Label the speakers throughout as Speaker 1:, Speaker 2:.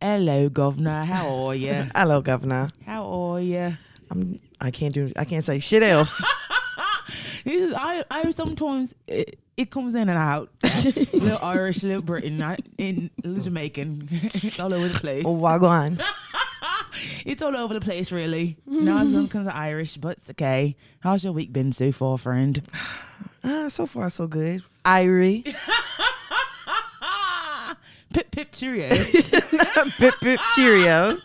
Speaker 1: Hello, governor. How are you?
Speaker 2: Hello, Governor.
Speaker 1: How are you?
Speaker 2: I'm. I can't do. I can't say shit else.
Speaker 1: This is, I, I sometimes it, it comes in and out. little Irish, little Britain, I- in little Jamaican. it's all over the place.
Speaker 2: oh, wagwan.
Speaker 1: It's all over the place, really. Now it's gonna come to Irish, but it's okay. How's your week been so far, friend?
Speaker 2: Uh, so far, so good. Irie.
Speaker 1: Pip pip cheerio,
Speaker 2: Pip pip cheerio.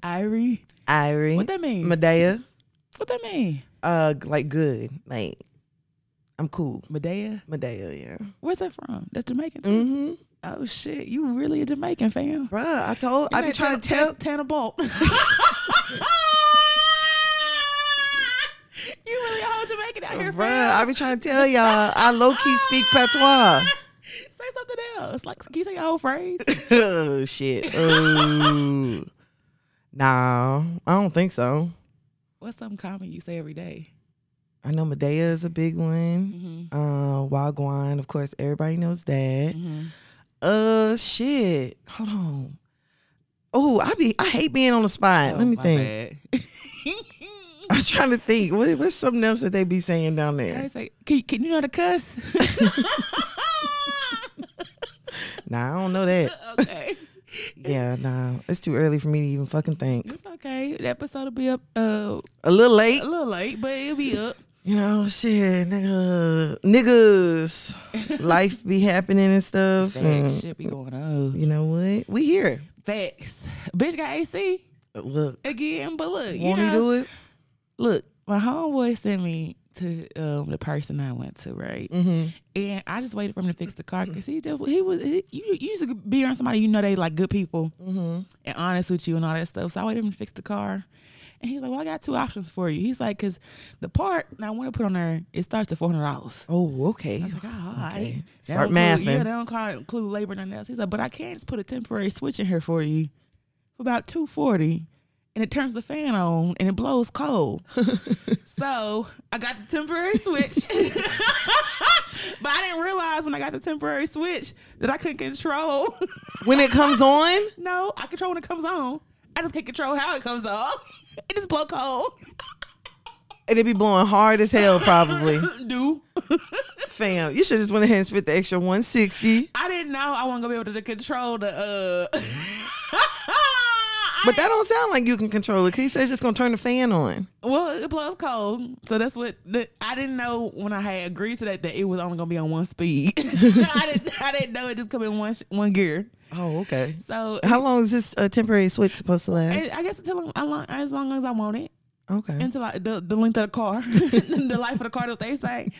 Speaker 1: Irie.
Speaker 2: Irie.
Speaker 1: What that mean?
Speaker 2: Medea.
Speaker 1: What that mean?
Speaker 2: Uh, g- like good. Like I'm cool.
Speaker 1: Medea.
Speaker 2: Medea. Yeah.
Speaker 1: Where's that from? That's Jamaican. too?
Speaker 2: Mm-hmm.
Speaker 1: Oh shit, you really a Jamaican fam?
Speaker 2: Bruh, I told. I be
Speaker 1: Like
Speaker 2: trying to
Speaker 1: Tana-
Speaker 2: tell.
Speaker 1: Tana- Tana Bolt. you really all Jamaican out here,
Speaker 2: Bruh,
Speaker 1: fam.
Speaker 2: I be trying to tell y'all. I low key speak patois.
Speaker 1: Say something else. Like, can you say a whole phrase?
Speaker 2: oh shit. Ooh. Nah, I don't think so.
Speaker 1: What's something common you say every day?
Speaker 2: I know Medea is a big one.
Speaker 1: Mm-hmm.
Speaker 2: Uh, Wagwan, of course, everybody knows that.
Speaker 1: Mm-hmm.
Speaker 2: Uh, shit. Hold on. Oh, I be I hate being on the
Speaker 1: Oh,
Speaker 2: spot. Uh, Let me think. I'm trying to think. What, what's something else that they be saying down
Speaker 1: I
Speaker 2: there?
Speaker 1: was like, can, can you know how to cuss?
Speaker 2: Nah, I don't know that.
Speaker 1: okay.
Speaker 2: Yeah, nah, it's too early for me to even fucking think.
Speaker 1: It's okay. The episode will be up uh,
Speaker 2: A little late,
Speaker 1: a little late, but it'll be up.
Speaker 2: you know. Shit, nigga, niggas, life be happening and stuff.
Speaker 1: That
Speaker 2: and
Speaker 1: shit be going on.
Speaker 2: you know what? We here.
Speaker 1: Facts. Bitch got AC
Speaker 2: Look,
Speaker 1: again, but look, you
Speaker 2: won't he
Speaker 1: know,
Speaker 2: do it?
Speaker 1: look, my homeboy sent me to um, the person I went to, right?
Speaker 2: Mm-hmm.
Speaker 1: And I just waited for him to fix the car because he just he was he, you, you used to be around somebody you know they like good people
Speaker 2: Mm-hmm.
Speaker 1: and honest with you and all that stuff. So I waited for him to fix the car, and he's like, "Well, I got two options for you." He's like, "Cause the part that I want to put on there it starts at four hundred dollars."
Speaker 2: Oh, okay.
Speaker 1: I was like, "Oh, all
Speaker 2: Okay.
Speaker 1: right." They
Speaker 2: Start
Speaker 1: don't include-
Speaker 2: mathing.
Speaker 1: Yeah, they don't call, include labor and nothing else. He's like, "But I can just put a temporary switch in here for you for about two forty, and it turns the fan on and it blows cold." so I got the temporary switch, but I didn't realize when I got the temporary switch that I couldn't control.
Speaker 2: when it comes on,
Speaker 1: no, I control when it comes on. I just can't control how it comes on. It just blow cold.
Speaker 2: it'd be blowing hard as hell, probably.
Speaker 1: Do
Speaker 2: Fam, you should just went ahead and spent the extra 160.
Speaker 1: I didn't know I wasn't gonna be able to control the uh
Speaker 2: But that don't sound like you can control it. Cause he says it's just gonna turn the fan on.
Speaker 1: well it blows cold. So that's what the, I didn't know when I had agreed to that that it was only gonna be on one speed. I didn't I didn't know it just come in one sh- one gear.
Speaker 2: Oh, okay.
Speaker 1: So
Speaker 2: How long is this uh, temporary switch supposed to
Speaker 1: I,
Speaker 2: last?
Speaker 1: I guess until I'm, long, as long as I want it.
Speaker 2: Okay.
Speaker 1: until I, the the length of the car, the life of the car. That they say,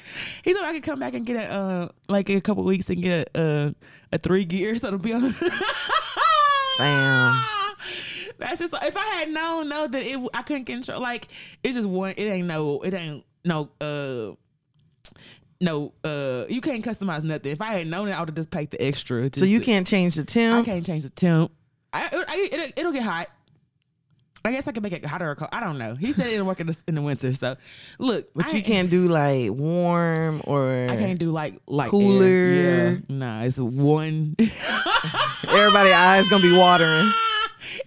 Speaker 1: he said I could come back and get it, uh, like in a couple weeks and get a uh, a three gear. So it'll be on.
Speaker 2: Damn.
Speaker 1: That's just if I had known though that it I couldn't control. Like it's just one. It ain't no. It ain't no. uh no, uh, you can't customize nothing. If I had known it, I would have just paid the extra.
Speaker 2: So
Speaker 1: just
Speaker 2: you
Speaker 1: to-
Speaker 2: can't change the
Speaker 1: I
Speaker 2: temp.
Speaker 1: can't change the temp. I, I- it'll, it'll get hot. I guess I can make it hotter or cold. I don't know. He said it didn't work in the, in the winter. So, look,
Speaker 2: But
Speaker 1: I
Speaker 2: you
Speaker 1: ain't-
Speaker 2: can't do like warm or
Speaker 1: I can't do like like
Speaker 2: Cooler.
Speaker 1: Yeah. Nah, it's one.
Speaker 2: everybody eyes gonna be watering.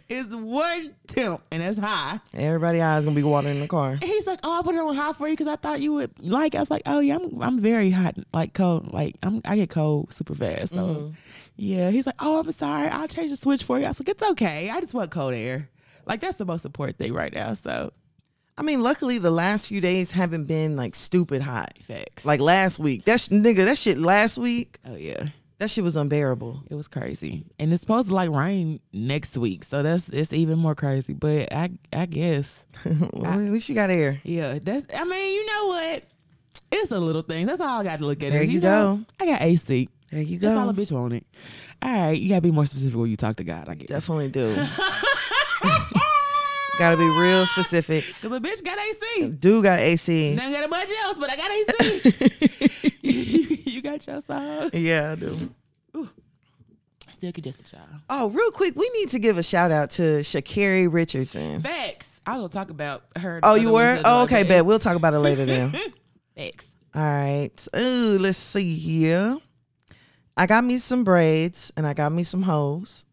Speaker 1: it's one temp and it's high.
Speaker 2: Everybody eyes gonna be watering the car.
Speaker 1: And he's like, "Oh, I put it on high for you because I thought you would like." it." I was like, "Oh yeah, I'm I'm very hot, like cold, like I'm I get cold super fast." So,
Speaker 2: Mm-hmm.
Speaker 1: yeah, he's like, "Oh, I'm sorry, I'll change the switch for you." I was like, "It's okay, I just want cold air." Like that's the most important thing right now. So
Speaker 2: I mean, luckily the last few days haven't been like stupid hot.
Speaker 1: Facts.
Speaker 2: Like last week, that sh- nigga, that shit last week,
Speaker 1: oh yeah,
Speaker 2: that shit was unbearable.
Speaker 1: it was crazy, and it's supposed to like rain next week, so that's it's even more crazy. But I I guess
Speaker 2: Well, at least you got air.
Speaker 1: yeah, that's I mean you know what, it's the little things. That's all I got to look at.
Speaker 2: There
Speaker 1: is,
Speaker 2: you
Speaker 1: know,
Speaker 2: go.
Speaker 1: I got AC.
Speaker 2: There you
Speaker 1: That's all
Speaker 2: go.
Speaker 1: a bitch wanted. All right, you gotta be more specific when you talk to God. I guess
Speaker 2: Definitely do. Gotta be real specific.
Speaker 1: because a bitch got AC.
Speaker 2: Dude got AC.
Speaker 1: Now got a bunch else, but I got AC. you got your song.
Speaker 2: Yeah, I do.
Speaker 1: Still congested, y'all.
Speaker 2: Oh, real quick, we need to give a shout out to Shakari Richardson.
Speaker 1: Facts. I was gonna talk about her. the
Speaker 2: Oh,
Speaker 1: other
Speaker 2: you
Speaker 1: week,
Speaker 2: were?
Speaker 1: the
Speaker 2: Oh,
Speaker 1: other
Speaker 2: okay,
Speaker 1: day.
Speaker 2: bet. We'll talk about it later then.
Speaker 1: Facts.
Speaker 2: All right. Ooh, let's see here. I got me some braids and I got me some hoes.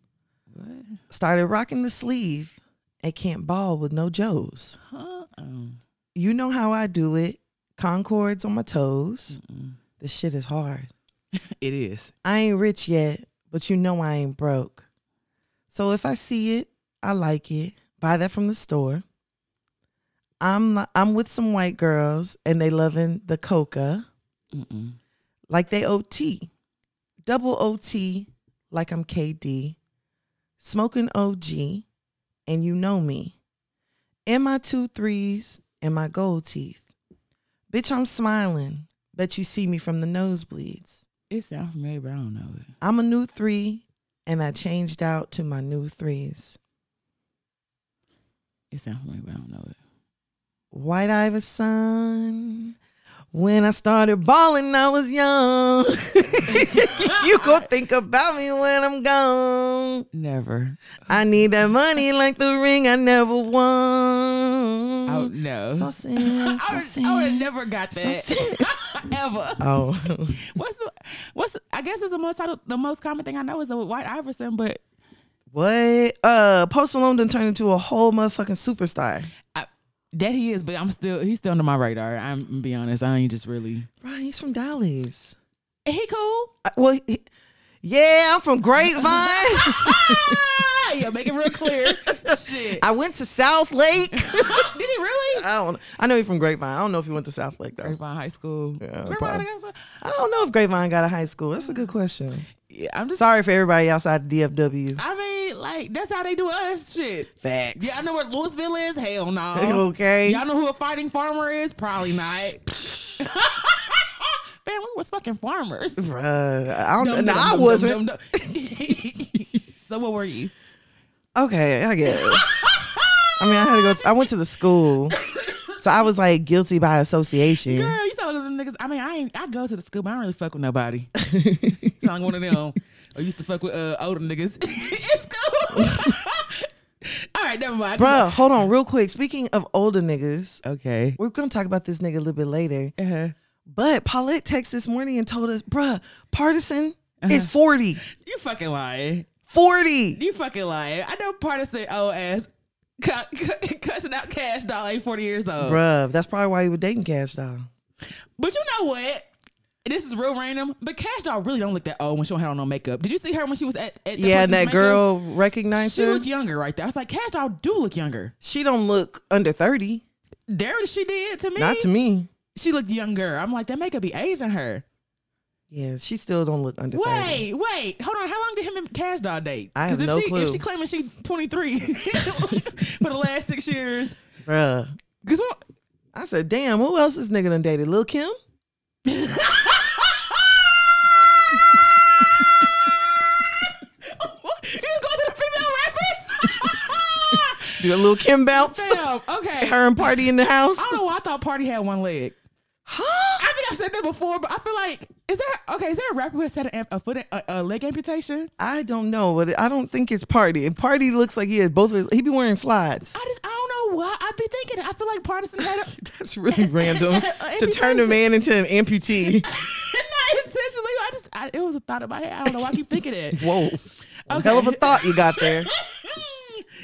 Speaker 1: What?
Speaker 2: Started rocking the sleeve at Camp Ball with no Joes.
Speaker 1: Huh? Oh.
Speaker 2: You know how I do it. Concords on my toes.
Speaker 1: Mm-mm.
Speaker 2: This shit is hard.
Speaker 1: It is.
Speaker 2: I ain't rich yet, but you know I ain't broke. So if I see it, I like it. Buy that from the store. I'm not, I'm with some white girls and they loving the coca
Speaker 1: Mm-mm.
Speaker 2: like they OT. Double OT like I'm KD. Smoking OG and you know me. And my two threes and my gold teeth. Bitch, I'm smiling. Bet you see me from the nosebleeds.
Speaker 1: It sounds familiar, but I don't know it.
Speaker 2: I'm a new three, and I changed out to my new threes.
Speaker 1: It sounds familiar, but I don't know it.
Speaker 2: White Iverson. When I started balling, I was young. you gonna think about me when I'm gone.
Speaker 1: Never.
Speaker 2: I need that money like the ring I never won.
Speaker 1: I would, no.
Speaker 2: So sad,
Speaker 1: I
Speaker 2: so
Speaker 1: would, I would have
Speaker 2: sad,
Speaker 1: never got
Speaker 2: so
Speaker 1: that
Speaker 2: sad.
Speaker 1: ever.
Speaker 2: Oh,
Speaker 1: What's the what's the- I guess it's the most out of- the most common thing I know is the White Iverson, but
Speaker 2: what? Uh, Post Malone done turned into a whole motherfucking superstar.
Speaker 1: I, that he is. But I'm still he's still under my radar. I'm gonna be honest. I ain't just really.
Speaker 2: Right, he's from Dallas.
Speaker 1: He cool.
Speaker 2: I- well, he- yeah, I'm from Grapevine.
Speaker 1: ah, yeah, make it real clear. Shit.
Speaker 2: I went to South Lake.
Speaker 1: Did he really?
Speaker 2: I don't. I know he's from Grapevine. I don't know if he went to South Lake though.
Speaker 1: Grapevine High School.
Speaker 2: Yeah,
Speaker 1: Grapevine
Speaker 2: probably.
Speaker 1: High School?
Speaker 2: I don't know if Grapevine got a high school. That's a good question.
Speaker 1: Yeah, I'm just.
Speaker 2: Sorry for everybody outside the DFW.
Speaker 1: I mean, like that's how they do us shit.
Speaker 2: Facts.
Speaker 1: Yeah, I know where Louisville is. Hell no.
Speaker 2: okay.
Speaker 1: Y'all know who a fighting farmer is? Probably not. Man, we was fucking farmers.
Speaker 2: Bruh, I
Speaker 1: Dum,
Speaker 2: don't. No,
Speaker 1: dum,
Speaker 2: I
Speaker 1: dum,
Speaker 2: wasn't.
Speaker 1: dum, dum, dum. so what were you?
Speaker 2: Okay, I guess. I mean, I had to go. I went to the school, so I was like guilty by association.
Speaker 1: Girl, you sound like one of them niggas. I mean, I ain't, I go to the school, but I don't really fuck with nobody. sound like one of them. I used to fuck with uh, older niggas. it's cool. All right, never mind.
Speaker 2: Bruh, hold on, real quick. Speaking of older niggas,
Speaker 1: Okay.
Speaker 2: we're gonna talk about this nigga a little bit later.
Speaker 1: Uh-huh.
Speaker 2: But Paulette texted this morning and told us, bruh, partisan
Speaker 1: Uh-huh.
Speaker 2: is 40.
Speaker 1: You fucking lying.
Speaker 2: 40.
Speaker 1: You fucking lying. I know partisan old ass cu- cu- cussing out cash doll ain't 40 years old.
Speaker 2: Bruh, that's probably why you were dating Cash Doll.
Speaker 1: But you know what? This is real random, but Cash Doll really don't look that old when she don't have on no makeup. Did you see her when she was at, at the
Speaker 2: yeah,
Speaker 1: person's
Speaker 2: and that
Speaker 1: makeup?
Speaker 2: girl recognized
Speaker 1: She
Speaker 2: her.
Speaker 1: looked younger right there. I was like, Cash Doll do look younger.
Speaker 2: she don't look under 30.
Speaker 1: There she did to me.
Speaker 2: Not to me.
Speaker 1: She looked younger. I'm like, that makeup be aging her.
Speaker 2: Yeah, she still don't look under 30.
Speaker 1: Wait, wait, hold on. How long did him and Cash Doll date?
Speaker 2: I have
Speaker 1: 'Cause if
Speaker 2: no
Speaker 1: she, If
Speaker 2: clue.
Speaker 1: she claiming she 23 for the last six years,
Speaker 2: Bruh.
Speaker 1: because
Speaker 2: I said, damn, who else this nigga done dated? Lil Kim?
Speaker 1: he's going to the female rappers.
Speaker 2: Do a Lil Kim bounce?
Speaker 1: Damn. Okay.
Speaker 2: her and party in the house?
Speaker 1: I don't know why I thought Party had one leg.
Speaker 2: Huh?
Speaker 1: I think I've said that before, but I feel like is there okay? Is there a rapper who has had an, amp- a foot a, a leg amputation?
Speaker 2: I don't know, but I don't think it's party. And party looks like he had both of his, he be wearing slides.
Speaker 1: I just I don't know why I'd be thinking. it. I feel like Partisan had a,
Speaker 2: That's really random to turn a
Speaker 1: Amputation.
Speaker 2: man into an amputee.
Speaker 1: not intentionally. I just I, it was a thought in my head. I don't know why I keep thinking it.
Speaker 2: Whoa.
Speaker 1: Okay.
Speaker 2: Hell of a thought you got there.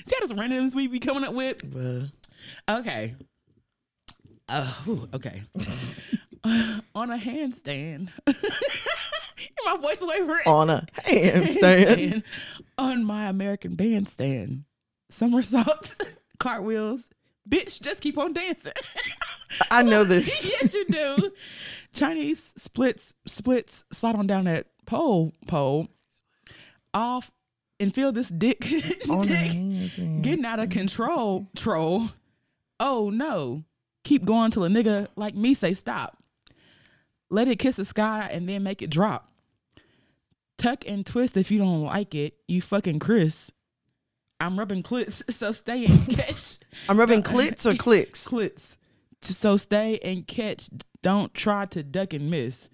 Speaker 1: See how this randomness we be coming up with?
Speaker 2: Bruh.
Speaker 1: Okay. Oh, whew, okay. On a handstand. my voice wavering.
Speaker 2: On a handstand.
Speaker 1: Handstand on my American bandstand. Somersaults, cartwheels. Bitch, just keep on dancing.
Speaker 2: I know this.
Speaker 1: yes, you do. Chinese splits, splits, slide on down that pole, pole, off and feel this dick,
Speaker 2: On a
Speaker 1: dick
Speaker 2: handstand.
Speaker 1: getting out of control, troll. Oh no. Keep going till a nigga like me say stop. Let it kiss the sky and then make it drop. Tuck and twist if you don't like it, you fucking Chris. I'm rubbing clits, so stay and catch
Speaker 2: I'm rubbing clits or clicks?
Speaker 1: clits. So stay and catch. Don't try to duck and miss.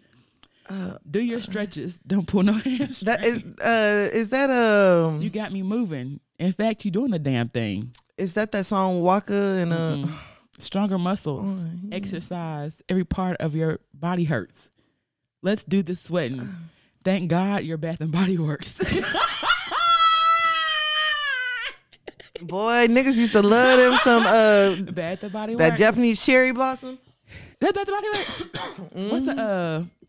Speaker 2: Uh,
Speaker 1: Do your stretches. Don't pull no hamstrings.
Speaker 2: That is uh is that um
Speaker 1: you got me moving. In fact, you doing the damn thing.
Speaker 2: is that that song Walker and uh
Speaker 1: Mm. Stronger muscles,
Speaker 2: Oh,
Speaker 1: exercise. Every part of your body hurts. Let's
Speaker 2: Uh.
Speaker 1: do this sweating. Thank God your Bath and Body Works.
Speaker 2: Boy, niggas used to love them some uh
Speaker 1: Bath the body
Speaker 2: that
Speaker 1: works.
Speaker 2: Japanese cherry blossom,
Speaker 1: Oh. that bath the body works. What's the
Speaker 2: Mm-hmm.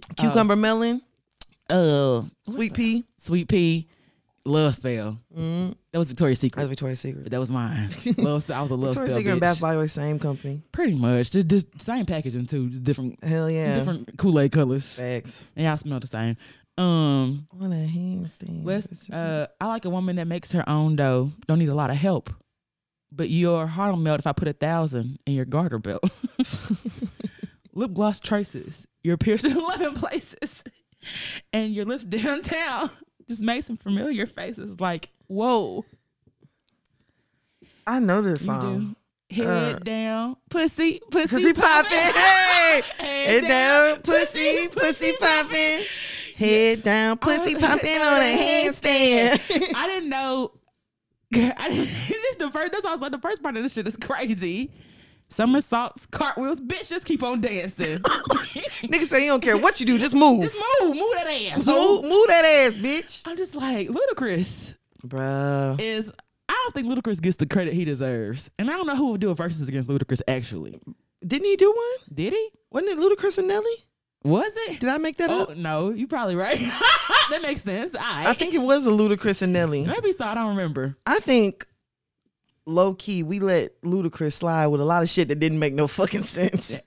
Speaker 1: uh
Speaker 2: cucumber melon,
Speaker 1: uh
Speaker 2: sweet pea.
Speaker 1: sweet pea love spell? That was Victoria's Secret.
Speaker 2: Mm-hmm. That's Victoria's Secret.
Speaker 1: But that was mine. Love spell. I was a love
Speaker 2: Victoria's
Speaker 1: spell.
Speaker 2: Secret and
Speaker 1: bitch.
Speaker 2: Bath by the way, same company.
Speaker 1: Pretty much. They're just same packaging too. Just different
Speaker 2: Hell yeah.
Speaker 1: different Kool-Aid colors.
Speaker 2: Facts.
Speaker 1: And y'all smell the same. Um
Speaker 2: On a handstand.
Speaker 1: let's uh I like a woman that makes her own dough. Don't need a lot of help. But your heart'll melt if I put a thousand in your garter belt. Lip gloss traces, your piercing in eleven places, and your lips downtown. Just make some familiar faces like, whoa.
Speaker 2: I know this
Speaker 1: You
Speaker 2: song.
Speaker 1: do. Head
Speaker 2: Uh,
Speaker 1: down, pussy, pussy,
Speaker 2: Pussy popping, hey,
Speaker 1: Head
Speaker 2: head
Speaker 1: down,
Speaker 2: down, pussy, pussy popping, head down, pussy
Speaker 1: Oh,
Speaker 2: popping on a handstand.
Speaker 1: I didn't know. I didn't, this is the first. That's why I was like, the first part of this shit is crazy. Somersaults, cartwheels, bitch, just keep on dancing.
Speaker 2: Nigga say you don't care what you do, just move,
Speaker 1: just move, move that ass. hoe.
Speaker 2: move, move that ass, bitch,
Speaker 1: I'm just like Ludacris
Speaker 2: bro.
Speaker 1: is. I don't think Ludacris gets the credit he deserves, and I don't know who would do a versus against Ludacris. Actually,
Speaker 2: Didn't he do one?
Speaker 1: did he?
Speaker 2: Wasn't it Ludacris and Nelly?
Speaker 1: Was it?
Speaker 2: Did I make that up?
Speaker 1: Oh no, you probably right. that makes sense. I,
Speaker 2: I think it was a Ludacris and Nelly.
Speaker 1: maybe so. I don't remember.
Speaker 2: I think low key we let Ludacris slide with a lot of shit that didn't make no fucking sense.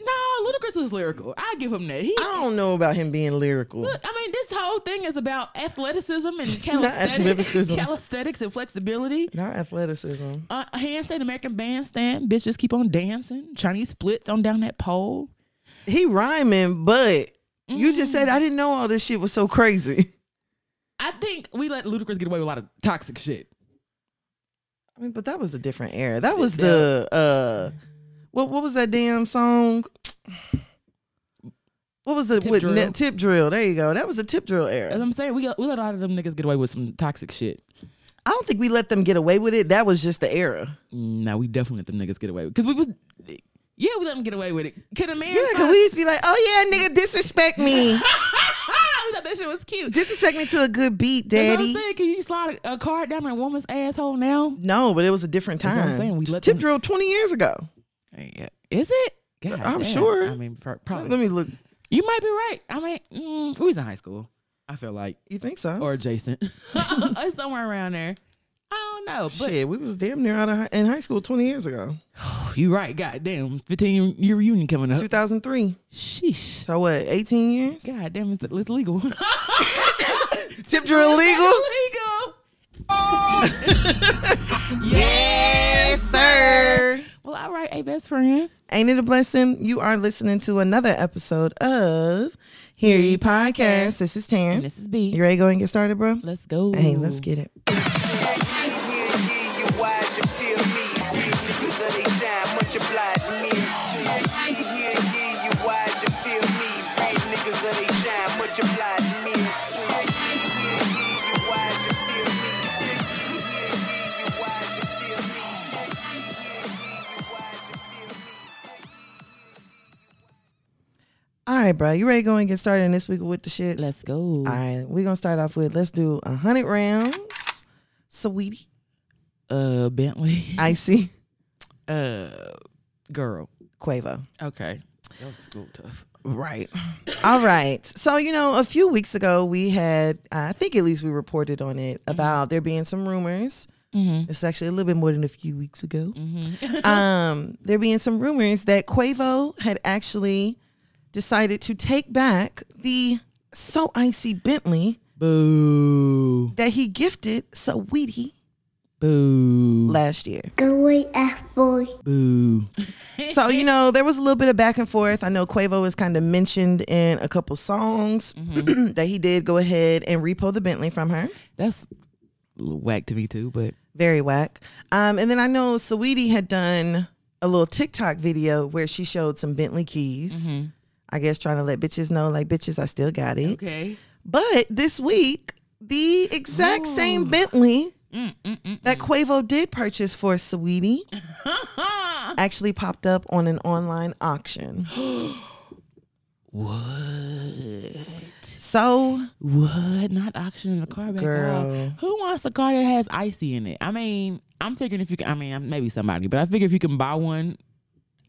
Speaker 1: No, Ludacris is lyrical. I give him that. He
Speaker 2: I don't know about him being lyrical.
Speaker 1: Look, I mean, this whole thing is about athleticism and
Speaker 2: Not
Speaker 1: calisthenics,
Speaker 2: athleticism.
Speaker 1: calisthenics and flexibility.
Speaker 2: Not athleticism.
Speaker 1: Uh, handstand, American bandstand, bitches keep on dancing. Chinese splits on down that pole.
Speaker 2: He rhyming, but you just said I didn't know all this shit was so crazy.
Speaker 1: Mm-hmm. I think we let Ludacris get away with a lot of toxic shit.
Speaker 2: I mean, but that was a different era. That was the uh what what was that damn song? What was the
Speaker 1: Tip
Speaker 2: with
Speaker 1: drill.
Speaker 2: ne- tip drill? There you go. That was a tip drill
Speaker 1: As
Speaker 2: era.
Speaker 1: I'm saying, we we let a lot of them niggas get away with some toxic shit.
Speaker 2: I don't think we let them get away with it. That was just the era.
Speaker 1: No, we definitely let them niggas get away with because we was. Yeah, we let them get away with it. Could a man?
Speaker 2: Yeah, cause
Speaker 1: find-
Speaker 2: we used to be like, oh yeah, nigga, disrespect me,
Speaker 1: we thought that shit was cute.
Speaker 2: disrespect me to a good beat,
Speaker 1: That's what I'm
Speaker 2: daddy.
Speaker 1: saying. Can you slide a a card down a woman's asshole now?
Speaker 2: No, but it was a different
Speaker 1: That's
Speaker 2: time.
Speaker 1: what I'm saying. We let
Speaker 2: tip
Speaker 1: them-
Speaker 2: drill twenty years ago.
Speaker 1: Yeah. Is it? God
Speaker 2: I'm
Speaker 1: damn.
Speaker 2: sure.
Speaker 1: I mean, pro-
Speaker 2: Let
Speaker 1: probably.
Speaker 2: me look.
Speaker 1: You might be right. I mean, mm, we was in high school. I feel like,
Speaker 2: You think so?
Speaker 1: or adjacent, or somewhere around there. I don't know, but
Speaker 2: Shit, we was damn near out of high, in high school twenty years ago.
Speaker 1: you right. Goddamn, fifteen year reunion coming up.
Speaker 2: Two thousand three.
Speaker 1: Sheesh.
Speaker 2: So what? Eighteen years?
Speaker 1: God damn, it's, it's legal.
Speaker 2: Tip drill illegal?
Speaker 1: legal.
Speaker 2: Yes, sir.
Speaker 1: Well, all right, a best friend.
Speaker 2: Ain't it a blessing? You are listening to another episode of Hear Ye Podcast. This is
Speaker 1: And
Speaker 2: Tam.
Speaker 1: this is B.
Speaker 2: You ready to go and get started, bro?
Speaker 1: Let's go.
Speaker 2: Hey, let's get it. All right, bro. You ready to go and get started in this week with the shit?
Speaker 1: Let's go.
Speaker 2: All right, we're gonna start off with let's do a hundred rounds, sweetie.
Speaker 1: Uh, Bentley.
Speaker 2: Icy
Speaker 1: uh, girl.
Speaker 2: Quavo.
Speaker 1: Okay. That was school tough.
Speaker 2: Right. All right. So, you know, a few weeks ago, we had, I think at least we reported on it, about there being some rumors.
Speaker 1: Mm-hmm.
Speaker 2: It's actually a little bit more than a few weeks ago.
Speaker 1: Mm-hmm.
Speaker 2: Um, there being some rumors that Quavo had actually decided to take back the so icy Bentley
Speaker 1: Boo.
Speaker 2: that he gifted so Saweetie
Speaker 1: Boo.
Speaker 2: last year.
Speaker 3: Go away, F boy.
Speaker 1: Boo.
Speaker 2: so you know there was a little bit of back and forth i know quavo is kind of mentioned in a couple songs that he did go ahead and repo the bentley from her
Speaker 1: That's a little whack to me too, but
Speaker 2: very whack um, and then i know Saweetie had done a little tiktok video where she showed some bentley keys i guess trying to let bitches know like bitches i still got it
Speaker 1: okay.
Speaker 2: but this week the exact same bentley
Speaker 1: Mm,
Speaker 2: that Quavo did purchase for Saweetie
Speaker 1: mm.
Speaker 2: actually popped up on an online auction.
Speaker 1: What?
Speaker 2: So
Speaker 1: What? Not auctioning a car back
Speaker 2: Girl.
Speaker 1: off. Who wants a car that has icy in it? I mean, I'm figuring if you can. I mean, maybe somebody, but I figure if you can buy one,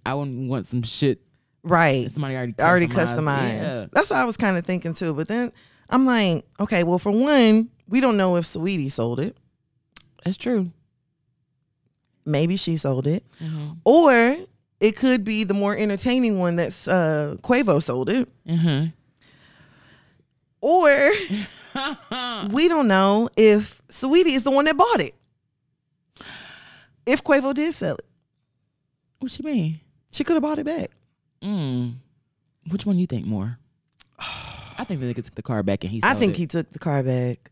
Speaker 1: I wouldn't want some shit
Speaker 2: right,
Speaker 1: that somebody already customized.
Speaker 2: already customized.
Speaker 1: Yeah.
Speaker 2: That's what I was kind of thinking too. But then I'm like, okay, well, for one, we don't know if Sweetie sold it.
Speaker 1: That's true.
Speaker 2: Maybe she sold it, Mm-hmm. or it could be the more entertaining one that's uh, Quavo sold it,
Speaker 1: Mm-hmm.
Speaker 2: or
Speaker 1: Uh-huh.
Speaker 2: we don't know if Sweetie is the one that bought it. If Quavo did sell it,
Speaker 1: what you mean?
Speaker 2: she could have bought it back.
Speaker 1: Mm. Which one you think more? I think the nigga took the car back and he. Sold
Speaker 2: I think
Speaker 1: it.
Speaker 2: he took the car back.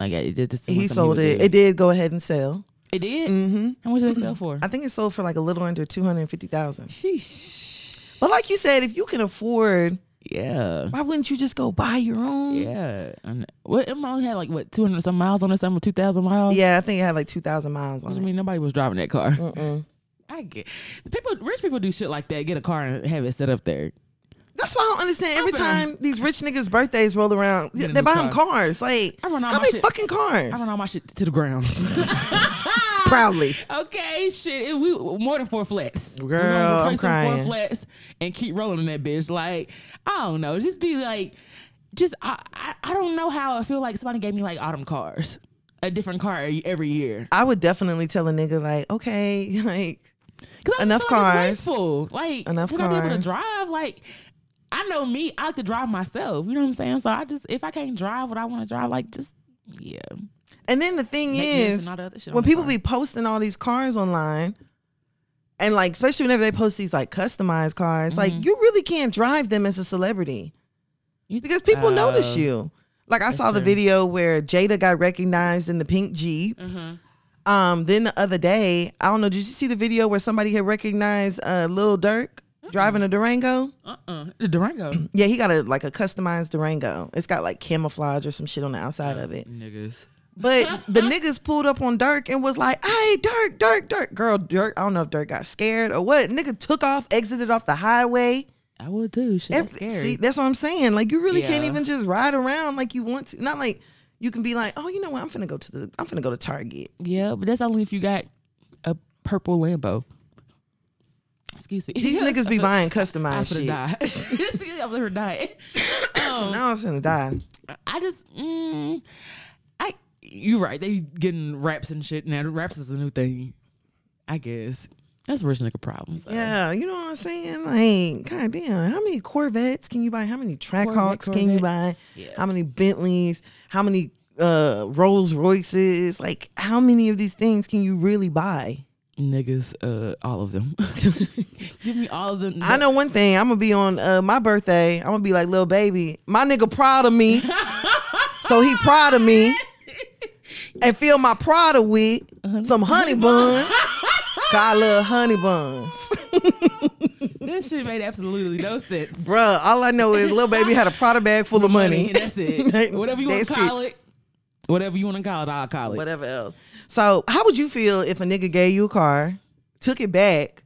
Speaker 1: Like it, it just
Speaker 2: he sold it. It
Speaker 1: It,
Speaker 2: did go ahead and sell.
Speaker 1: it did.
Speaker 2: Mm-hmm.
Speaker 1: How much did they sell for?
Speaker 2: I think it sold for like a little under two hundred fifty thousand.
Speaker 1: Sheesh.
Speaker 2: But like you said, if you can afford,
Speaker 1: Yeah.
Speaker 2: why wouldn't you just go buy your own?
Speaker 1: Yeah. And what it only had like what two hundred some miles on it, something two thousand miles.
Speaker 2: Yeah, I think it had like two thousand miles
Speaker 1: Which
Speaker 2: on
Speaker 1: I
Speaker 2: it.
Speaker 1: mean nobody was driving that car.
Speaker 2: Mm-mm.
Speaker 1: I get people rich people do shit like that, get a car and have it set up there.
Speaker 2: That's why I don't understand. Every
Speaker 1: Okay.
Speaker 2: time these rich niggas' birthdays roll around,
Speaker 1: Get a
Speaker 2: they
Speaker 1: new
Speaker 2: buy them
Speaker 1: car.
Speaker 2: cars. Like,
Speaker 1: I run all
Speaker 2: how
Speaker 1: my
Speaker 2: many
Speaker 1: shit-
Speaker 2: fucking cars? Ah.
Speaker 1: I run all my shit to the ground.
Speaker 2: Proudly.
Speaker 1: okay, shit. It, we more than four flats. We're
Speaker 2: Girl,
Speaker 1: gonna
Speaker 2: I'm
Speaker 1: replace them
Speaker 2: crying.
Speaker 1: Four flats and keep rolling in that bitch. Like I don't know, just be like, just I, I I don't know how I feel like somebody gave me like autumn cars, a different car e, every year.
Speaker 2: I would definitely tell a nigga like, okay, like,
Speaker 1: Cause I
Speaker 2: Enough
Speaker 1: just feel like
Speaker 2: cars.
Speaker 1: It's wasteful. Like
Speaker 2: Enough
Speaker 1: enough cars. I be able to
Speaker 2: cars.
Speaker 1: drive. Like I know me. I like to drive myself. You know what I'm saying? So I just if I can't drive what I want to drive, like just yeah.
Speaker 2: and then the thing
Speaker 1: Maintenance
Speaker 2: is,
Speaker 1: and all the other shit on
Speaker 2: when
Speaker 1: the
Speaker 2: people
Speaker 1: car.
Speaker 2: be posting all these cars online, and like, especially whenever they post these like customized cars, like,
Speaker 1: Mm-hmm.
Speaker 2: you really can't drive them as a celebrity
Speaker 1: You-
Speaker 2: because people
Speaker 1: Uh,
Speaker 2: notice you. Like, I saw the
Speaker 1: true.
Speaker 2: video where Jada got recognized in the pink Jeep. Um, then the other day, I don't know, did you see the video where somebody had recognized uh, Lil Durk driving a Durango?
Speaker 1: Uh uh The Durango.
Speaker 2: Yeah, he got a like a customized Durango. It's got like camouflage or some shit on the outside of it.
Speaker 1: Niggas.
Speaker 2: But the niggas pulled up on Dirk and was like, hey, Dirk, Dirk, Dirk. Girl, Dirk, I don't know if Dirk got scared or what. Nigga took off, exited off the highway.
Speaker 1: I would too. Shit, that's
Speaker 2: Every-
Speaker 1: scary.
Speaker 2: See, that's what I'm saying. Like, you really can't
Speaker 1: Yeah.
Speaker 2: even just ride around like you want to. Not like you can be like, oh, you know what? I'm finna go to the, I'm finna go to Target.
Speaker 1: yeah, but that's only if you got a purple Lambo. Excuse me.
Speaker 2: These niggas be buying
Speaker 1: I
Speaker 2: customized
Speaker 1: should
Speaker 2: shit.
Speaker 1: have died. Excuse me, I would have died. Um,
Speaker 2: Now I'm finna die.
Speaker 1: I just, mm, I, you're right. They getting raps and shit now. Raps is a new thing, I guess. That's rich nigga problems. though.
Speaker 2: Yeah, you know what I'm saying? Like, god damn, how many Corvettes can you buy? How many Trackhawks can you
Speaker 1: Corvette.
Speaker 2: buy?
Speaker 1: Yeah.
Speaker 2: How many Bentleys? How many uh Rolls Royces? Like, how many of these things can you really buy?
Speaker 1: niggas, uh, all of them. Give me all of them.
Speaker 2: I know one thing. I'm gonna be on uh, my birthday. I'm gonna be like little baby. My nigga proud of me, so he proud of me, and fill my Prada with some honey buns. 'Cause I love honey buns.
Speaker 1: That shit made absolutely no sense.
Speaker 2: Bruh, all I know is little baby had a Prada bag full of money.
Speaker 1: and That's it. Whatever you want
Speaker 2: That's
Speaker 1: to call it. Whatever you want to call it, I'll call it.
Speaker 2: whatever else. So, how would you feel if a nigga gave you a car, took it back,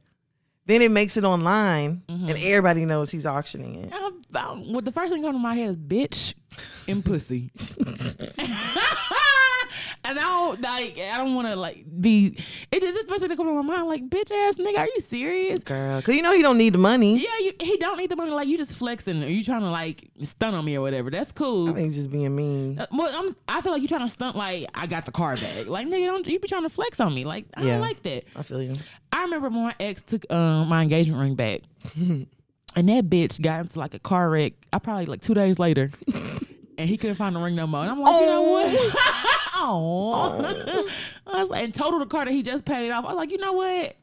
Speaker 2: then it makes it online,
Speaker 1: Mm-hmm.
Speaker 2: and everybody knows he's auctioning it?
Speaker 1: I'm, I'm- what the first thing that comes to my head is bitch and pussy. and I don't like. I don't want to like be. It is this first thing that comes to my mind. Like bitch ass nigga, are you serious?
Speaker 2: Girl, cause you know he don't need the money.
Speaker 1: Yeah, you, he don't need the money. Like you just flexing, or you trying to like stunt on me or whatever. That's cool.
Speaker 2: I think he's just being mean.
Speaker 1: Uh, well, I'm, I feel like you trying to stunt. Like I got the car back. Like nigga, don't you be trying to flex on me? Like I
Speaker 2: Yeah.
Speaker 1: don't like that.
Speaker 2: I feel you.
Speaker 1: I remember when my ex took um, my engagement ring back, and that bitch got into like a car wreck. I probably like two days later, and he couldn't find the ring no more. And I'm like, you know what?
Speaker 2: Oh.
Speaker 1: Aw. I was like, and total the car that he just paid off. I was like, you know what?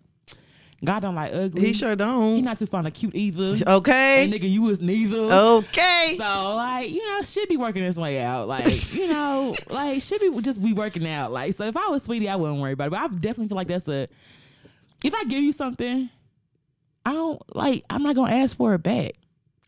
Speaker 1: God don't like ugly.
Speaker 2: He sure
Speaker 1: He
Speaker 2: don't.
Speaker 1: not too fond of cute either. And
Speaker 2: Okay.
Speaker 1: nigga, you was neither.
Speaker 2: Okay.
Speaker 1: So like you know, should be working this way out. Like you know, like should be just be working out. Like so, if I was sweetie, I wouldn't worry about it. But I definitely feel like that's a. If I give you something, I don't like. I'm not gonna ask for it back.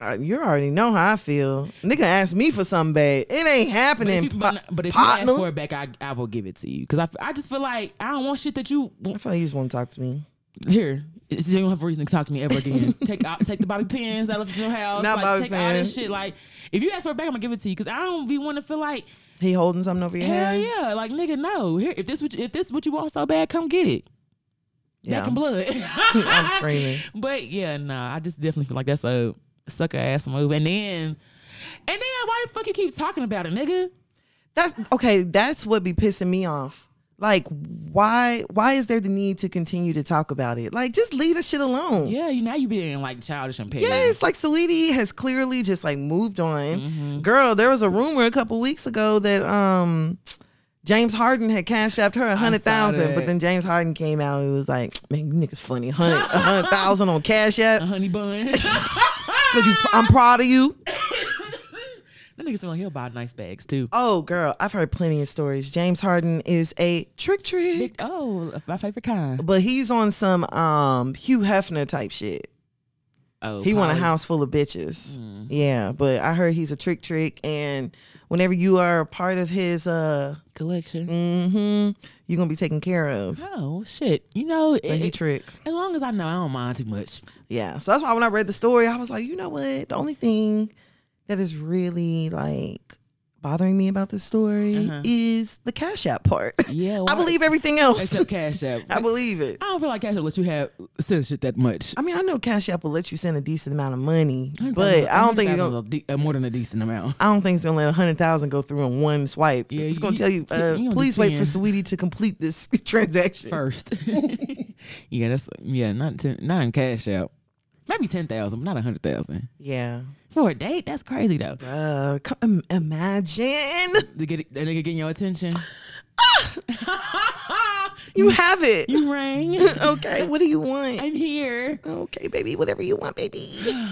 Speaker 2: Uh, you already know how I feel. Nigga asked me for something bad. It ain't
Speaker 1: But if
Speaker 2: happening.
Speaker 1: you,
Speaker 2: po-
Speaker 1: but, but if you ask
Speaker 2: partner.
Speaker 1: for it back, I, I will give it to you because I, I just feel like I don't want shit that you
Speaker 2: I feel like you just want to talk to me.
Speaker 1: here. it's- you don't have a reason to talk to me ever again. take out, take the bobby pins out of your house.
Speaker 2: Not
Speaker 1: like,
Speaker 2: bobby
Speaker 1: take all this
Speaker 2: pins.
Speaker 1: shit. Like, if you ask for it back, I'm gonna give it to you because I don't be want to feel like
Speaker 2: He holding something over your
Speaker 1: hell
Speaker 2: head.
Speaker 1: yeah, like nigga, no. Here, if this what you- if this what you want so bad, come get it. Back in blood.
Speaker 2: I'm screaming.
Speaker 1: But yeah, nah, I just definitely feel like that's a sucker ass move. And then, and then, why the fuck you keep talking about it, nigga?
Speaker 2: That's okay. That's what be pissing me off. Like, why? Why is there the need to continue to talk about it? Like, just leave the shit alone.
Speaker 1: Yeah, you now you being like childish and petty.
Speaker 2: Yes, like Sweetie has clearly just like moved on.
Speaker 1: Mm-hmm.
Speaker 2: Girl, there was a rumor a couple weeks ago that um James Harden had cash apped her a hundred thousand,
Speaker 1: that.
Speaker 2: but then James Harden came out and was like, "Man, you niggas funny, hundred a hundred thousand on cash app.
Speaker 1: A honey bun. that
Speaker 2: 'Cause you- I'm proud of you."
Speaker 1: nigga sound like he'll buy nice bags too.
Speaker 2: Oh, girl, I've heard plenty of stories. James Harden is a trick trick,
Speaker 1: Oh, my favorite kind.
Speaker 2: but he's on some um Hugh Hefner type shit.
Speaker 1: Oh, Mm-hmm.
Speaker 2: He want a
Speaker 1: probably. Mm,
Speaker 2: house full of bitches. Yeah, but I heard he's a trick trick, and whenever you are a part of his uh
Speaker 1: collection.
Speaker 2: hmm You're gonna be taken care of.
Speaker 1: Oh shit! You know, it-
Speaker 2: Mm. But he
Speaker 1: it-
Speaker 2: trick.
Speaker 1: as long as I know, I don't mind too much.
Speaker 2: Yeah. So that's why when I read the story, I was like, you know what? The only thing that is really like bothering me about this story
Speaker 1: Uh-huh.
Speaker 2: is the cash app part.
Speaker 1: Yeah,
Speaker 2: I
Speaker 1: why-
Speaker 2: believe everything else.
Speaker 1: Except Cash App.
Speaker 2: I believe it.
Speaker 1: I don't feel like Cash App lets you have censorship that much.
Speaker 2: I mean, I know Cash App will let you send a decent amount of money,
Speaker 1: $100,000
Speaker 2: but I don't think it's gonna.
Speaker 1: $100,000 is a de- uh, more than a decent amount.
Speaker 2: I don't think it's gonna let a hundred thousand go through in one swipe.
Speaker 1: Yeah,
Speaker 2: it's
Speaker 1: you-
Speaker 2: gonna tell you,
Speaker 1: you
Speaker 2: uh,
Speaker 1: only
Speaker 2: please wait for
Speaker 1: 10.
Speaker 2: Sweetie to complete this transaction.
Speaker 1: First, yeah, that's yeah, not ten, not in Cash App. Maybe ten thousand, but not a hundred thousand
Speaker 2: Yeah,
Speaker 1: for a date. That's crazy though.
Speaker 2: uh, come, imagine.
Speaker 1: To get that nigga getting your attention,
Speaker 2: You have it.
Speaker 1: you rang.
Speaker 2: okay, what do you want?
Speaker 1: I'm here.
Speaker 2: Okay, baby, whatever you want, baby.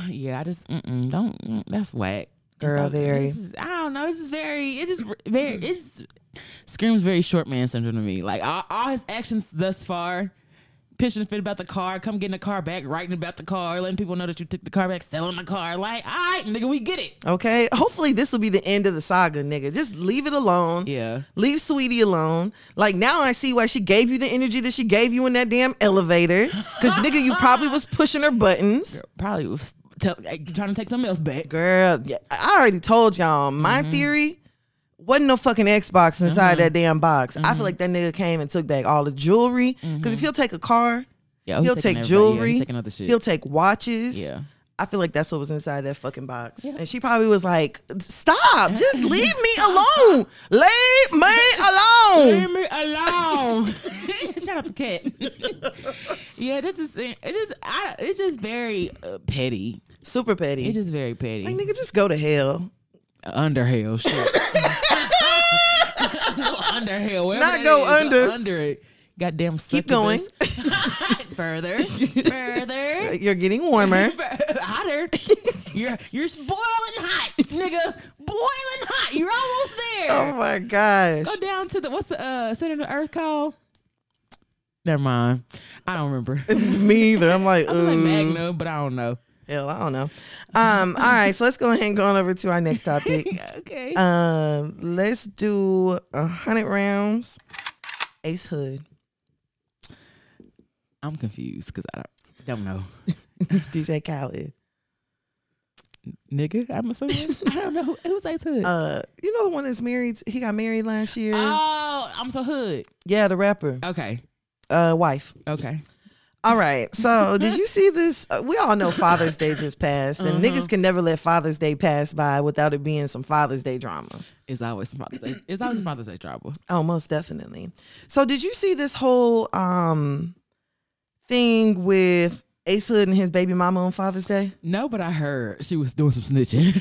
Speaker 1: Yeah, I just mm-mm, don't. Mm, that's whack. It's
Speaker 2: Girl,
Speaker 1: not-
Speaker 2: very.
Speaker 1: this is- I don't know. It's just very. It just very. It just screams very short man syndrome to me. Like all, all his actions thus far, pitching a fit about the car, come getting the car back, writing about the car, letting people know that you took the car back, selling the car. Like, all right, nigga, we get it.
Speaker 2: Okay, hopefully this will be the end of the saga, nigga. Just leave it alone.
Speaker 1: Yeah.
Speaker 2: Leave Sweetie alone. Like now, I see why she gave you the energy that she gave you in that damn elevator. Cause nigga, you probably was pushing her buttons.
Speaker 1: Probably was tell, like, trying to take something else back.
Speaker 2: Girl, yeah, I already told y'all my
Speaker 1: Mm-hmm.
Speaker 2: theory. Wasn't no fucking Xbox inside that damn box. I
Speaker 1: Mm-hmm.
Speaker 2: feel like that nigga came and took back all the jewelry. Cause if he'll take a car,
Speaker 1: Yeah, Mm-hmm.
Speaker 2: he'll
Speaker 1: Oh, taking
Speaker 2: take
Speaker 1: everybody- yeah, he's
Speaker 2: jewelry.
Speaker 1: taking other shit.
Speaker 2: he'll take watches.
Speaker 1: yeah.
Speaker 2: I feel like that's what was inside that fucking box.
Speaker 1: Yeah.
Speaker 2: And she probably was like, stop, just leave me alone. Leave me alone.
Speaker 1: Leave me alone. Shut up, cat. yeah, that's just it. Just I, it's just very uh, petty.
Speaker 2: Super petty.
Speaker 1: It's just very petty.
Speaker 2: like, nigga, just go to hell.
Speaker 1: under hell, shit. go under hell. wherever
Speaker 2: Not
Speaker 1: that
Speaker 2: go
Speaker 1: is,
Speaker 2: under.
Speaker 1: under it. Goddamn.
Speaker 2: Keep going.
Speaker 1: further, further,
Speaker 2: You're getting warmer.
Speaker 1: fur- hotter. You're you're boiling hot, nigga. Boiling hot. You're almost there.
Speaker 2: oh my gosh.
Speaker 1: go down to the what's the uh center of the earth called? Never mind. I don't remember. I'm
Speaker 2: me either. I'm like,
Speaker 1: like
Speaker 2: "Ooh,
Speaker 1: Magno, but I don't know.
Speaker 2: hell, I don't know. Um, all right, so let's go ahead and go on over to our next topic.
Speaker 1: okay.
Speaker 2: Um, let's do a hundred rounds. Ace Hood,
Speaker 1: I'm confused because I don't, don't know.
Speaker 2: DJ Khaled.
Speaker 1: Nigga, I'm assuming. I don't know. Who's Ace Hood?
Speaker 2: Uh, you know the one that's married. He got married last year.
Speaker 1: oh, I'm so hood.
Speaker 2: yeah, the rapper.
Speaker 1: Okay.
Speaker 2: Uh, wife.
Speaker 1: Okay.
Speaker 2: All right. So, did you see this? Uh, we all know Father's Day just passed, and niggas can never let Father's Day pass by without it being some Father's Day drama.
Speaker 1: It's always some Father's Day. It's always some Father's Day trouble.
Speaker 2: Oh, most definitely. So, did you see this whole um thing with Ace Hood and his baby mama on Father's Day?
Speaker 1: No, but I heard she was doing some snitching.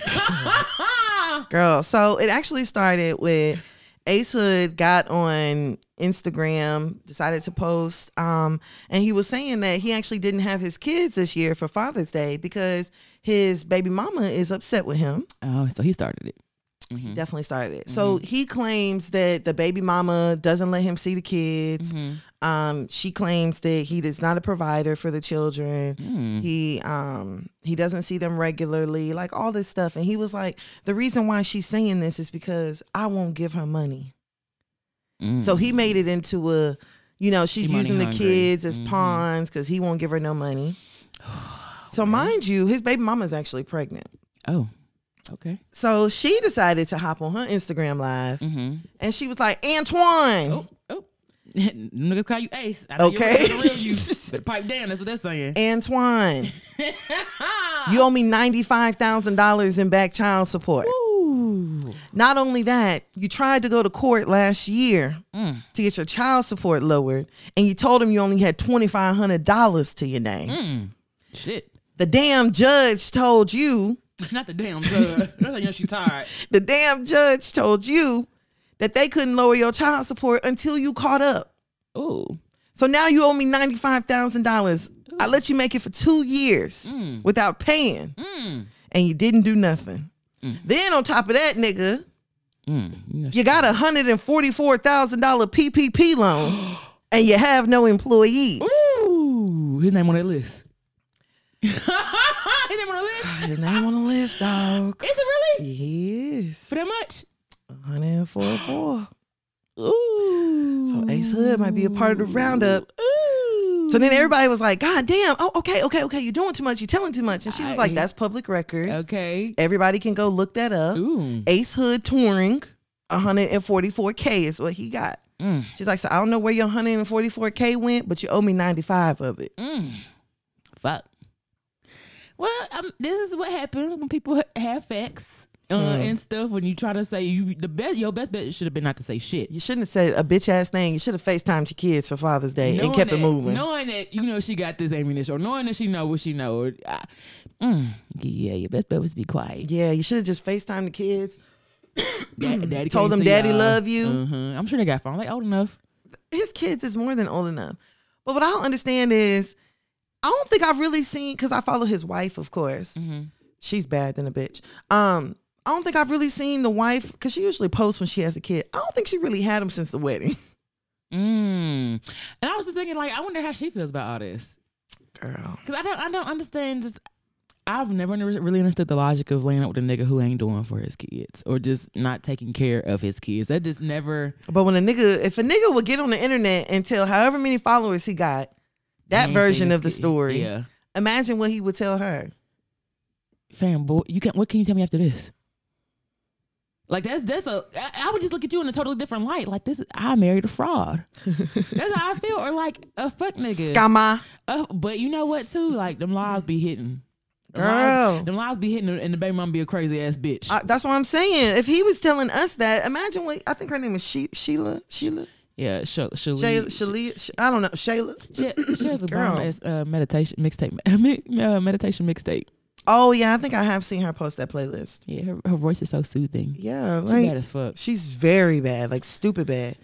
Speaker 2: Girl, so it actually started with Ace Hood got on Instagram, decided to post, um, and he was saying that he actually didn't have his kids this year for Father's Day because his baby mama is upset with him.
Speaker 1: oh, so he started it. Mm-hmm.
Speaker 2: He definitely started it. So he claims that the baby mama doesn't let him see the kids.
Speaker 1: Mm-hmm.
Speaker 2: Um, she claims that he is not a provider for the children.
Speaker 1: Mm-hmm.
Speaker 2: He um he doesn't see them regularly, like all this stuff. And he was like, the reason why she's saying
Speaker 1: Mm-hmm.
Speaker 2: this is because I won't give her money. So he made it into a You know, she's
Speaker 1: He money
Speaker 2: using the
Speaker 1: hungry.
Speaker 2: kids as
Speaker 1: Mhm.
Speaker 2: pawns because he won't give her no money. So mind you, his baby mama's actually pregnant.
Speaker 1: Oh, okay.
Speaker 2: So she decided to hop on her Instagram live
Speaker 1: Mm-hmm.
Speaker 2: and she was like, Antoine.
Speaker 1: Oh, oh. Niggas call you Ace. I know you
Speaker 2: Okay.
Speaker 1: remember the real you. But pipe down. That's what they're saying.
Speaker 2: Antoine, you owe me $95,000 in back child support.
Speaker 1: Ooh.
Speaker 2: Not only that, you tried to go to court last year
Speaker 1: Mm.
Speaker 2: to get your child support lowered, and you told him you only had $2,500 to your name.
Speaker 1: Mm. Shit.
Speaker 2: The damn judge told you,
Speaker 1: Not the damn blood. That's how you know she tired.
Speaker 2: the damn judge told you that they couldn't lower your child support until you caught up.
Speaker 1: Ooh.
Speaker 2: So now you owe me $95,000. I let you make it for two years
Speaker 1: Mm.
Speaker 2: without paying,
Speaker 1: Mm.
Speaker 2: and you didn't do nothing. Then on top of that, nigga,
Speaker 1: Mm. You know she-
Speaker 2: you got a hundred and forty-four thousand dollar PPP loan, and you have no employees.
Speaker 1: Ooh. His name on that list. His name on the list.
Speaker 2: His name on the list, dog.
Speaker 1: Is it really?
Speaker 2: Yes,
Speaker 1: For that much?
Speaker 2: one hundred and forty-four.
Speaker 1: Ooh.
Speaker 2: So Ace Hood might be a part of the roundup.
Speaker 1: Ooh.
Speaker 2: So then everybody was like, "God damn! Oh, okay, okay, okay. You're doing too much. You're telling too much." And she was like,
Speaker 1: I-
Speaker 2: "That's public record.
Speaker 1: Okay.
Speaker 2: Everybody can go look that up."
Speaker 1: Ooh.
Speaker 2: Ace Hood touring, one hundred and forty-four k is what he got.
Speaker 1: Mm.
Speaker 2: She's like, "So I don't know where your one hundred and forty-four k went, but you owe me ninety-five of it."
Speaker 1: Mm. Fuck. Well, um, this is what happens when people ha- have facts uh,
Speaker 2: Mm.
Speaker 1: and stuff. When you try to say you the best, your best bet should have been not to say shit.
Speaker 2: You shouldn't have said a bitch ass thing. You should have FaceTimed your kids for Father's Day and
Speaker 1: Knowing
Speaker 2: kept
Speaker 1: that-
Speaker 2: it moving.
Speaker 1: Knowing that you know she got this ammunition, or knowing that she know what she know. Or, I, mm, yeah, your best bet was to be quiet.
Speaker 2: Yeah, you should have just FaceTimed the kids.
Speaker 1: Dad, daddy can't
Speaker 2: Told them
Speaker 1: see
Speaker 2: daddy
Speaker 1: y'all.
Speaker 2: love you.
Speaker 1: Mhm. I'm sure they got phone like old enough.
Speaker 2: His kids is more than old enough. But what I don't understand is, I don't think I've really seen because I follow his wife, of course. She's bad than a bitch. Um, I don't think I've really seen the wife because she usually posts when she has a kid. I don't think she really had him since the wedding.
Speaker 1: Mm. And I was just thinking, like, I wonder how she feels about all this.
Speaker 2: Girl,
Speaker 1: Cause I don't, I don't understand. Just I've never under- really understood the logic of laying up with a nigga who ain't doing for his kids or just not taking care of his kids. That just never.
Speaker 2: but when a nigga, if a nigga would get on the internet and tell however many followers he got,
Speaker 1: I
Speaker 2: that
Speaker 1: ain't
Speaker 2: version
Speaker 1: seen
Speaker 2: of the
Speaker 1: this kid.
Speaker 2: story.
Speaker 1: Yeah,
Speaker 2: Imagine what he would tell her.
Speaker 1: fam, boy, you can. What can you tell me after this? Like that's that's a. I, I would just look at you in a totally different light. Like this, is, I married a fraud. that's how I feel. Or like a fuck nigga.
Speaker 2: Scammer.
Speaker 1: Uh, but you know what too? Like them lies be hitting. Them
Speaker 2: Girl.
Speaker 1: lies, them lies be hitting, and the baby mom be a crazy ass bitch.
Speaker 2: I, that's what I'm saying. If he was telling us that, imagine what I think her name is she, Sheila, Sheila,
Speaker 1: yeah, Sha-
Speaker 2: Shayla,
Speaker 1: Shalia-
Speaker 2: Shalia, Sh- I don't know, Shayla.
Speaker 1: She, she has a
Speaker 2: Girl.
Speaker 1: bomb ass uh, meditation mixtape, mi- uh, meditation mixtape.
Speaker 2: Oh yeah, I think I have seen her post that playlist.
Speaker 1: Yeah, her, her voice is so soothing.
Speaker 2: Yeah,
Speaker 1: She
Speaker 2: like
Speaker 1: bad as fuck.
Speaker 2: she's very bad, like stupid bad.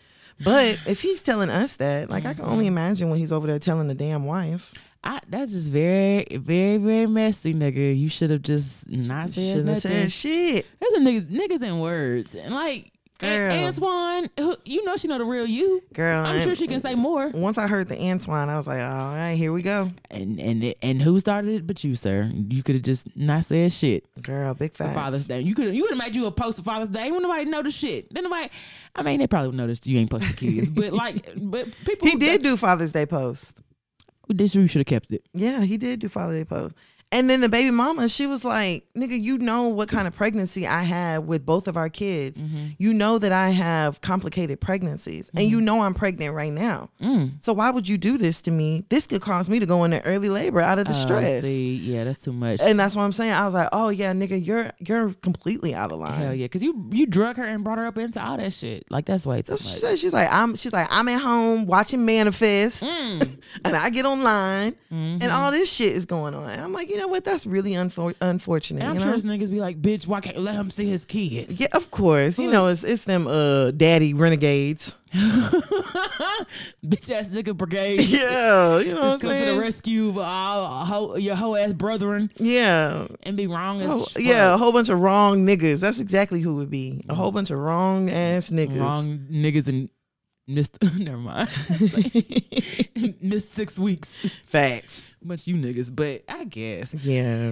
Speaker 2: But if he's telling us that, like I can only imagine when he's over there telling the damn wife.
Speaker 1: I, that's just very, very, very messy, nigga. You should have just not said
Speaker 2: Shouldn't have
Speaker 1: nothing.
Speaker 2: said shit.
Speaker 1: That's a niggas, niggas in words, and like An-
Speaker 2: Girl.
Speaker 1: Antoine, who, you know she know the real you.
Speaker 2: Girl,
Speaker 1: I'm sure
Speaker 2: I'm-
Speaker 1: she can say more.
Speaker 2: Once I heard the Antoine, I was like, all right, here we go,
Speaker 1: And and it- and who started it? But you, sir. You could have just not said shit.
Speaker 2: girl. Big
Speaker 1: for Father's
Speaker 2: facts.
Speaker 1: Day. You could you would have made you a post for Father's Day. Wouldn't nobody know the shit. Then nobody. I mean, they probably would notice you ain't posting kids, but like, but people.
Speaker 2: He did do Father's Day post.
Speaker 1: This you should have kept it.
Speaker 2: Yeah, he did do Father Day post. And then the baby mama, she was like, nigga, you know what kind of pregnancy I had with both of our kids.
Speaker 1: Mm-hmm.
Speaker 2: You know that I have complicated pregnancies and you know I'm pregnant right now.
Speaker 1: Mm.
Speaker 2: So why would you do this to me? This could cause me to go into early labor out of
Speaker 1: Oh,
Speaker 2: distress.
Speaker 1: see, yeah, that's too much.
Speaker 2: and that's what I'm saying. I was like, oh yeah, nigga, you're you're completely out of line.
Speaker 1: Hell yeah, because you you drug her and brought her up into all that shit. Like that's way too
Speaker 2: That's what she
Speaker 1: much.
Speaker 2: said. She's like, I'm she's like, I'm at home watching Manifest
Speaker 1: Mm.
Speaker 2: and I get online and
Speaker 1: Mm-hmm.
Speaker 2: all this shit is going on. And I'm like, you know what? That's really unfor- unfortunate.
Speaker 1: And I'm
Speaker 2: you
Speaker 1: sure
Speaker 2: know?
Speaker 1: his niggas be like, bitch, why can't let him see his kids?
Speaker 2: Yeah, of course. You know, it's it's them uh daddy renegades.
Speaker 1: bitch ass nigga brigade.
Speaker 2: Yeah, you know what
Speaker 1: Come
Speaker 2: I'm
Speaker 1: to the
Speaker 2: saying?
Speaker 1: rescue of all ho- your whole ass brethren
Speaker 2: Yeah.
Speaker 1: and be wrong as
Speaker 2: Oh,
Speaker 1: fuck.
Speaker 2: yeah, a whole bunch of wrong niggas. That's exactly who it would be. A whole bunch of wrong ass niggas.
Speaker 1: Mm. Wrong niggas and missed. never mind. missed six weeks.
Speaker 2: Facts.
Speaker 1: Bunch of you niggas, but I guess
Speaker 2: Yeah.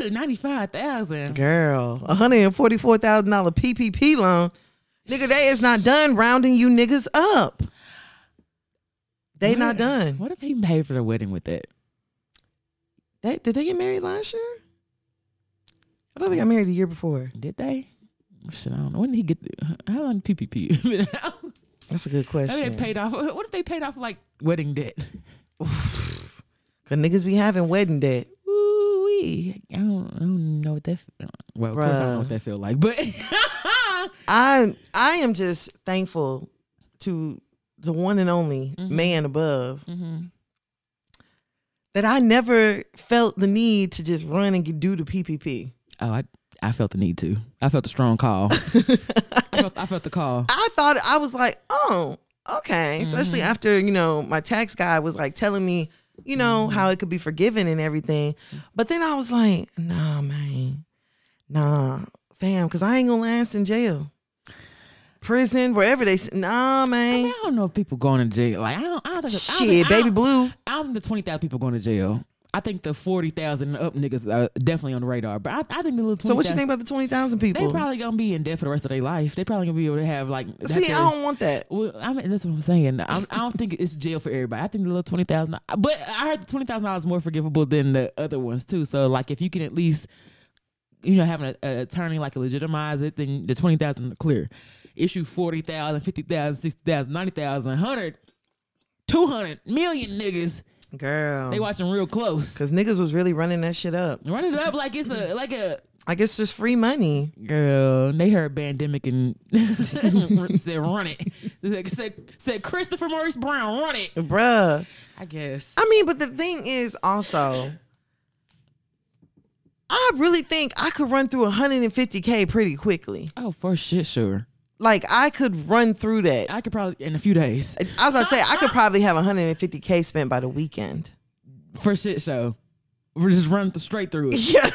Speaker 1: Ooh, ninety-five thousand.
Speaker 2: Girl, $144,000 PPP loan. Nigga, they is not done rounding you niggas up. They
Speaker 1: What-
Speaker 2: not done.
Speaker 1: What if he paid for the wedding with it?
Speaker 2: They, did they get married last year? I thought they got married the year before.
Speaker 1: Did they? Shit, I don't know. When did he get? The, how long did PPP? been out?
Speaker 2: That's a good
Speaker 1: Maybe
Speaker 2: question.
Speaker 1: they paid off. What if they paid off like wedding debt?
Speaker 2: Oof. Cause niggas be having wedding debt.
Speaker 1: Ooh wee! I don't, I don't know what that. f- Well, of course I don't know
Speaker 2: Bruh.
Speaker 1: what that feel like, but
Speaker 2: I I am just thankful to the one and only
Speaker 1: Mhm.
Speaker 2: man above
Speaker 1: Mhm.
Speaker 2: that I never felt the need to just run and get, do the PPP.
Speaker 1: oh, I I felt the need to. I felt a strong call. I felt, I felt the call.
Speaker 2: I thought I was like, oh, okay. Especially
Speaker 1: Mm-hmm.
Speaker 2: after you know my tax guy was like telling me, you know
Speaker 1: Mm-hmm.
Speaker 2: how it could be forgiven and everything. But then I was like, nah, man, nah, fam, because I ain't gonna last in jail, prison, wherever they. s- Nah,
Speaker 1: I,
Speaker 2: man.
Speaker 1: mean, I don't know if people going to jail. Like I don't. I don't think, I don't
Speaker 2: Shit,
Speaker 1: think- I
Speaker 2: baby
Speaker 1: don't-
Speaker 2: blue.
Speaker 1: I don't think the twenty thousand people going to jail. I think the forty thousand up niggas are definitely on the radar. But I, I think the little twenty.
Speaker 2: So what you think about the twenty thousand
Speaker 1: They
Speaker 2: people?
Speaker 1: probably gonna be in debt for the rest of their life. They probably gonna be able to have like. have
Speaker 2: See,
Speaker 1: their-
Speaker 2: I don't want that.
Speaker 1: Well, I mean, that's what I'm saying. I'm, I don't think it's jail for everybody. I think the little twenty thousand, but I heard the twenty thousand dollars more forgivable than the other ones too. So, like, if you can at least, you know, having an attorney like legitimize it, then the twenty thousand clear. Issue forty thousand, fifty thousand, sixty thousand, ninety thousand, hundred, two hundred million niggas. They
Speaker 2: Girl.
Speaker 1: watching real close.
Speaker 2: Cause niggas was really running that shit up.
Speaker 1: Run it up like it's a like a
Speaker 2: I guess just free money.
Speaker 1: Girl, they heard pandemic and said run it. They said, said Christopher Maurice Brown, run it.
Speaker 2: Bruh.
Speaker 1: I guess.
Speaker 2: I mean, but the thing is also, I really think I could run through 150K pretty quickly.
Speaker 1: Oh, for shit, sure.
Speaker 2: Like I could run through that.
Speaker 1: I could probably in a few days.
Speaker 2: I was about to say I could probably have 150K spent by the weekend.
Speaker 1: For shit show. We're just running th- straight through it.
Speaker 2: Yeah.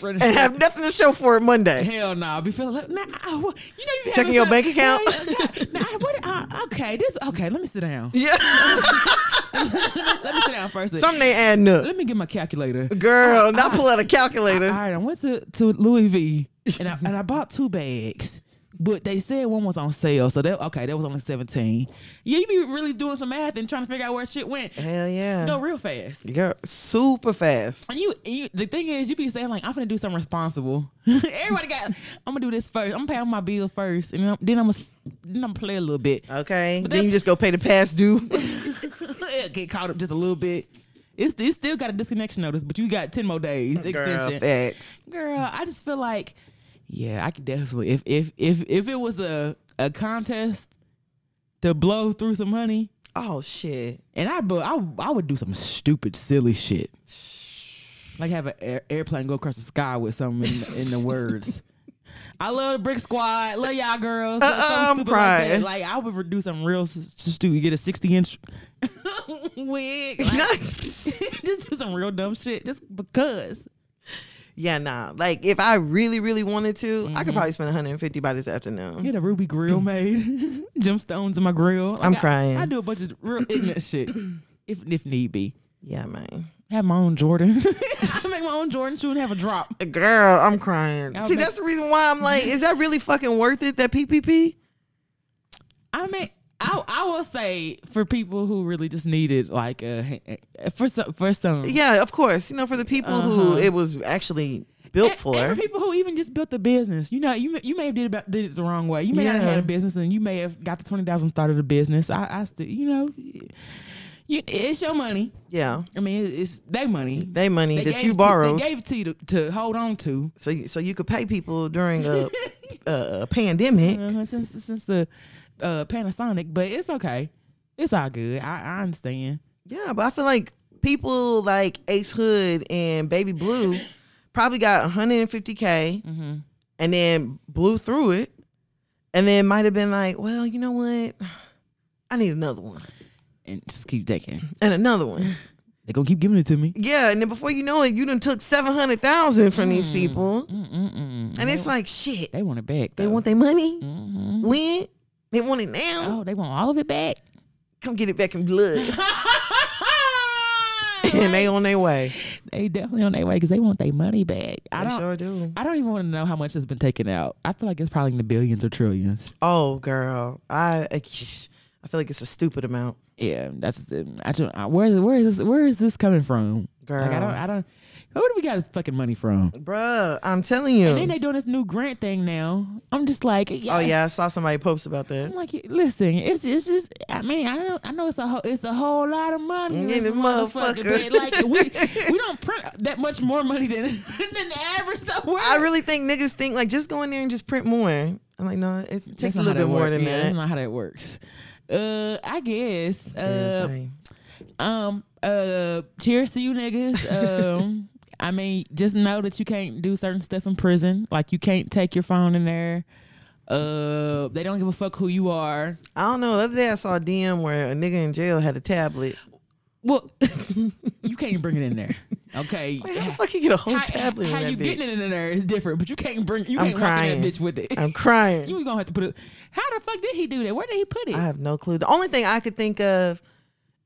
Speaker 1: Running
Speaker 2: and have
Speaker 1: straight-
Speaker 2: nothing to show for it Monday.
Speaker 1: Hell nah, I be feeling like, nah, I, wa- you know, you be
Speaker 2: Checking
Speaker 1: having
Speaker 2: your
Speaker 1: fun-
Speaker 2: bank account?
Speaker 1: Yeah, yeah, nah, what, uh, okay, this, okay, let me sit down.
Speaker 2: Yeah.
Speaker 1: Let me sit down first.
Speaker 2: Something they adding up.
Speaker 1: Let me get my calculator.
Speaker 2: Girl, now pull out a calculator.
Speaker 1: All right, I went to, to Louis V and I, and I bought two bags, but they said one was on sale. So that okay, that was only seventeen. Yeah, you be really doing some math and trying to figure out where shit went.
Speaker 2: Hell
Speaker 1: Go
Speaker 2: yeah.
Speaker 1: real fast.
Speaker 2: Girl, super fast.
Speaker 1: And you, you, the thing is, you be saying like, I'm gonna do something responsible. Everybody got, I'm gonna do this first. I'm gonna pay off my bill first, and then I'm, then I'm gonna, then I'm gonna play a little bit.
Speaker 2: Okay.
Speaker 1: But
Speaker 2: then
Speaker 1: that-
Speaker 2: you just go pay the past due.
Speaker 1: Get caught up just a little bit. It's, it's still got a disconnection notice, but you got ten more days
Speaker 2: Girl,
Speaker 1: extension.
Speaker 2: facts.
Speaker 1: girl i just feel like yeah i could definitely if if if if it was a a contest to blow through some honey
Speaker 2: Oh shit.
Speaker 1: and i bu- I, I would do some stupid silly shit like have an air, airplane go across the sky with something in, in the words I love the Brick Squad. Love y'all girls. Something
Speaker 2: Uh-uh, I'm
Speaker 1: stupid like that.
Speaker 2: crying.
Speaker 1: Like, I would do something real s- s- stupid. Get a 60 inch wig. Like, just do some real dumb shit just because.
Speaker 2: yeah, nah. Like if I really, really wanted to, I
Speaker 1: Mm-hmm.
Speaker 2: could probably spend 150 by this afternoon.
Speaker 1: Get a ruby grill made. Gemstones in my grill. Like,
Speaker 2: I'm
Speaker 1: I-
Speaker 2: crying.
Speaker 1: I do a bunch of real ignorant shit, if if need be.
Speaker 2: Yeah, man.
Speaker 1: Have my own Jordan. I make my own Jordan shoe and have a drop.
Speaker 2: Girl, I'm crying.
Speaker 1: I'll
Speaker 2: See,
Speaker 1: make-
Speaker 2: that's the reason why I'm like, is that really fucking worth it? That PPP?
Speaker 1: I mean, I I will say for people who really just needed like a eh, for some for some
Speaker 2: Yeah, of course. You know, for the people
Speaker 1: Uh-huh.
Speaker 2: who it was actually built
Speaker 1: And-
Speaker 2: for.
Speaker 1: and for people who even just built the business, you know, you may- you may have did about did it the wrong way. You may not have had
Speaker 2: Yeah.
Speaker 1: a business, and you may have got the twenty thousand started a business. I, I still, you know, you, it's your money.
Speaker 2: yeah,
Speaker 1: I mean, it's, it's their money.
Speaker 2: they money
Speaker 1: They
Speaker 2: that
Speaker 1: gave
Speaker 2: you
Speaker 1: it to-
Speaker 2: borrowed,
Speaker 1: they gave it to you to, to hold on to.
Speaker 2: so you- so you could pay people during a, a, a pandemic.
Speaker 1: Uh, since since the uh, Panasonic, but it's okay. It's all good. I, I understand.
Speaker 2: Yeah, but I feel like people like Ace Hood and Baby Blue probably got 150k and then blew through it, and then might have been like, well, you know what? I need another one
Speaker 1: And just keep taking.
Speaker 2: and another one.
Speaker 1: They gonna keep giving it to me.
Speaker 2: Yeah, and then before you know it, you done took 700,000 from these
Speaker 1: Mm-hmm.
Speaker 2: people,
Speaker 1: Mm-mm-mm.
Speaker 2: and it's like shit.
Speaker 1: They want it back.
Speaker 2: They want their money
Speaker 1: hmm
Speaker 2: when they want it now.
Speaker 1: Oh, they want all of it back.
Speaker 2: Come get it back in blood, and they
Speaker 1: they
Speaker 2: on their way.
Speaker 1: they definitely on their way because they want their money back. I
Speaker 2: They
Speaker 1: don't.
Speaker 2: sure do.
Speaker 1: I don't even want to know how much has been taken out. I feel like it's probably in the billions or trillions.
Speaker 2: Oh, girl, Oh, I. I I feel like it's a stupid amount,
Speaker 1: Yeah, that's the- I don't. I, where is where is this where is this coming from?
Speaker 2: girl.
Speaker 1: Like I don't I don't. Where do we got this fucking money from?
Speaker 2: Bruh, I'm telling you.
Speaker 1: And then they doing this new grant thing now. I'm just like, yeah.
Speaker 2: Oh yeah, I saw somebody post about
Speaker 1: I'm
Speaker 2: that.
Speaker 1: like, listen, it's it's just. I mean, I know I know it's a whole, it's a whole lot of money,
Speaker 2: Yeah,
Speaker 1: this
Speaker 2: the
Speaker 1: motherfucker.
Speaker 2: motherfucker.
Speaker 1: but, Like we we don't print that much more money than than the average. So we're-
Speaker 2: I really think niggas think like just go in there and just print more. I'm like, no, it's, it
Speaker 1: That's
Speaker 2: takes a
Speaker 1: not how
Speaker 2: little
Speaker 1: that
Speaker 2: bit more
Speaker 1: work-
Speaker 2: than
Speaker 1: yeah, That's
Speaker 2: that.
Speaker 1: not how that works. Uh, I guess.
Speaker 2: Yeah,
Speaker 1: Uh,
Speaker 2: same.
Speaker 1: um. Uh. Cheers to you, niggas. Um. I mean, just know that you can't do certain stuff in prison. Like you can't take your phone in there. Uh. They don't give a fuck who you are.
Speaker 2: I don't know. The other day I saw a DM where a nigga in jail had a tablet.
Speaker 1: Well, you can't bring it in there. Okay.
Speaker 2: Like, how the fuck you get a whole
Speaker 1: how,
Speaker 2: tablet
Speaker 1: how
Speaker 2: in that
Speaker 1: you
Speaker 2: bitch?
Speaker 1: getting it in there is different, but you can't bring you
Speaker 2: I'm
Speaker 1: can't walk in
Speaker 2: crying.
Speaker 1: that bitch with it.
Speaker 2: I'm crying.
Speaker 1: you gonna have to put it. How the fuck did he do that? Where did he put it?
Speaker 2: I have no clue. The only thing I could think of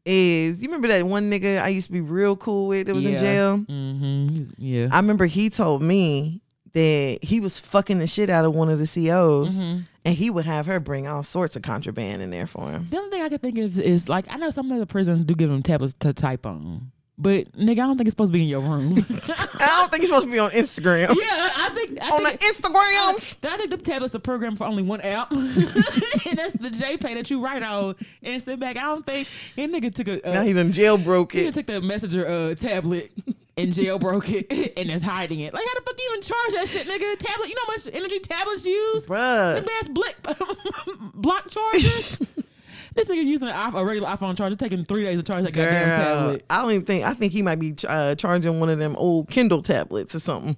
Speaker 2: is you remember that one nigga I used to be real cool with that was in
Speaker 1: Yeah.
Speaker 2: jail?
Speaker 1: mm-hmm. Yeah.
Speaker 2: I remember he told me that he was fucking the shit out of one of the COs
Speaker 1: Mm-hmm.
Speaker 2: and he would have her bring all sorts of contraband in there for him.
Speaker 1: The only thing I could think of is like I know some of the prisons do give them tablets to type on, but nigga, I don't think it's supposed to be in your room. yeah,
Speaker 2: I don't think it's supposed to be on Instagram.
Speaker 1: I think I
Speaker 2: on the
Speaker 1: think,
Speaker 2: Instagrams.
Speaker 1: I think the tablets are programmed for only one app, and that's the JPay that you write on and send back. I don't think and nigga took a
Speaker 2: Now
Speaker 1: uh,
Speaker 2: he done jailbroke
Speaker 1: he
Speaker 2: it.
Speaker 1: took the messenger uh, tablet. And jailbroke it and is hiding it. Like, how the fuck you even charge that shit, nigga? Tablet, you know how much energy tablets use?
Speaker 2: Bruh.
Speaker 1: Them ass blick, block chargers. this nigga using an iP- a regular iPhone charger, taking three days to charge that goddamn
Speaker 2: Girl,
Speaker 1: tablet.
Speaker 2: I don't even think. I think he might be uh, charging one of them old Kindle tablets or something.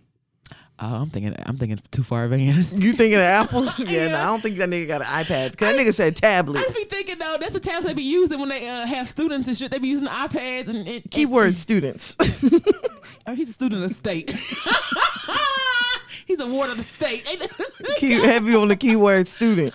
Speaker 1: Oh, I'm thinking, I'm thinking too far advanced.
Speaker 2: You thinking of Apple? yeah,
Speaker 1: Yeah.
Speaker 2: No, I don't think that nigga got an iPad. Cause that nigga said tablet.
Speaker 1: I just be thinking though, that's the tablets they be using when they uh, have students and shit. They be using iPads and, and
Speaker 2: Keyword students.
Speaker 1: Oh, he's a student of the state. he's a ward of the state.
Speaker 2: Key, heavy on the keyword student.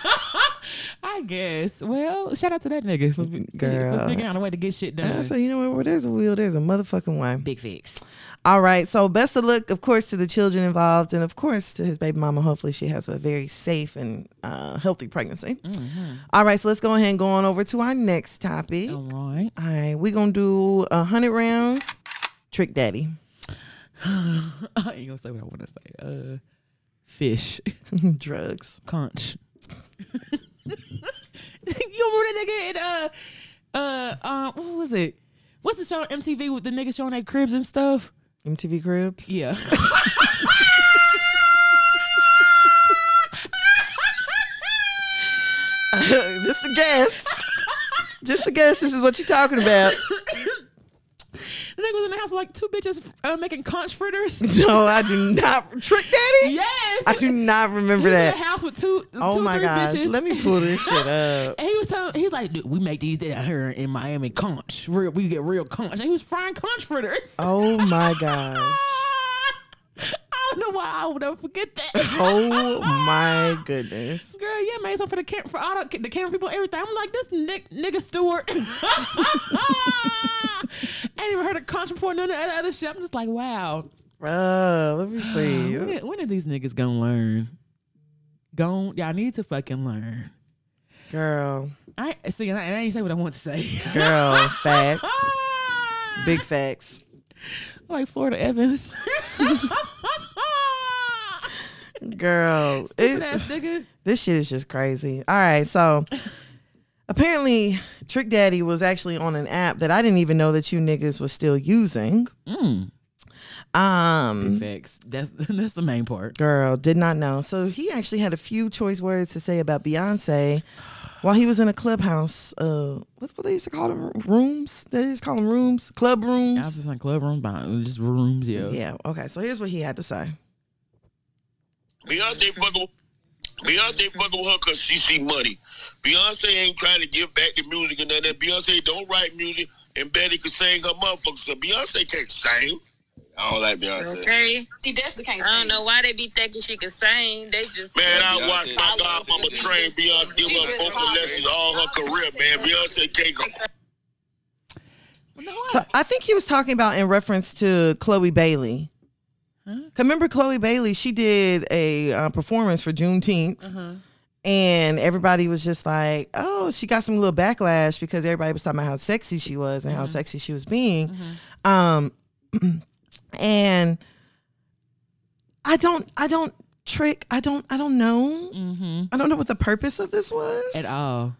Speaker 1: I guess. Well, shout out to that nigga for,
Speaker 2: Girl.
Speaker 1: for figuring out a way to get shit done.
Speaker 2: So you know what? Where there's a wheel, there's a motherfucking way.
Speaker 1: Big fix.
Speaker 2: All right. So best of luck, of course, to the children involved, and of course to his baby mama. Hopefully, she has a very safe and uh, healthy pregnancy.
Speaker 1: Mm-hmm.
Speaker 2: All right. So let's go ahead and go on over to our next topic.
Speaker 1: All right.
Speaker 2: All right, we're gonna do a hundred rounds. Trick Daddy.
Speaker 1: I ain't gonna say what I want to say. Uh, fish.
Speaker 2: Drugs.
Speaker 1: conch. you remember that nigga in uh uh um what was it? What's the show on MTV with the nigga showing their cribs and stuff?
Speaker 2: MTV Cribs.
Speaker 1: Yeah.
Speaker 2: Just a guess. Just a guess. This is what you're talking about.
Speaker 1: The nigga was in the house with like two bitches uh, making conch fritters.
Speaker 2: No, I do not. Trick Daddy.
Speaker 1: yes.
Speaker 2: I do not remember
Speaker 1: He was in
Speaker 2: that.
Speaker 1: the house with two.
Speaker 2: Oh
Speaker 1: two,
Speaker 2: my
Speaker 1: three
Speaker 2: gosh.
Speaker 1: Bitches.
Speaker 2: Let me pull this shit up.
Speaker 1: And he was telling, he's like, dude, we make these down here in Miami conch. Real, we get real conch. And he was frying conch fritters.
Speaker 2: Oh my gosh.
Speaker 1: I don't know why I would never forget that.
Speaker 2: Oh my goodness.
Speaker 1: Girl, yeah, made something for the camp for all the, the camera people, everything. I'm like this Nick nigga Stewart. I ain't even heard of Conch before none of that other shit. I'm just like, wow.
Speaker 2: Bruh, let me
Speaker 1: When,
Speaker 2: see.
Speaker 1: did- when are these niggas gonna learn? Gon' y'all need to fucking learn.
Speaker 2: Girl.
Speaker 1: I see, and I, and I ain't say what I want to say.
Speaker 2: Girl. Facts. Big facts.
Speaker 1: like Florida Evans.
Speaker 2: Girl.
Speaker 1: Stupid
Speaker 2: It,
Speaker 1: ass nigga.
Speaker 2: This shit is just crazy. All right, so apparently Trick Daddy was actually on an app that I didn't even know that you niggas was still using.
Speaker 1: Mm.
Speaker 2: Um
Speaker 1: Facts. That's that's the main part.
Speaker 2: girl, did not know. So he actually had a few choice words to say about Beyonce while he was in a clubhouse. Uh what what they used to call them rooms? They just call them rooms, club
Speaker 1: I was
Speaker 2: rooms.
Speaker 1: just in club rooms, but just rooms, yeah.
Speaker 2: Yeah, okay. So here's what he had to say.
Speaker 3: Beyonce fuckable. Beyonce fucking with her because she see money. Beyonce ain't trying to give back the music and none of that. Beyonce don't write music, and Betty can sing her motherfucker. So Beyonce can't sing. I don't like Beyonce.
Speaker 4: Okay.
Speaker 5: She definitely can't
Speaker 4: I don't know why they be thinking she can sing. They just
Speaker 3: Man, I
Speaker 6: Beyonce-
Speaker 3: watched my godmama train Beyonce give
Speaker 5: She
Speaker 3: her
Speaker 5: just
Speaker 3: vocal
Speaker 5: popped.
Speaker 3: lessons all her career, man. Beyonce can't go.
Speaker 2: So I think he was talking about in reference to Chloe Bailey.
Speaker 1: Uh-huh.
Speaker 2: Remember Chloe Bailey? She did a uh, performance for Juneteenth, And everybody was just like, oh, she got some little backlash because everybody was talking about how sexy she was and how
Speaker 1: Mm-hmm.
Speaker 2: sexy she was being. Um, and I don't, I don't trick, I don't, I don't know.
Speaker 1: Mm-hmm.
Speaker 2: I don't know what the purpose of this was
Speaker 1: At all,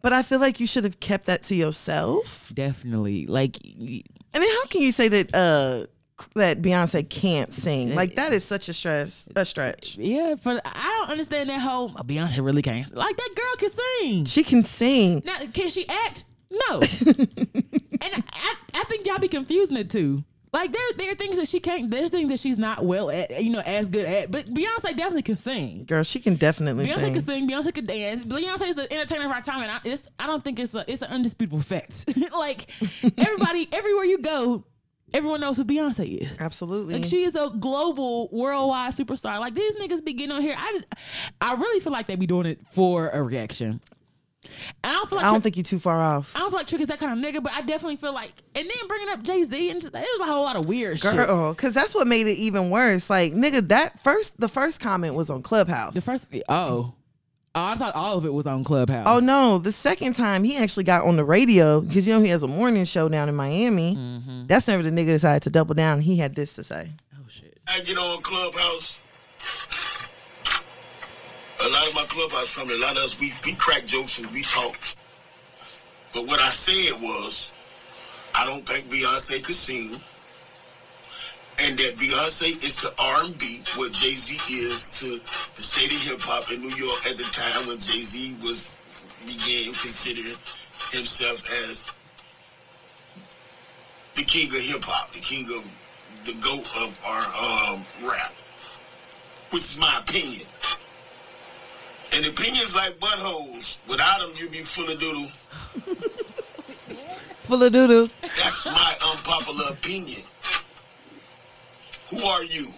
Speaker 2: But I feel like you should have kept that to yourself.
Speaker 1: definitely. Like, y-
Speaker 2: And then how can you say that uh that Beyonce can't sing? Like that is such a stress a stretch.
Speaker 1: yeah. For I don't understand that whole oh, Beyonce really can't. sing." Like that girl can sing.
Speaker 2: She can sing.
Speaker 1: Now, can she act? No. and I, I think y'all be confusing it too. Like there, there are things that she can't. There's things that she's not well at. You know, as good at. But Beyonce definitely can sing.
Speaker 2: Girl, she can definitely
Speaker 1: Beyonce
Speaker 2: sing.
Speaker 1: can sing. Beyonce can dance. Beyonce is the entertainer of our time, and I, it's, I don't think it's a, it's an undisputable fact. like everybody, everywhere you go, everyone knows who Beyonce is.
Speaker 2: Absolutely.
Speaker 1: Like she is a global, worldwide superstar. Like these niggas be getting on here. I, just, I really feel like they be doing it for a reaction. And I don't feel like
Speaker 2: I don't think you're too far off.
Speaker 1: I don't feel like Trick is that kind of nigga, but I definitely feel like. And then bringing up Jay Z and just, it was a whole lot of weird shit.
Speaker 2: Girl, because that's what made it even worse. Like, nigga, that first the first comment was on Clubhouse.
Speaker 1: The first oh, I thought all of it was on Clubhouse.
Speaker 2: Oh no! The second time he actually got on the radio because you know he has a morning show down in Miami.
Speaker 1: Mm-hmm.
Speaker 2: That's never the nigga decided to double down. He had this to say.
Speaker 1: Oh, shit.
Speaker 3: I get on Clubhouse. A lot of my Clubhouse family, a lot of us, we, we crack jokes and we talk. But what I said was, I don't think Beyonce could sing. And that Beyonce is to R&B what Jay-Z is to the state of hip-hop in New York at the time when Jay-Z was began considering himself as the king of hip hop, the king of the goat of our um, rap, which is my opinion. And opinions like buttholes, without them you be full of doodle.
Speaker 2: Full of doodoo.
Speaker 3: That's my unpopular opinion. Who are you?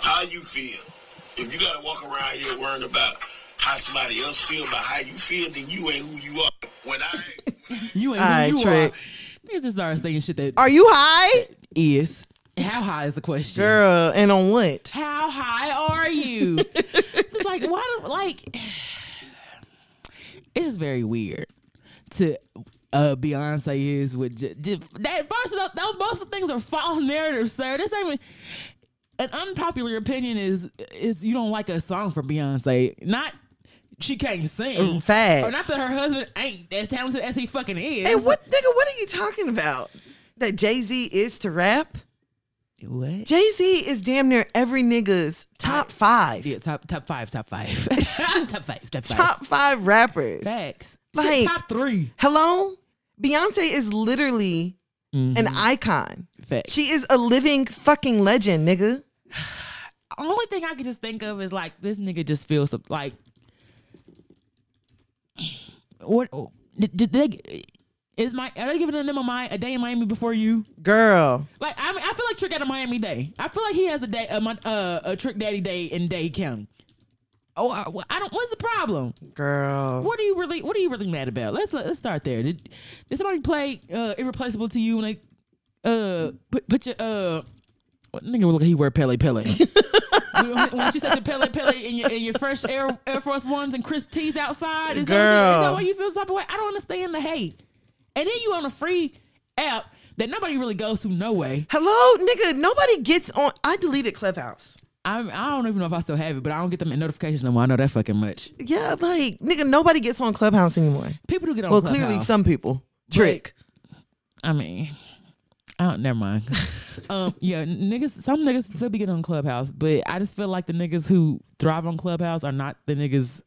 Speaker 3: How you feel? If you gotta walk around here worrying about how somebody else feel about how you feel, then you ain't who you are. When I
Speaker 1: You ain't
Speaker 2: All
Speaker 1: who
Speaker 2: right,
Speaker 1: you
Speaker 2: Trick.
Speaker 1: are. Niggas just started saying shit that
Speaker 2: Are you high,
Speaker 1: is. How high is the question?
Speaker 2: girl? And on what?
Speaker 1: How high are you? it's like why do like? It's just very weird to. Uh, Beyonce is with j- j- that. First of all, those, most of the things are false narratives, sir. This ain't even- an unpopular opinion. Is is you don't like a song from Beyonce? Not she can't sing.
Speaker 2: Facts.
Speaker 1: Or not that her husband ain't as talented as he fucking is.
Speaker 2: Hey, what nigga? What are you talking about? That Jay Z is to rap.
Speaker 1: What?
Speaker 2: Jay Z is damn near every nigga's top five,
Speaker 1: Yeah, top top five, top five, top five, top five.
Speaker 2: top five rappers.
Speaker 1: Facts.
Speaker 2: Like-
Speaker 1: top 3
Speaker 2: Hello, Beyonce is literally
Speaker 1: Mm-hmm.
Speaker 2: an icon.
Speaker 1: Facts.
Speaker 2: She is a living fucking legend, nigga.
Speaker 1: only thing I could just think of is like this nigga just feels some- like what oh, did, did they is my are they giving them a, Mi- a day in Miami before you?
Speaker 2: Girl,
Speaker 1: Like I mean, I feel like Trick got a Miami day. I feel like he has a day a, mon- uh, a Trick Daddy day in Dade County. Oh, I, well, I don't. What's the problem?
Speaker 2: girl.
Speaker 1: What are you really What are you really mad about? Let's let's start there. Did, did somebody play uh, "Irreplaceable" to you when they uh put put your uh what nigga look like he wear Pele Pele? when, when she said the Pele Pele in your in your fresh Air, Air Force Ones and Chris T's outside, is, That, what you- is that
Speaker 2: Girl.
Speaker 1: why you feel the type of way? I don't understand the hate. And then you on a free app that nobody really goes to. No way.
Speaker 2: Hello, nigga. Nobody gets on. I deleted Clubhouse.
Speaker 1: I I don't even know if I still have it, but I don't get them notifications no more. I know that fucking much.
Speaker 2: Yeah, like nigga, nobody gets on Clubhouse anymore.
Speaker 1: People do get on.
Speaker 2: Well,
Speaker 1: Clubhouse.
Speaker 2: clearly some people. Trick.
Speaker 1: I mean, I don't. Never mind. um, yeah, niggas. Some niggas still be getting on Clubhouse, but I just feel like the niggas who thrive on Clubhouse are not the niggas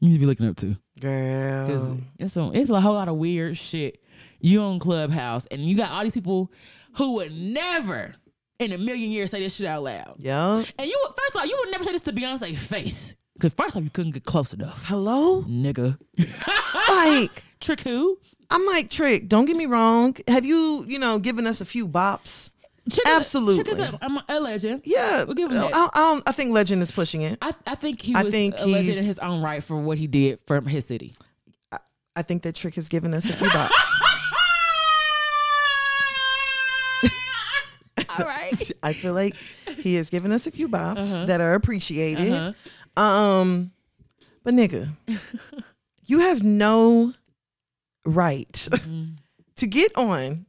Speaker 1: you need to be looking up to. Cause
Speaker 2: Girl.
Speaker 1: it's a, it's a whole lot of weird shit. You on Clubhouse and you got all these people who would never in a million years say this shit out loud.
Speaker 2: Yeah.
Speaker 1: And you would first off, you would never say this to Beyonce's face. Cause first off, you couldn't get close enough,
Speaker 2: Hello?
Speaker 1: nigga.
Speaker 2: Like,
Speaker 1: Trick who?
Speaker 2: I'm like, Trick, don't get me wrong. Have you, you know, given us a few
Speaker 1: Trick is
Speaker 2: bops?
Speaker 1: a- Trick is
Speaker 2: Absolutely.
Speaker 1: a, I'm a legend.
Speaker 2: Yeah.
Speaker 1: We'll give him that.
Speaker 2: I, I, I think Legend is pushing it.
Speaker 1: I, I think he
Speaker 2: I
Speaker 1: was
Speaker 2: think
Speaker 1: a legend in
Speaker 2: he's-
Speaker 1: his own right for what he did for his city.
Speaker 2: I think that Trick has given us a few bops.
Speaker 1: All right.
Speaker 2: I feel like he has given us a few bops that are appreciated. Um, but nigga, you have no right to get on.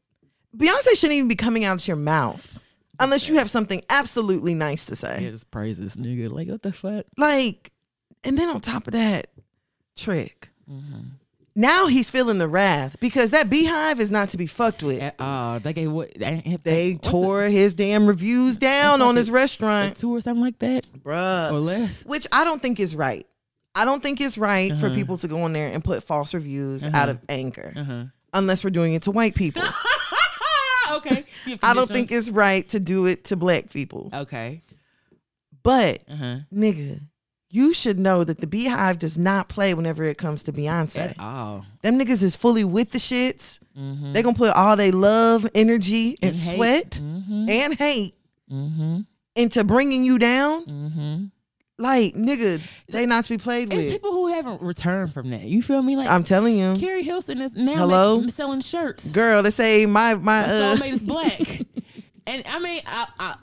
Speaker 2: Beyonce shouldn't even be coming out your mouth unless you have something absolutely nice to say.
Speaker 1: Yeah, just praise this nigga. Like what the fuck?
Speaker 2: Like, and then on top of that, trick. Now he's feeling the wrath because that beehive is not to be fucked with.
Speaker 1: At all. They gave what? They,
Speaker 2: They tore his damn reviews down on his restaurant,
Speaker 1: two or something like that
Speaker 2: bruh.
Speaker 1: or less.
Speaker 2: which I don't think is right. I don't think it's right for
Speaker 1: Uh-huh.
Speaker 2: people to go on there and put false reviews out of anger,
Speaker 1: Uh-huh.
Speaker 2: unless we're doing it to white people.
Speaker 1: okay.
Speaker 2: I don't think it's right to do it to black people.
Speaker 1: Okay.
Speaker 2: But
Speaker 1: Uh huh.
Speaker 2: nigga, you should know that the Beehive does not play whenever it comes to Beyonce.
Speaker 1: At all. Mm-hmm.
Speaker 2: Them niggas is fully with the shits. They gonna put all they love, energy, and,
Speaker 1: And hate.
Speaker 2: sweat
Speaker 1: Mm-hmm.
Speaker 2: and hate
Speaker 1: Mm-hmm.
Speaker 2: into bringing you down.
Speaker 1: Mm-hmm.
Speaker 2: Like nigga, they not to be played
Speaker 1: It's
Speaker 2: with.
Speaker 1: people who haven't returned from that. You feel me? Like
Speaker 2: I'm telling you.
Speaker 1: Carrie Hilson is now
Speaker 2: Um, Hello?
Speaker 1: ma- selling shirts.
Speaker 2: girl they say my my
Speaker 1: My
Speaker 2: uh,
Speaker 1: soulmate is black. and I mean, I, I,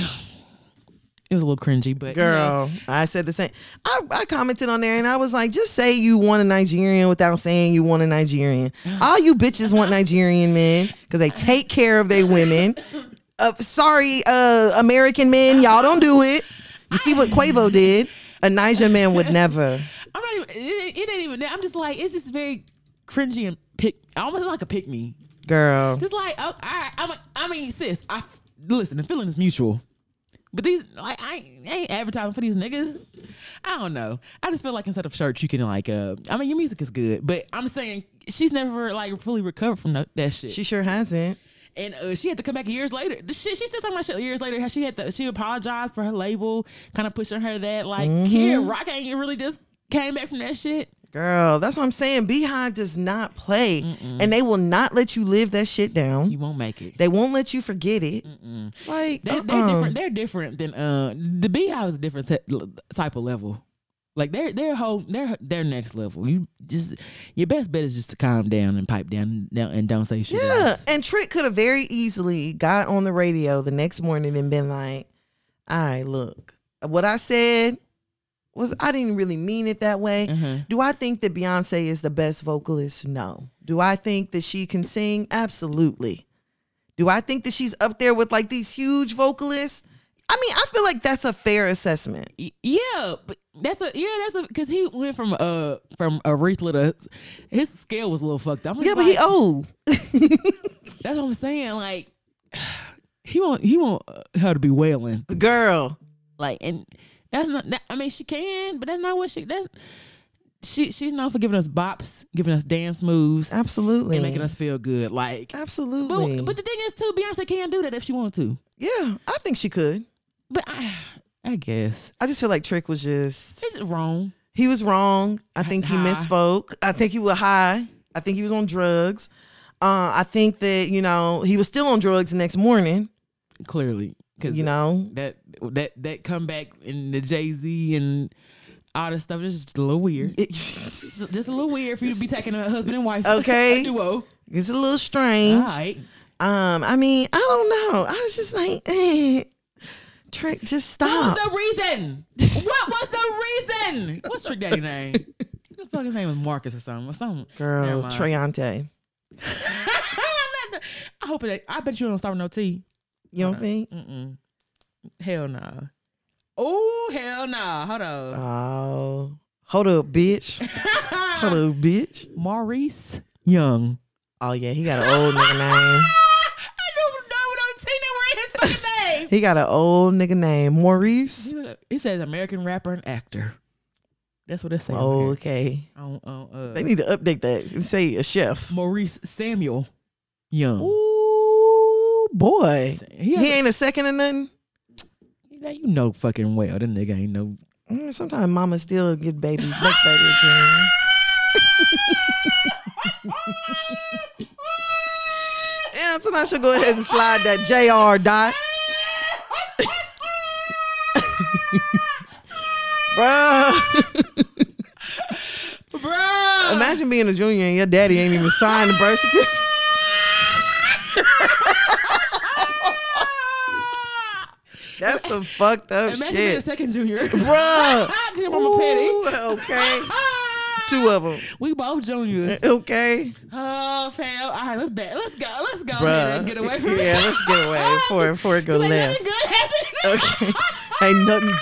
Speaker 1: it was a little cringy, but you know.
Speaker 2: girl i said the same I, I commented on there and i was like just say you want a nigerian without saying you want a nigerian all you bitches want nigerian men because they take care of their women uh, sorry uh american men y'all don't do it you see what quavo did a niger man would never
Speaker 1: I'm not even. It, ain't- it ain't even. that. I'm just like it's just very cringy and pick. Almost like a pick me.
Speaker 2: girl
Speaker 1: Just like oh, I, I'm. a- I mean, sis. I f- listen. The feeling is mutual. But these, like, I ain't, I ain't advertising for these niggas. I don't know. I just feel like instead of shirts, you can like, uh, I mean, your music is good, but I'm saying she's never like fully recovered from that, that shit.
Speaker 2: she sure hasn't
Speaker 1: and uh, she had to come back years later. The shit she said something about shit years later. How she had to she apologized for her label, kind of pushing her that like
Speaker 2: Mm-hmm.
Speaker 1: Kid Rock ain't really just came back from that shit.
Speaker 2: girl that's what i'm saying beehive does not play and they will not let you live that shit down
Speaker 1: You won't make it.
Speaker 2: they won't let you forget it like
Speaker 1: They're, they're
Speaker 2: uh-uh.
Speaker 1: different. They're different than uh the Beehive is a different te- type of level. Like they're they're whole they're they're next level. You just your best bet is just to calm down and pipe down down and don't say shit.
Speaker 2: Yeah,
Speaker 1: else.
Speaker 2: and Trick could have very easily got on the radio the next morning and been like, "All right, look, what I said was I didn't really mean it that way.
Speaker 1: Uh-huh.
Speaker 2: Do I think that Beyonce is the best vocalist? No. Do I think that she can sing? Absolutely. Do I think that she's up there with like these huge vocalists? I mean, I feel like that's a fair assessment.
Speaker 1: Y- Yeah, but that's a yeah, that's a because he went from uh from Aretha to his scale was a little fucked up. I'm
Speaker 2: Yeah,
Speaker 1: just
Speaker 2: but he
Speaker 1: like,
Speaker 2: old.
Speaker 1: That's what I'm saying. Like he won't he won't uh, her to be wailing.
Speaker 2: Girl,
Speaker 1: Like and that's not. That, I mean, she can, but that's not what she. That's she. She's known for giving us bops, giving us dance moves,
Speaker 2: absolutely.
Speaker 1: and making us feel good. Like,
Speaker 2: absolutely.
Speaker 1: but, but the thing is too, Beyonce can do that if she wanted to.
Speaker 2: yeah, I think she could.
Speaker 1: But I, I guess
Speaker 2: I just feel like Trick was just
Speaker 1: it's just wrong.
Speaker 2: He was wrong. I think he
Speaker 1: High.
Speaker 2: misspoke. I think he was high. I think he was on drugs. Uh, I think that you know he was still on drugs the next morning.
Speaker 1: Clearly, because
Speaker 2: You know,
Speaker 1: that that that comeback and the Jay Z and all this stuff is just a little weird.
Speaker 2: it's
Speaker 1: Just a little weird for you to be taking a husband and wife
Speaker 2: Okay.
Speaker 1: duo.
Speaker 2: a little
Speaker 1: All
Speaker 2: strange.
Speaker 1: right.
Speaker 2: Um, I mean, I don't know. I was just like, eh, Trick, just stop.
Speaker 1: What was the reason? what was the reason? Ah. What's Trick Daddy name? I feel like his name was Marcus or something. Or something. Never
Speaker 2: Girl,
Speaker 1: mind.
Speaker 2: Treyante.
Speaker 1: Not the- I hope it. ain't- I bet you don't start with no T.
Speaker 2: You don't think?
Speaker 1: Mm-mm. Hell nah. Oh hell nah. Hold on.
Speaker 2: Oh, hold up, bitch. Hold up, bitch.
Speaker 1: Maurice Young.
Speaker 2: Oh yeah, he got an old nigga name.
Speaker 1: I don't know no T that were in his fucking name.
Speaker 2: He got an old nigga name, Maurice.
Speaker 1: He- It says American rapper and actor. That's what it says.
Speaker 2: Oh,
Speaker 1: Oh,
Speaker 2: okay.
Speaker 1: on, on, uh,
Speaker 2: They need to update that and say a chef.
Speaker 1: Maurice Samuel Young.
Speaker 2: Ooh, boy.
Speaker 1: He, has
Speaker 2: He ain't a second or nothing.
Speaker 1: Now you know fucking well that nigga ain't no.
Speaker 2: Mm, Sometimes mama still give baby, make baby a dream. yeah, sometimes she'll go ahead and slide that JR dot. Bruh,
Speaker 1: Bruh!
Speaker 2: imagine being a junior and your daddy ain't even signed the birth certificate. That's some fucked up
Speaker 1: Imagine being a
Speaker 2: Oh, shit,
Speaker 1: second junior. Ah,
Speaker 2: bruh.
Speaker 1: Your mama petty.
Speaker 2: Ooh, okay, two of them.
Speaker 1: We both juniors.
Speaker 2: Okay,
Speaker 1: Oh, fail. All right, let's bet. Let's go. Let's go.
Speaker 2: bruh.
Speaker 1: Bruh. Get away from
Speaker 2: yeah, let's get away before before it go
Speaker 1: Like,
Speaker 2: left.
Speaker 1: nothing good happened.
Speaker 2: Okay, ain't nothing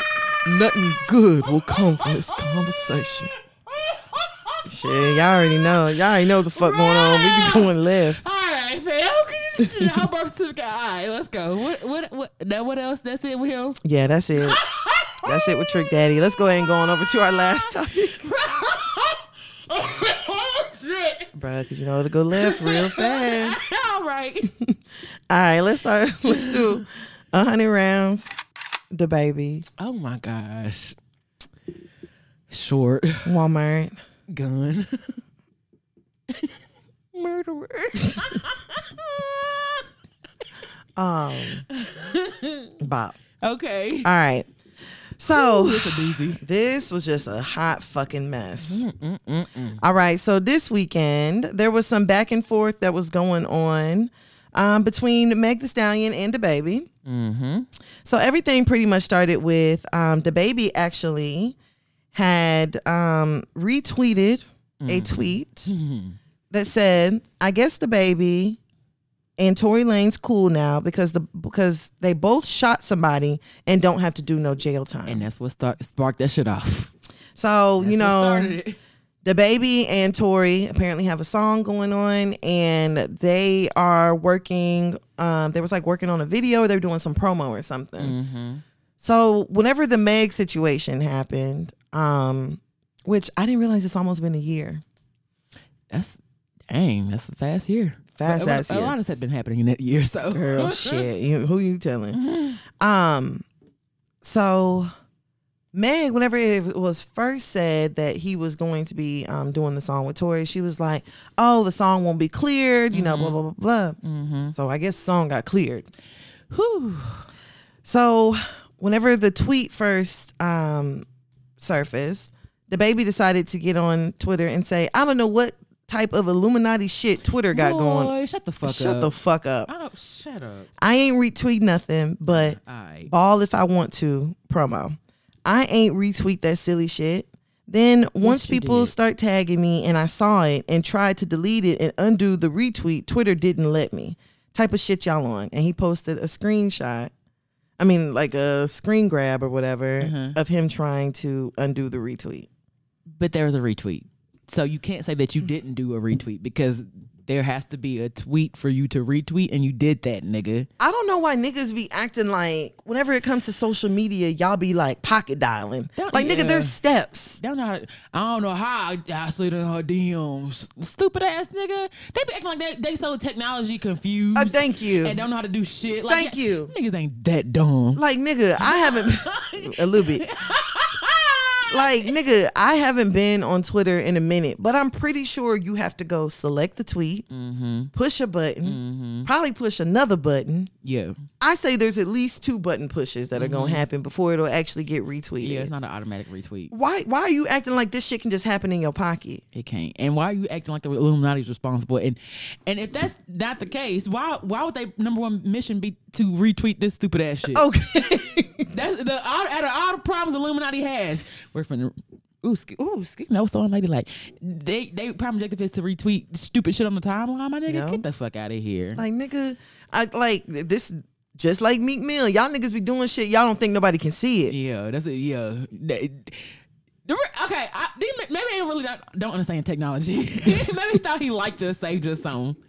Speaker 2: nothing good will come from this conversation. Shit, y'all already know. Y'all already know what the fuck going on. We be going left.
Speaker 1: All right, fam. Can you just shit out birth certificate? All right, let's go. What? What? What? Now, what else? That's it with him.
Speaker 2: Yeah, that's it. That's it with Trick Daddy. Let's go ahead and go on over to our last topic.
Speaker 1: oh shit.
Speaker 2: Bruh, cause you know it'll go left real fast.
Speaker 1: All right.
Speaker 2: All right, let's start. Let's do a hundred rounds. The baby,
Speaker 1: Oh my gosh. Short
Speaker 2: Walmart,
Speaker 1: gun. Murderer.
Speaker 2: um, Bob.
Speaker 1: okay.
Speaker 2: All right, so
Speaker 1: It's a doozy.
Speaker 2: this was just a hot fucking mess.
Speaker 1: Mm,
Speaker 2: All right, so this weekend there was some back and forth that was going on um, between Meg The Stallion and the baby.
Speaker 1: Mm-hmm.
Speaker 2: So everything pretty much started with um, the baby actually had um, retweeted
Speaker 1: Mm.
Speaker 2: a tweet
Speaker 1: Mm-hmm.
Speaker 2: that said, "I guess the baby and Tory Lane's cool now because the because they both shot somebody and don't have to do no jail time."
Speaker 1: And that's what start sparked that shit off.
Speaker 2: so you
Speaker 1: That's what
Speaker 2: know,
Speaker 1: started it.
Speaker 2: the baby and Tori apparently have a song going on, and they are working. Um, they was like working on a video, or they were doing some promo or something.
Speaker 1: Mm. Mm-hmm.
Speaker 2: So whenever the Meg situation happened, um, which I didn't realize it's almost been a year.
Speaker 1: That's dang. That's a fast year.
Speaker 2: Fast
Speaker 1: a,
Speaker 2: ass
Speaker 1: a
Speaker 2: year.
Speaker 1: lot has been happening in that year. So
Speaker 2: Girl, shit. You, who you telling? Um, so Meg, whenever it was first said that he was going to be um, doing the song with Tori, she was like, "Oh, the song won't be cleared," you know, blah blah blah blah. So I guess song got cleared.
Speaker 1: Whew.
Speaker 2: So whenever the tweet first um, surfaced, the baby decided to get on Twitter and say, "I don't know what type of Illuminati shit Twitter got
Speaker 1: Boy,
Speaker 2: going."
Speaker 1: Shut the fuck
Speaker 2: Shut
Speaker 1: up.
Speaker 2: the fuck up.
Speaker 1: Oh, shut up.
Speaker 2: I ain't retweet nothing, but
Speaker 1: All right.
Speaker 2: all if I want to promo. I ain't retweet that silly shit. Then once
Speaker 1: you
Speaker 2: people
Speaker 1: did.
Speaker 2: start tagging me and I saw it and tried to delete it and undo the retweet, Twitter didn't let me. Type of shit y'all on. And he posted a screenshot. I mean, like a screen grab or whatever
Speaker 1: Mm-hmm.
Speaker 2: of him trying to undo the retweet.
Speaker 1: But there was a retweet. So you can't say that you didn't do a retweet because there has to be a tweet for you to retweet, and you did that, nigga.
Speaker 2: I don't know why niggas be acting like whenever it comes to social media, y'all be like pocket dialing.
Speaker 1: That-
Speaker 2: like,
Speaker 1: yeah.
Speaker 2: nigga, there's steps.
Speaker 1: They don't know how to- I don't know how I, I slid in her DMs. Stupid ass nigga. They be acting like they, they so technology confused.
Speaker 2: Uh, thank you.
Speaker 1: And don't know how to do shit. Like,
Speaker 2: Thank you.
Speaker 1: Niggas ain't that dumb.
Speaker 2: Like nigga, I haven't a little bit. Like nigga, I haven't been on Twitter in a minute, but I'm pretty sure you have to go select the tweet,
Speaker 1: Mm-hmm.
Speaker 2: push a button, probably push another button.
Speaker 1: Yeah.
Speaker 2: I say there's at least two button pushes that are gonna happen before it'll actually get retweeted.
Speaker 1: Mm-hmm. Yeah, it's not an automatic retweet.
Speaker 2: why why are you acting like this shit can just happen in your pocket?
Speaker 1: It can't. And why are you acting like the Illuminati is responsible? And and if that's not the case, why why would they number one mission be to retweet this stupid ass shit?
Speaker 2: Okay.
Speaker 1: That's the out, out of all the problems Illuminati has. We're from the ooh, sk- ooh, sk- no, so unlady like they they prime objective is to retweet stupid shit on the timeline. My nigga,
Speaker 2: Yeah.
Speaker 1: get the fuck out of here.
Speaker 2: like nigga, I like this just like Meek Mill. Y'all niggas be doing shit, y'all don't think nobody can see it.
Speaker 1: yeah, that's it. Yeah. They- the re- okay, I, they, ma- maybe they really don't, don't understand technology. maybe he thought he liked it or saved it or something.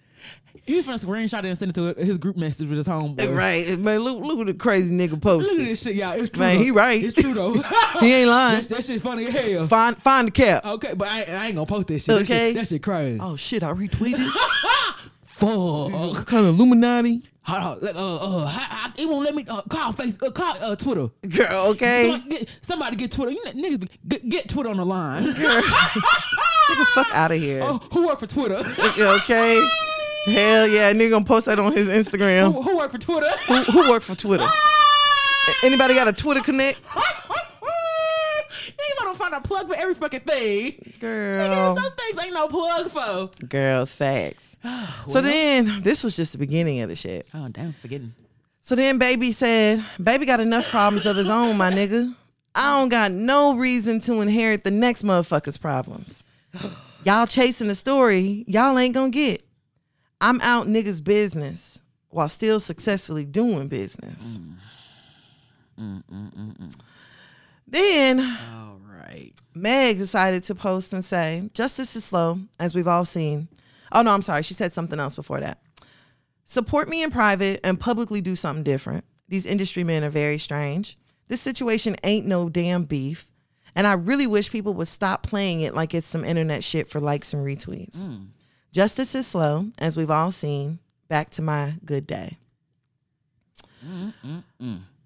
Speaker 1: He was gonna screenshot it and send it to his group message with his homeboy.
Speaker 2: Right. Man, look look what the crazy nigga
Speaker 1: Look
Speaker 2: posted.
Speaker 1: at this shit, y'all. It's true.
Speaker 2: Man,
Speaker 1: though.
Speaker 2: he right.
Speaker 1: It's true though.
Speaker 2: He ain't lying.
Speaker 1: that, that shit funny as hell.
Speaker 2: Find find the cap.
Speaker 1: Okay, but I, I ain't gonna post this shit. That shit-
Speaker 2: Okay.
Speaker 1: That shit crazy.
Speaker 2: Oh shit, I retweeted.
Speaker 1: Fuck.
Speaker 2: kind of Illuminati.
Speaker 1: Hold on. Let- Uh, uh, I, I, it won't let me uh, call face. Uh, call uh, Twitter.
Speaker 2: Girl, okay.
Speaker 1: Someone Get, somebody get Twitter. You know, niggas, be- get, get Twitter on the line.
Speaker 2: Get the fuck out of here.
Speaker 1: Oh, who work for Twitter?
Speaker 2: Okay. Hell yeah, nigga gonna post that on his Instagram.
Speaker 1: who, who work for Twitter?
Speaker 2: Who, who worked for Twitter?
Speaker 1: Oh.
Speaker 2: Anybody got a Twitter connect?
Speaker 1: Anybody don't find a plug for every fucking thing. Nigga,
Speaker 2: Girl.
Speaker 1: some things ain't no plug for.
Speaker 2: Girl, facts. So then this was just the beginning of the shit.
Speaker 1: Oh damn, forgetting.
Speaker 2: So then baby said, Baby got enough problems of his own, my nigga. I don't got no reason to inherit the next motherfucker's problems. Y'all chasing the story, y'all ain't gonna get. I'm out niggas' business while still successfully doing business. Then
Speaker 1: All right.
Speaker 2: Meg decided to post and say, Justice is slow, as we've all seen. Oh, no, I'm sorry. She said something else before that. Support me in private and publicly do something different. These industry men are very strange. This situation ain't no damn beef. And I really wish people would stop playing it like it's some internet shit for likes and retweets.
Speaker 1: Hmm.
Speaker 2: Justice is slow, as we've all seen. Back to my good day.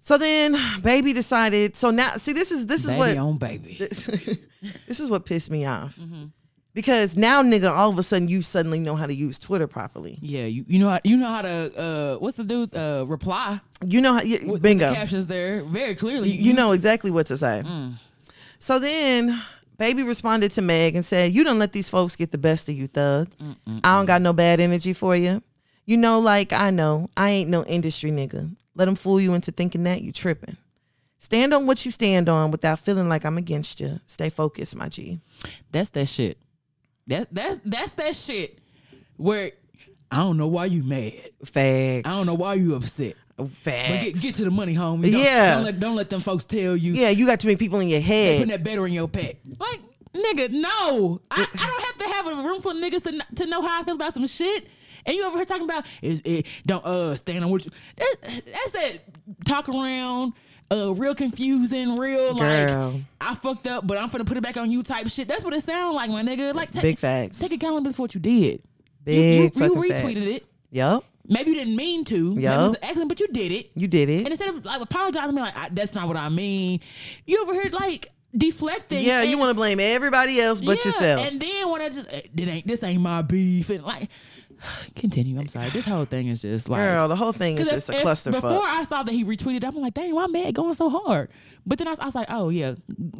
Speaker 2: So then, baby decided. So now, see, this is this is
Speaker 1: baby
Speaker 2: what
Speaker 1: on baby.
Speaker 2: this this is what pissed me off
Speaker 1: Mm-hmm.
Speaker 2: because now nigga all of a sudden you suddenly know how to use twitter properly
Speaker 1: yeah, you, you know how you know how to uh what's the dude uh reply
Speaker 2: you know how yeah,
Speaker 1: with- with the
Speaker 2: bingo
Speaker 1: captions there very clearly.
Speaker 2: you, you know exactly what to say
Speaker 1: Mm.
Speaker 2: so then baby responded to meg and said you don't let these folks get the best of you thug i don't got no bad energy for you you know like i know i ain't no industry nigga let them fool you into thinking that you tripping stand on what you stand on without feeling like i'm against you stay focused my g
Speaker 1: that's that shit. That that's that's that shit where I don't know why you mad.
Speaker 2: facts
Speaker 1: I don't know why you upset.
Speaker 2: facts
Speaker 1: But get, get to the money, homie. Don't,
Speaker 2: Yeah.
Speaker 1: Don't let, don't let them folks tell you.
Speaker 2: Yeah, you got too many people in your
Speaker 1: Putting
Speaker 2: head.
Speaker 1: that better in your pack. Like, nigga, no. I, I don't have to have a room full of niggas to, kn- to know how I feel about some shit. And you over here talking about is it don't uh stand on what you that, that's that talk around uh real confusing real
Speaker 2: Girl.
Speaker 1: like I fucked up but I'm finna put it back on you type shit that's what it sound like my nigga like take,
Speaker 2: Big facts.
Speaker 1: take accountability for what you did You-
Speaker 2: Big
Speaker 1: you, you,
Speaker 2: fucking facts.
Speaker 1: retweeted it
Speaker 2: Yep,
Speaker 1: maybe you didn't mean to maybe it
Speaker 2: Yup.
Speaker 1: was an accident but you did it
Speaker 2: you did
Speaker 1: and
Speaker 2: it.
Speaker 1: instead of like apologizing, being like, I, that's not what I mean, you over here like deflecting.
Speaker 2: Yeah, you
Speaker 1: and-
Speaker 2: want to blame everybody else but
Speaker 1: yeah,
Speaker 2: yourself.
Speaker 1: And then when I just, "Eh, it ain't, this ain't my beef. And like, continue. I'm sorry. This whole thing is just like.
Speaker 2: Girl, the whole thing is
Speaker 1: 'Cause
Speaker 2: just a
Speaker 1: if- if- Before
Speaker 2: clusterfuck.
Speaker 1: I saw that he retweeted, I'm like, dang, why mad going so hard? But then I was, I was like, oh yeah,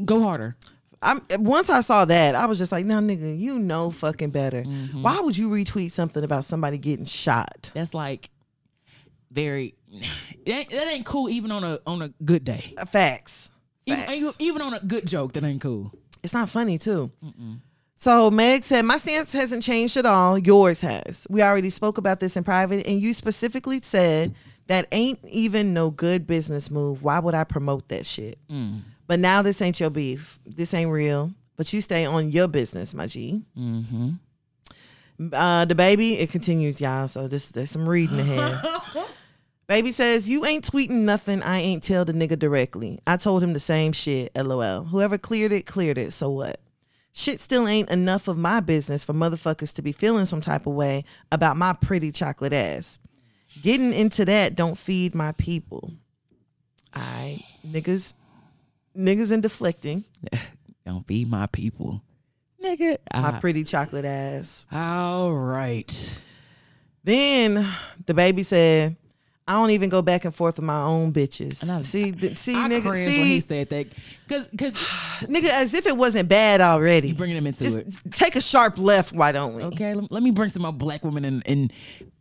Speaker 1: go harder.
Speaker 2: I'm, once I saw that, I was just like, "No, nigga, you know fucking better.
Speaker 1: Mm-hmm.
Speaker 2: Why would you retweet something about somebody getting shot?"
Speaker 1: That's like very. That, ain't- that ain't cool, even on a on a good day.
Speaker 2: Uh, Facts. Facts.
Speaker 1: Even, even on a good joke, that ain't cool.
Speaker 2: It's not funny too. So Meg said, "My stance hasn't changed at all. Yours has. We already spoke about this in private, and you specifically said that ain't even no good business move. Why would I promote that shit? But now this ain't your beef. This ain't real. But you stay on your business, my G. Mm-hmm. Uh, the baby. It continues, y'all. So this there's some reading ahead." Baby says, You ain't tweeting nothing. I ain't tell the nigga directly. I told him the same shit, lol. Whoever cleared it, cleared it. So what? Shit still ain't enough of my business for motherfuckers to be feeling some type of way about my pretty chocolate ass. Getting into that don't feed my people. All right, niggas, niggas and deflecting.
Speaker 1: Don't feed my people, nigga.
Speaker 2: My
Speaker 1: I-
Speaker 2: pretty chocolate ass.
Speaker 1: All right.
Speaker 2: Then the baby said, I don't even go back and forth with my own bitches.
Speaker 1: And I-
Speaker 2: see, th- see,
Speaker 1: I
Speaker 2: nigga,
Speaker 1: cringed when he
Speaker 2: see,
Speaker 1: said that because because
Speaker 2: nigga, as if it wasn't bad already.
Speaker 1: you bringing him into
Speaker 2: Just
Speaker 1: it.
Speaker 2: take a sharp left, why don't we?
Speaker 1: Okay, let, let me bring some more black women and and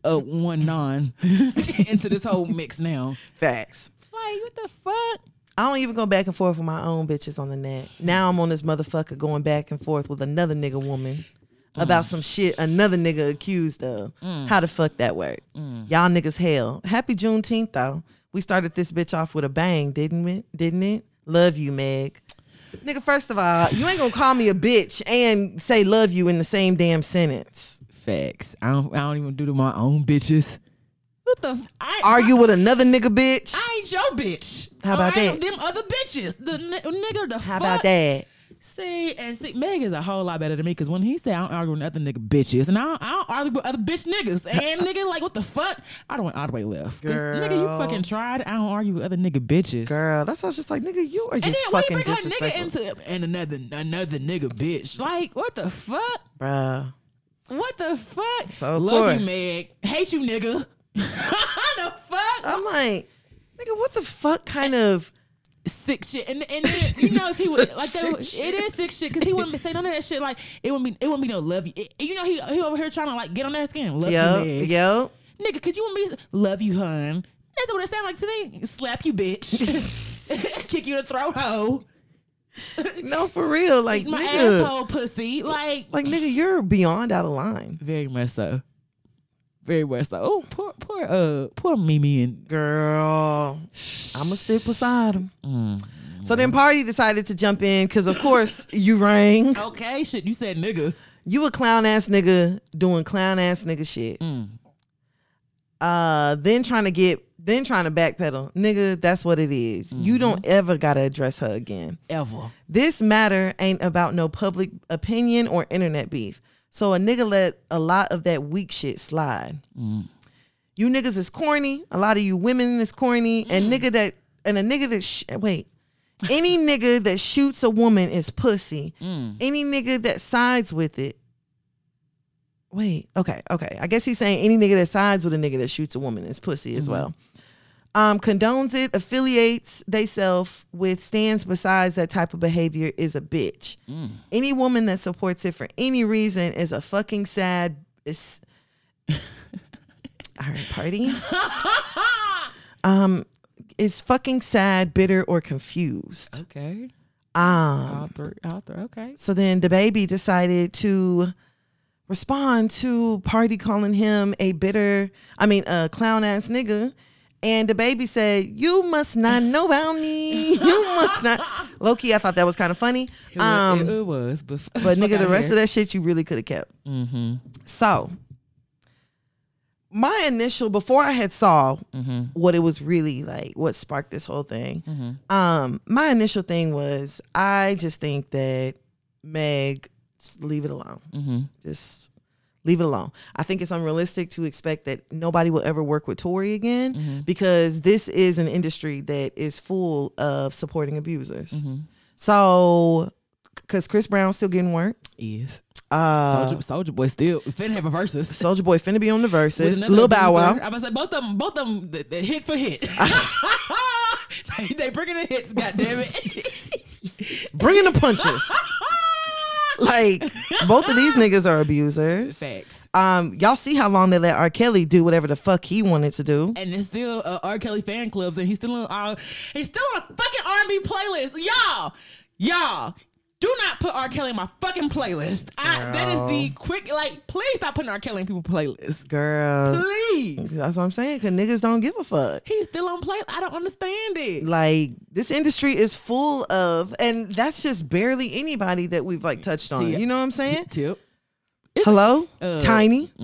Speaker 1: uh, one non into this whole mix now.
Speaker 2: Facts.
Speaker 1: Like what the fuck?
Speaker 2: I don't even go back and forth with my own bitches on the net. Now I'm on this motherfucker going back and forth with another nigga woman
Speaker 1: Mm.
Speaker 2: about some shit another nigga accused of. How the fuck that work?
Speaker 1: Mm.
Speaker 2: Y'all niggas hell. Happy Juneteenth though. We started this bitch off with a bang, didn't we? Didn't it? Love you, Meg. Nigga, first of all, you ain't gonna call me a bitch and say love you in the same damn sentence.
Speaker 1: Facts. I don't I don't even do to my own bitches. What the? f- I,
Speaker 2: Argue with another nigga bitch.
Speaker 1: I ain't your bitch. Uh,
Speaker 2: How about
Speaker 1: I ain't
Speaker 2: that?
Speaker 1: Them other bitches. The ni- nigga. The
Speaker 2: How
Speaker 1: fuck?
Speaker 2: about that?
Speaker 1: See and see. Meg is a whole lot better than me because when he said I don't argue with other nigga bitches and I don't, I don't argue with other bitch niggas and nigga like what the fuck? I don't went all the way left. 'Cause, nigga, you
Speaker 2: Girl.
Speaker 1: fucking tried. I don't argue with other nigga bitches.
Speaker 2: Girl, that's why I was just like, nigga, you are
Speaker 1: And
Speaker 2: just
Speaker 1: then why you
Speaker 2: fucking
Speaker 1: bring her nigga
Speaker 2: disrespectful.
Speaker 1: into and another another nigga bitch? Like what the fuck?
Speaker 2: Bruh.
Speaker 1: What the fuck?
Speaker 2: So, of
Speaker 1: love you,
Speaker 2: course.
Speaker 1: Meg. Hate you, nigga. the fuck?
Speaker 2: I'm like, nigga, what the fuck kind of
Speaker 1: sick shit. And and then, you know if he would
Speaker 2: It's
Speaker 1: like
Speaker 2: sick
Speaker 1: that, would-
Speaker 2: shit.
Speaker 1: it is sick shit because he wouldn't say none of that shit. Like it wouldn't be it wouldn't be no love you. It- you know he he over here trying to like get on their skin. Love
Speaker 2: yo
Speaker 1: you, Meg.
Speaker 2: yo?
Speaker 1: nigga. Cause you wouldn't be love you, hun. That's what it sounds like to me. Slap you, bitch. Kick you in the throat, hoe.
Speaker 2: No, for real. Like
Speaker 1: Eat my
Speaker 2: nigga,
Speaker 1: asshole, pussy. Like,
Speaker 2: like nigga, you're beyond out of line,
Speaker 1: very much so. Very much so. Oh, poor, poor, uh, poor Mimi and
Speaker 2: girl. I'ma stick beside him.
Speaker 1: Mm.
Speaker 2: So then, party decided to jump in because, of course, you rang.
Speaker 1: okay, shit. You said nigga.
Speaker 2: You a clown ass nigga doing clown ass nigga shit. Uh, then trying to get, then trying to backpedal, nigga. That's what it is. You don't ever gotta address her again.
Speaker 1: Ever.
Speaker 2: This matter ain't about no public opinion or internet beef. So a nigga let a lot of that weak shit slide. You niggas is corny. A lot of you women is corny. And nigga that and a nigga that sh- wait. Any nigga that shoots a woman is pussy. Any nigga that sides with it. Wait, okay, okay. I guess he's saying any nigga that sides with a nigga that shoots a woman is pussy as well um, condones it, affiliates theyself with, stands besides that type of behavior is a bitch. Any woman that supports it for any reason is a fucking sad. Is, all right, party. um, is fucking sad, bitter, or confused.
Speaker 1: Okay.
Speaker 2: Um,
Speaker 1: All three. All three. Okay.
Speaker 2: so then the baby decided to respond to party calling him a bitter, I mean, a clown ass nigga. And the baby said, "You must not know about me. You must not." Loki, I thought that was kind of funny.
Speaker 1: It was,
Speaker 2: Um,
Speaker 1: it, it was, but
Speaker 2: but nigga, the rest of that shit you really could have kept.
Speaker 1: Mm-hmm.
Speaker 2: So, my initial before I had saw
Speaker 1: Mhm.
Speaker 2: what it was really like, what sparked this whole thing. Um, my initial thing was I just think that Meg, just leave it alone. Just leave it alone. I think it's unrealistic to expect that nobody will ever work with Tori again because this is an industry that is full of supporting abusers. So, because Chris Brown's still getting work.
Speaker 1: Yes.
Speaker 2: Uh,
Speaker 1: Soldier, Soldier Boy still finna have a versus.
Speaker 2: Soldier Boy finna be on the
Speaker 1: with
Speaker 2: verses.
Speaker 1: another
Speaker 2: Lil Bow
Speaker 1: producer.
Speaker 2: Wow.
Speaker 1: I'm gonna say both of them, both of them, th- th- hit for hit. they, they bringing the hits, goddamn it.
Speaker 2: Bringing the punches. like, both of these niggas are abusers.
Speaker 1: Facts.
Speaker 2: Um, y'all see how long they let R. Kelly do whatever the fuck he wanted to do.
Speaker 1: And it's still uh, R. Kelly fan clubs, and he's still on, uh, he's still on a fucking R&B playlist, y'all, y'all. Do not put R. Kelly in my fucking playlist. I, that is the quick, like, please stop putting R. Kelly in people's playlists.
Speaker 2: Girl.
Speaker 1: Please.
Speaker 2: That's what I'm saying, cause niggas don't give a fuck.
Speaker 1: He's still on play. I don't understand it.
Speaker 2: Like this industry is full of, and that's just barely anybody that we've like touched on.
Speaker 1: See, uh,
Speaker 2: You know what I'm saying?
Speaker 1: Tip.
Speaker 2: Hello, Tiny.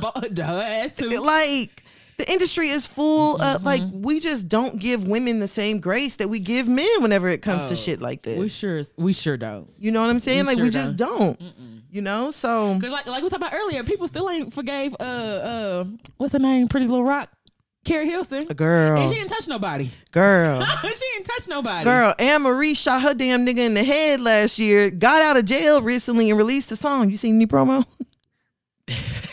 Speaker 1: But her ass too.
Speaker 2: Like the industry is full of like
Speaker 1: Mm-hmm.
Speaker 2: we just don't give women the same grace that we give men whenever it comes
Speaker 1: Oh,
Speaker 2: to shit like this.
Speaker 1: We sure, we sure don't.
Speaker 2: You know what I'm saying? like
Speaker 1: sure
Speaker 2: we just don't. You know? So
Speaker 1: Cause like like we talked about earlier, people still ain't forgave uh uh what's her name, Pretty Little Rock, Carrie Hilson,
Speaker 2: girl,
Speaker 1: and she didn't touch nobody.
Speaker 2: girl,
Speaker 1: she didn't touch nobody.
Speaker 2: girl, Anne Marie shot her damn nigga in the head last year, got out of jail recently and released a song. You seen the promo?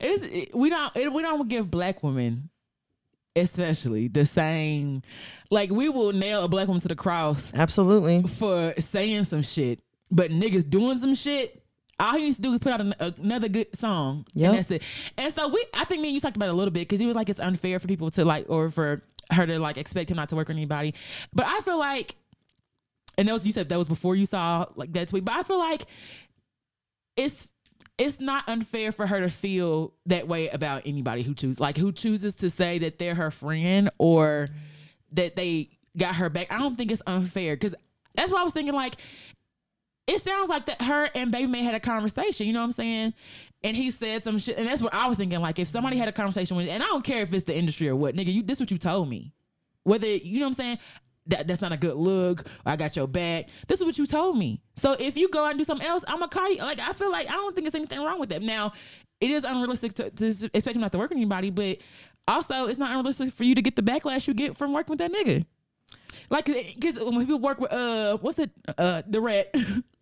Speaker 1: It's, it- we don't it, we don't give black women, especially the same, like we will nail a black woman to the cross
Speaker 2: Absolutely.
Speaker 1: for saying some shit, but niggas doing some shit. All he needs to do is put out an, another good song,
Speaker 2: Yep.
Speaker 1: and that's it. And so we, I think me and you talked about it a little bit because he was like, it's unfair for people to like, or for her to like expect him not to work with anybody. But I feel like, and that was you said that was before you saw like that tweet. But I feel like it's it's not unfair for her to feel that way about anybody who chooses like who chooses to say that they're her friend or that they got her back. I don't think it's unfair because that's why I was thinking like it sounds like that her and Baby May had a conversation. You know what I'm saying? And he said some shit, and that's what I was thinking. Like if somebody had a conversation with, and I don't care if it's the industry or what, nigga, you this what you told me. Whether you know what I'm saying. That, that's not a good look. Or I got your back. This is what you told me. So if you go out and do something else, I'm gonna call you. Like I feel like I don't think there's anything wrong with that. Now, it is unrealistic to, to expect him not to work with anybody, but also it's not unrealistic for you to get the backlash you get from working with that nigga. Like, because when people work with uh, what's it, uh, the rat,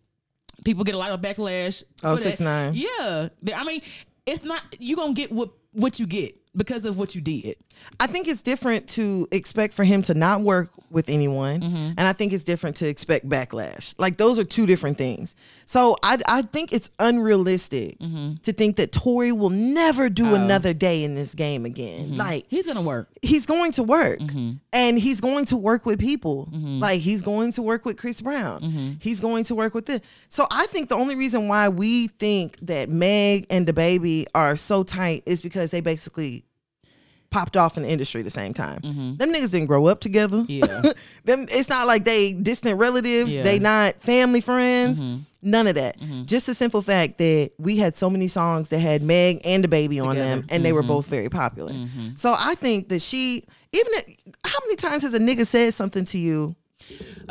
Speaker 1: people get a lot of backlash.
Speaker 2: Oh,
Speaker 1: for that.
Speaker 2: 6ix9ine.
Speaker 1: Yeah, They- I mean, it's not you gonna get what what you get. because of what you did.
Speaker 2: I think it's different to expect for him to not work with anyone, and I think it's different to expect backlash. Like those are two different things. So I I think it's unrealistic to think that Tory will never do another day in this game again. Like
Speaker 1: He's gonna work.
Speaker 2: he's going to work and he's going to work with people like he's going to work with chris brown he's going to work with this so i think the only reason why we think that meg and the baby are so tight is because they basically popped off in the industry at the same time them niggas didn't grow up together
Speaker 1: Mm-hmm. Yeah.
Speaker 2: them it's not like they distant relatives
Speaker 1: Yeah. Mm-hmm.
Speaker 2: they not family friends none of that just the simple fact that we had so many songs that had meg and the baby on them and they were
Speaker 1: Mm-hmm.
Speaker 2: both very popular so i think that she even if, how many times has a nigga said something to you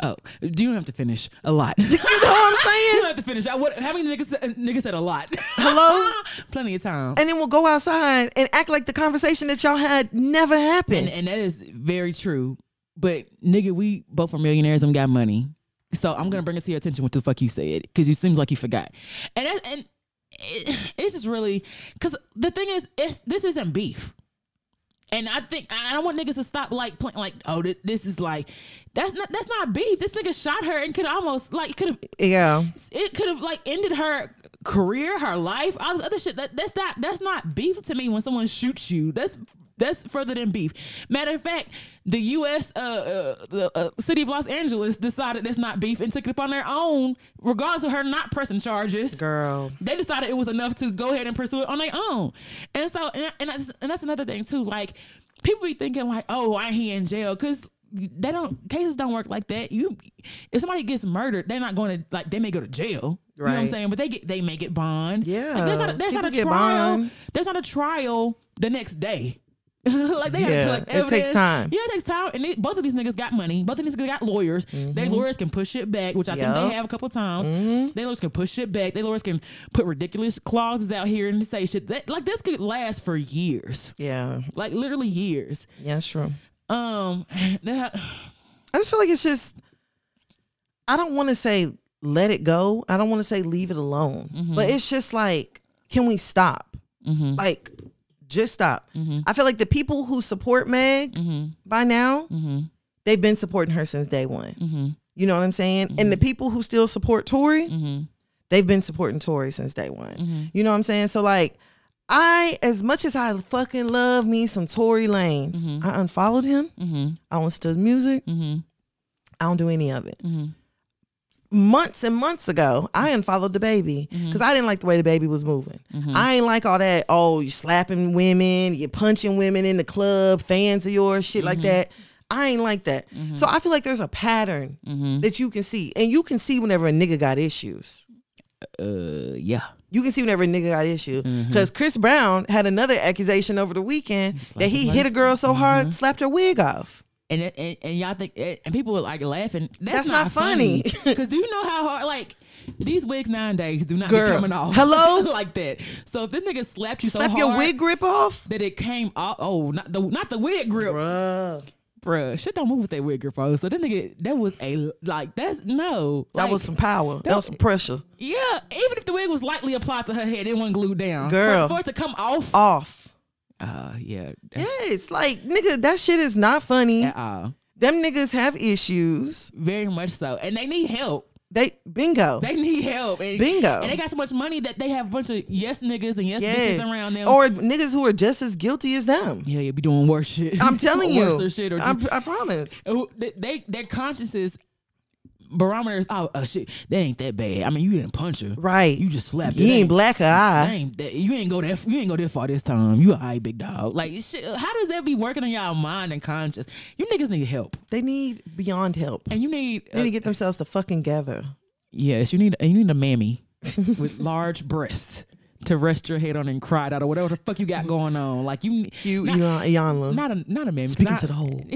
Speaker 1: oh, you don't have to finish a lot.
Speaker 2: you know what i'm
Speaker 1: You
Speaker 2: saying
Speaker 1: don't have to finish. I, what, how many niggas, said- niggas said a lot?
Speaker 2: hello
Speaker 1: Plenty of time.
Speaker 2: and then we'll go outside and act like the conversation that y'all had never happened
Speaker 1: And, and that is very true. But nigga, we both are millionaires and got money. So I'm gonna bring it to your attention what the fuck you said because you seems like you forgot. And that, and it, it's just really because the thing is, it's this isn't beef. And I think I I don't want niggas to stop like playing like oh thi- this is like that's not that's not beef. This nigga shot her and could almost like could have
Speaker 2: yeah
Speaker 1: it could have like ended her career, her life, all this other shit. That, that's not that's not beef to me. When someone shoots you, that's that's further than beef. Matter of fact, the U.S. Uh, uh, the uh, city of Los Angeles decided that's not beef and took it upon their own, regardless of her not pressing charges
Speaker 2: girl
Speaker 1: they decided it was enough to go ahead and pursue it on their own. And so, and, and, that's, and that's another thing too. Like people be thinking like, oh, why he in jail? Because they don't cases don't work like that. You, if somebody gets murdered, they're not going to like they may go to jail. You know what I'm
Speaker 2: Right.
Speaker 1: saying? But they get they may get bond. Like, there's not a,
Speaker 2: Yeah,
Speaker 1: there's not
Speaker 2: people
Speaker 1: a
Speaker 2: get
Speaker 1: trial.
Speaker 2: bond.
Speaker 1: There's not a trial the next day. like they
Speaker 2: Yeah,
Speaker 1: gotta collect
Speaker 2: it takes
Speaker 1: evidence.
Speaker 2: time.
Speaker 1: Yeah, it takes time. And they, both of these niggas got money. Both of these niggas got lawyers. They lawyers can push it back, which I think
Speaker 2: Mm-hmm. Yup. Mm-hmm.
Speaker 1: they have a couple times. They lawyers can push it back. They lawyers can put ridiculous clauses out here and say shit that like this could last for years,
Speaker 2: yeah
Speaker 1: like literally years.
Speaker 2: yeah that's true
Speaker 1: Um, that,
Speaker 2: I just feel like it's just I don't want to say let it go. I don't want to say leave it alone. But it's just like can we stop? Like just stop. I feel like the people who support Meg by now, they've been supporting her since day one. You know what I'm saying? And the people who still support Tory, they've been supporting Tory since day one. You know what I'm saying? So like I, as much as I fucking love me some Tory Lanes, I unfollowed him. I don't still music. I don't do any of it. Months and months ago, I unfollowed the baby because I didn't like the way the baby was moving. I ain't like all that. Oh, you slapping women, you punching women in the club, fans of yours, shit like that. I ain't like that. So I feel like there's a pattern that you can see, and you can see whenever a nigga got issues.
Speaker 1: uh, yeah.
Speaker 2: You can see whenever a nigga got issue. Because Chris Brown had another accusation over the weekend that he hit a girl so hard, slapped her wig off.
Speaker 1: And, it- and and y'all think it, and people were like laughing. That's,
Speaker 2: That's not funny.
Speaker 1: Because do you know how hard like these wigs nowadays do not
Speaker 2: Girl.
Speaker 1: be coming off.
Speaker 2: Hello?
Speaker 1: like that. So if this nigga slapped you
Speaker 2: Slap
Speaker 1: so
Speaker 2: your
Speaker 1: hard
Speaker 2: wig grip off?
Speaker 1: that it came off, oh not the not the wig grip,
Speaker 2: Bruh.
Speaker 1: bruh, shit don't move with that wig grip on. So that nigga, that was a like that's no.
Speaker 2: That
Speaker 1: Like,
Speaker 2: was some power. That was some pressure.
Speaker 1: yeah. Even if the wig was lightly applied to her head, it wasn't glued down. For-
Speaker 2: Girl. Oh.
Speaker 1: for, it to come off.
Speaker 2: Off.
Speaker 1: Uh, yeah, that's
Speaker 2: Yes. Like, nigga, that shit is not funny.
Speaker 1: at all.
Speaker 2: Them niggas have issues.
Speaker 1: Very much so, and they need help.
Speaker 2: They, bingo.
Speaker 1: They need help. And,
Speaker 2: Bingo.
Speaker 1: And they got so much money that they have a bunch of yes niggas and yes, bitches around
Speaker 2: Yes.
Speaker 1: them.
Speaker 2: Or niggas who are just as guilty as them.
Speaker 1: yeah, you be doing worse shit.
Speaker 2: I'm telling you.
Speaker 1: worse shit or
Speaker 2: I'm- I promise.
Speaker 1: who- they, they their consciences barometers. Oh, oh shit, that ain't that bad. I mean, you didn't punch her,
Speaker 2: Right.
Speaker 1: You just slapped.
Speaker 2: You
Speaker 1: It
Speaker 2: ain't black or
Speaker 1: that
Speaker 2: eye.
Speaker 1: ain't that, you ain't go that you ain't go that far this time. You a high big dog. Like shit, how does that be working on y'all mind and conscious? You niggas need help,
Speaker 2: They need beyond help.
Speaker 1: and you need
Speaker 2: They need
Speaker 1: uh,
Speaker 2: to get themselves to fucking gather.
Speaker 1: yes, you need and you need a mammy with large breasts to rest your head on and cry it out or whatever the fuck you got going on. Like you,
Speaker 2: You,
Speaker 1: not,
Speaker 2: Ian- Iyanla.
Speaker 1: not a not a mammy. 'cause
Speaker 2: Speaking
Speaker 1: I-
Speaker 2: to the whole.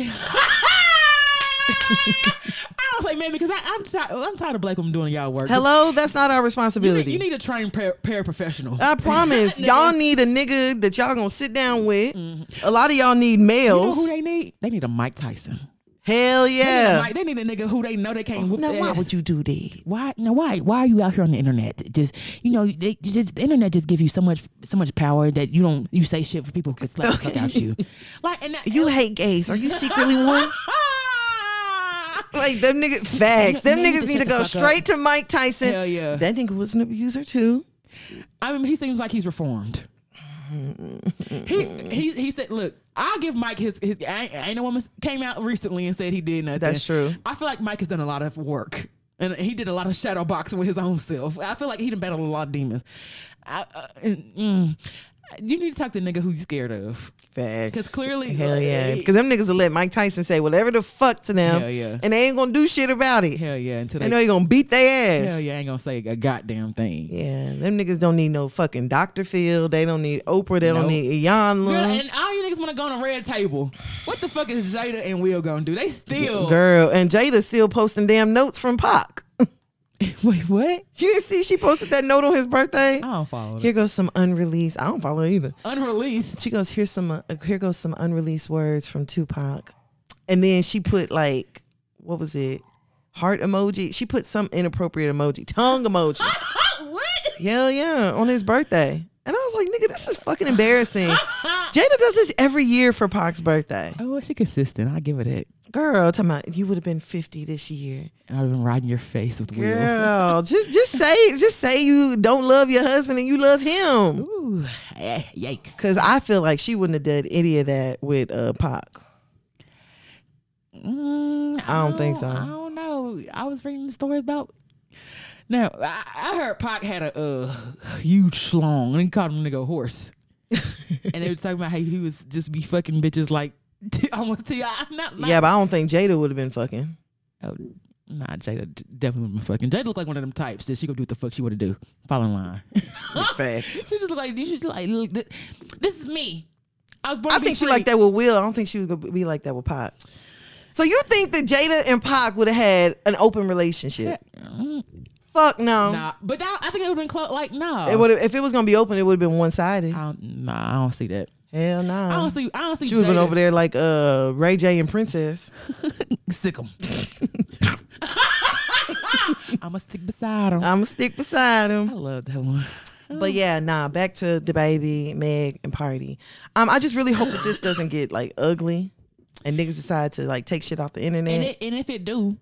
Speaker 1: I don't say mammy because I'm tired. I'm tired of black women doing y'all work.
Speaker 2: Hello, that's not our
Speaker 1: You need,
Speaker 2: responsibility.
Speaker 1: you need a trained par- paraprofessional.
Speaker 2: I promise, y'all need a nigga that y'all gonna sit down with. A lot of y'all need
Speaker 1: Mm-hmm. you know
Speaker 2: males.
Speaker 1: who they need? They need a Mike Tyson.
Speaker 2: Hell yeah.
Speaker 1: Like they need a nigga who they know they can't whoop
Speaker 2: Now
Speaker 1: their
Speaker 2: why
Speaker 1: ass.
Speaker 2: would you do that?
Speaker 1: why now why why are you out here on the internet just you know they you just the internet just give you so much so much power that you don't you say shit for people who could slap the fuck out you like and that,
Speaker 2: You hate gays. Are you secretly one? Like them niggas facts. Them
Speaker 1: They need
Speaker 2: niggas
Speaker 1: to
Speaker 2: need
Speaker 1: shut
Speaker 2: to go
Speaker 1: the fuck up.
Speaker 2: straight to Mike Tyson.
Speaker 1: Hell yeah.
Speaker 2: That nigga was an abuser too.
Speaker 1: I mean, he seems like he's reformed. he he he said, "Look, I'll give Mike his his." I ain't, I ain't a woman came out recently and said he did nothing.
Speaker 2: That's true.
Speaker 1: I feel like Mike has done a lot of work, and he did a lot of shadow boxing with his own self. I feel like he done battled a lot of demons. I, uh, and, mm, you need to talk to the nigga who you scared of.
Speaker 2: Facts.
Speaker 1: 'Cause clearly,
Speaker 2: Hell
Speaker 1: like,
Speaker 2: yeah.
Speaker 1: he-
Speaker 2: Because them niggas will let Mike Tyson say whatever the fuck to them.
Speaker 1: Hell yeah.
Speaker 2: And they ain't gonna do shit about it.
Speaker 1: Hell yeah! Until
Speaker 2: They
Speaker 1: they,
Speaker 2: know you're gonna beat their ass.
Speaker 1: hell yeah, I ain't gonna say a goddamn thing.
Speaker 2: Yeah, them niggas don't need no fucking Dr. Phil. They don't need Oprah. They don't
Speaker 1: Nope.
Speaker 2: need Iyanla.
Speaker 1: Girl, and all you niggas want to go on a red table. What the fuck is Jada and Will gonna do? They still
Speaker 2: Girl, and Jada's still posting damn notes from Pac. You
Speaker 1: wait. What?
Speaker 2: didn't see she posted that note on his birthday?
Speaker 1: I don't follow. that.
Speaker 2: Here goes some unreleased. I don't follow her either.
Speaker 1: Unreleased.
Speaker 2: She goes, here's some. Uh, here goes some unreleased words from Tupac, and then she put like, what was it? Heart emoji. She put some inappropriate emoji, tongue emoji.
Speaker 1: what?
Speaker 2: Hell yeah, on his birthday. And I was like, nigga, this is fucking embarrassing. Jada does this every year for Pac's birthday.
Speaker 1: Oh, she consistent. I give it it.
Speaker 2: Girl, talking about you would have been 50 this year.
Speaker 1: And I've been riding your face with Will.
Speaker 2: Girl, just just say just say you don't love your husband and you love him.
Speaker 1: Ooh, eh, yikes.
Speaker 2: Cause I feel like she wouldn't have done any of that with uh Pac.
Speaker 1: Mm,
Speaker 2: I don't think so.
Speaker 1: I don't know. I was reading the story about. Now I, I heard Pac had a uh, huge schlong and he called him nigga a horse, and they were talking about how he was just be fucking bitches like almost Ti. Not, not
Speaker 2: Yeah, but I don't think Jada would have been fucking.
Speaker 1: Oh, nah, Jada d- definitely wouldn't fucking. Jada looked like one of them types that she gonna do what the fuck she wanna do. Fall in line.
Speaker 2: Facts.
Speaker 1: she just look like she's like, look, th- this is me. I was born.
Speaker 2: I
Speaker 1: to be
Speaker 2: think she
Speaker 1: free.
Speaker 2: like that with Will. I don't think she would go- be like that with Pac. So you think that Jada and Pac would have had an open relationship?
Speaker 1: Mm,
Speaker 2: Fuck no.
Speaker 1: Nah, but that, I think it would have been close. Like, no.
Speaker 2: It would if it was gonna be open, it would have been one sided.
Speaker 1: I don't, nah, I don't see that.
Speaker 2: Hell no.
Speaker 1: I don't see. I don't see.
Speaker 2: She would have been
Speaker 1: Jada-
Speaker 2: over there like uh Ray J and Princess.
Speaker 1: Sick him. I'ma stick beside him.
Speaker 2: I'ma stick beside him.
Speaker 1: I love that one. Mm.
Speaker 2: But yeah, nah, back to the baby, Meg, and party. Um, I just really hope that this doesn't get like ugly and niggas decide to like take shit off the internet.
Speaker 1: And, it, and if it do,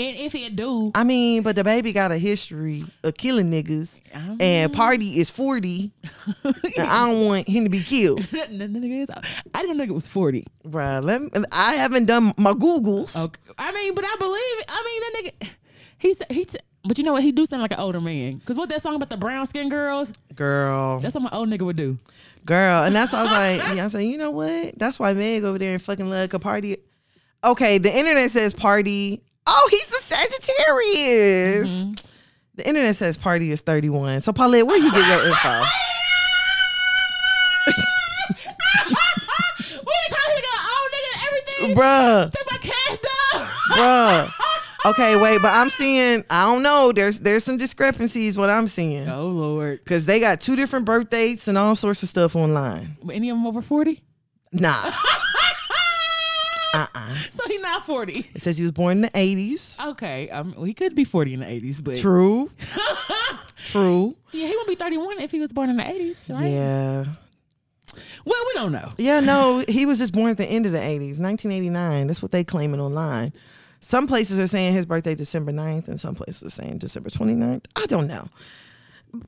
Speaker 1: and if it do,
Speaker 2: I mean, but the baby got a history of killing niggas. And party is 40. and I don't want him to be killed.
Speaker 1: that nigga is- I didn't know it was forty.
Speaker 2: Bruh, let me, I haven't done my Googles.
Speaker 1: Okay. I mean, but I believe. it. I mean, that nigga. He said he. T- but you know what? He do sound like an older man. Cause what that song about the brown skin girls?
Speaker 2: Girl.
Speaker 1: That's what my old nigga would do.
Speaker 2: Girl. And that's why I was like, yeah, I said, you know what? That's why Meg over there in fucking love could party. Okay, the internet says party. Oh, he's a Sagittarius. The internet says party is 31. So Paulette, where you get your info?
Speaker 1: we done call him an old nigga and everything.
Speaker 2: Bruh.
Speaker 1: Took my cash dog.
Speaker 2: Bruh. Okay, wait, but I'm seeing, I don't know. There's there's some discrepancies what I'm seeing.
Speaker 1: Oh lord.
Speaker 2: Cause they got two different birth dates and all sorts of stuff online.
Speaker 1: Were Any of them over forty?
Speaker 2: Nah. Uh-uh.
Speaker 1: So he not forty.
Speaker 2: It says he was born in the 80s.
Speaker 1: Okay. Um. Well, he could be forty in the eighties, but
Speaker 2: True. True.
Speaker 1: yeah, he wouldn't be thirty one if he was born in the eighties, right?
Speaker 2: Yeah.
Speaker 1: Well, we don't know.
Speaker 2: Yeah, no, he was just born at the end of the 80s, 1989. That's what they claiming online. Some places are saying his birthday December 9th and some places are saying December 29th. I don't know.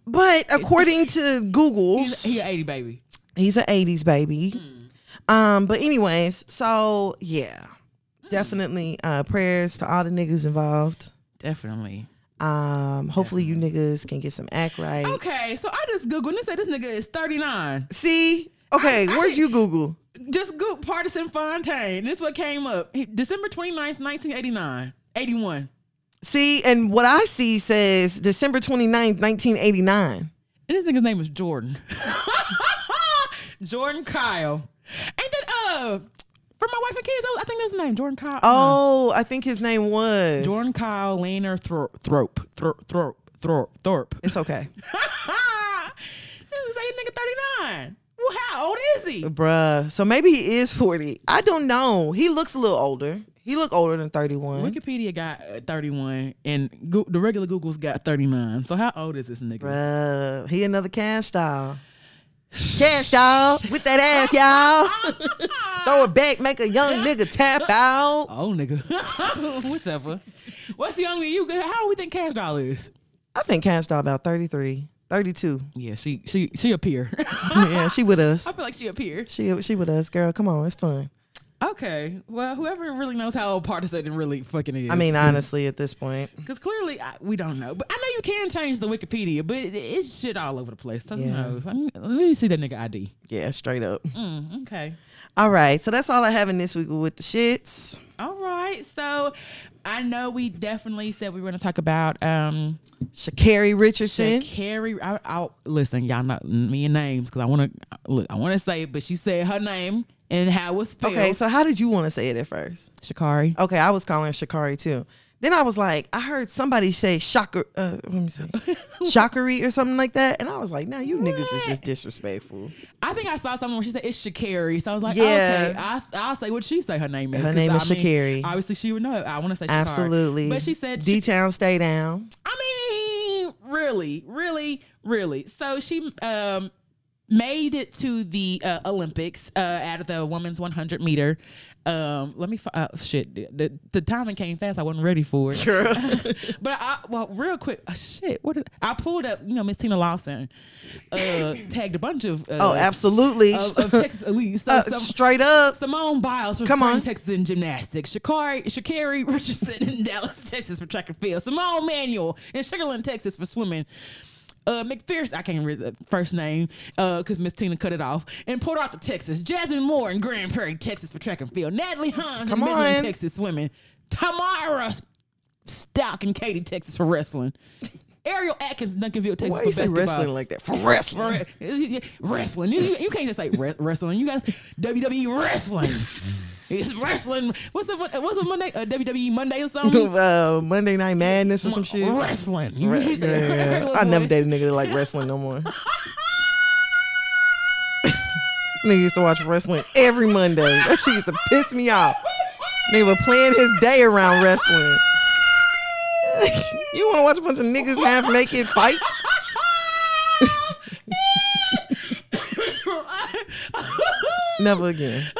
Speaker 2: But according to Google,
Speaker 1: He's Hmm. he an eighty baby.
Speaker 2: he's an 80s baby. Um, but anyways, so yeah.
Speaker 1: Hmm.
Speaker 2: Definitely uh prayers to all the niggas involved.
Speaker 1: Definitely.
Speaker 2: Um hopefully you niggas can get some act right.
Speaker 1: Okay, so I just googled and it said this nigga is thirty nine.
Speaker 2: See? Okay,
Speaker 1: I- I
Speaker 2: where'd
Speaker 1: didn't-
Speaker 2: you Google?
Speaker 1: just Google partisan Fontaine. This is what came up. He- December 29th, 1989. 81.
Speaker 2: See, and what I see says December 29th, 1989.
Speaker 1: And this nigga's name is Jordan. Jordan Kyle. Ain't that uh for my wife and kids? I, I think that's his name, Jordan Kyle. Uh,
Speaker 2: Oh, I think his name was.
Speaker 1: Jordan Kyle Laner Thorpe Thorpe Thorpe Thorpe Thorpe Thorpe.
Speaker 2: It's okay.
Speaker 1: this is a nigga 39. What? How old is he?
Speaker 2: Bruh. So maybe he is 40. I don't know. He looks a little older. He look older than 31.
Speaker 1: Wikipedia got uh, 31, and Goo the regular Google's got 39. So how old is this nigga?
Speaker 2: Bruh. He another cash doll. Cash y'all with that ass, y'all. Throw it back, make a young nigga tap out.
Speaker 1: Oh, nigga. Whatever. What's younger than you? How do we think Cash Doll is?
Speaker 2: I think Cash Doll about 33, 32.
Speaker 1: Yeah, she she she a peer.
Speaker 2: Yeah, she with us.
Speaker 1: I feel like she a peer.
Speaker 2: She she with us, girl. Come on, it's fun.
Speaker 1: Okay. Well, whoever really knows how old partisan really fucking is.
Speaker 2: I mean, honestly, at this point,
Speaker 1: because clearly I, we don't know. But I know you can change the Wikipedia, but it, it's shit all over the place. So who
Speaker 2: Yeah.
Speaker 1: knows? Let me, let me see that nigga ID.
Speaker 2: yeah, straight up.
Speaker 1: Mm, okay.
Speaker 2: All right, so that's all I have in this week with the shits.
Speaker 1: All right. So I know we definitely said we were going to talk about um
Speaker 2: Shakari Richardson.
Speaker 1: Shakari. I, I, listen, y'all know me and names because I want to look. I want to say it, but she said her name and how it's spelled.
Speaker 2: Okay, so how did you want to say it at first?
Speaker 1: Shakari.
Speaker 2: Okay, I was calling her Shakari too. Then I was like, I heard somebody say Shakari, uh, let me say, Shakari or something like that, and I was like, now you niggas is just disrespectful.
Speaker 1: I think I saw something where she said it's Shakari. So I was like, "Oh,
Speaker 2: Yeah.
Speaker 1: okay, I, I'll say what she say her name is.
Speaker 2: Her
Speaker 1: 'cause
Speaker 2: name
Speaker 1: I
Speaker 2: is
Speaker 1: mean,
Speaker 2: Shakari.
Speaker 1: Obviously, she would know. it. I want to say Shakari.
Speaker 2: Absolutely.
Speaker 1: But she said,
Speaker 2: D Town stay down.
Speaker 1: I mean, really, really, really. So she um made it to the uh, Olympics uh, at the women's 100 meter. Um, let me fi- uh, shit. The, the timing came fast. I wasn't ready for it.
Speaker 2: Girl.
Speaker 1: but I well, real quick. uh, shit. What did I pulled up? You know, Miss Tina Lawson uh, tagged a bunch of uh,
Speaker 2: Oh, absolutely.
Speaker 1: of, of Texas elites. So,
Speaker 2: Uh,
Speaker 1: some-
Speaker 2: straight up.
Speaker 1: Simone Biles for
Speaker 2: Come
Speaker 1: Come
Speaker 2: on.
Speaker 1: Texas in gymnastics. Shakari, Shakari Richardson in Dallas, Texas for track and field. Simone Manuel in Sugarland, Texas for swimming. Uh, McPherson, I can't read the first name because Miss Tina cut it off. In Port Arthur, Texas. Jasmine Moore in Grand Prairie, Texas for track and field. Natalie Hines
Speaker 2: Come
Speaker 1: in Midland,
Speaker 2: on.
Speaker 1: Texas swimming. Tamara Stock in Katy, Texas for wrestling. Ariel Atkins, Duncanville, Texas
Speaker 2: Why
Speaker 1: for
Speaker 2: you say
Speaker 1: basketball.
Speaker 2: wrestling like that? For wrestling.
Speaker 1: Re- wrestling. You, you- you can't just say re- wrestling. You got WWE wrestling. it's wrestling. What's the what's the Monday? Uh, WWE Monday or something.
Speaker 2: uh, Monday Night Madness or some shit.
Speaker 1: Wrestling. You
Speaker 2: Re-
Speaker 1: can't say
Speaker 2: yeah, yeah, yeah.
Speaker 1: wrestling,
Speaker 2: I never
Speaker 1: boy.
Speaker 2: dated a nigga that like wrestling no more. nigga used to watch wrestling every Monday. That shit used to piss me off. They were playing his day around wrestling. you want to watch a bunch of niggas half naked fight? Never again.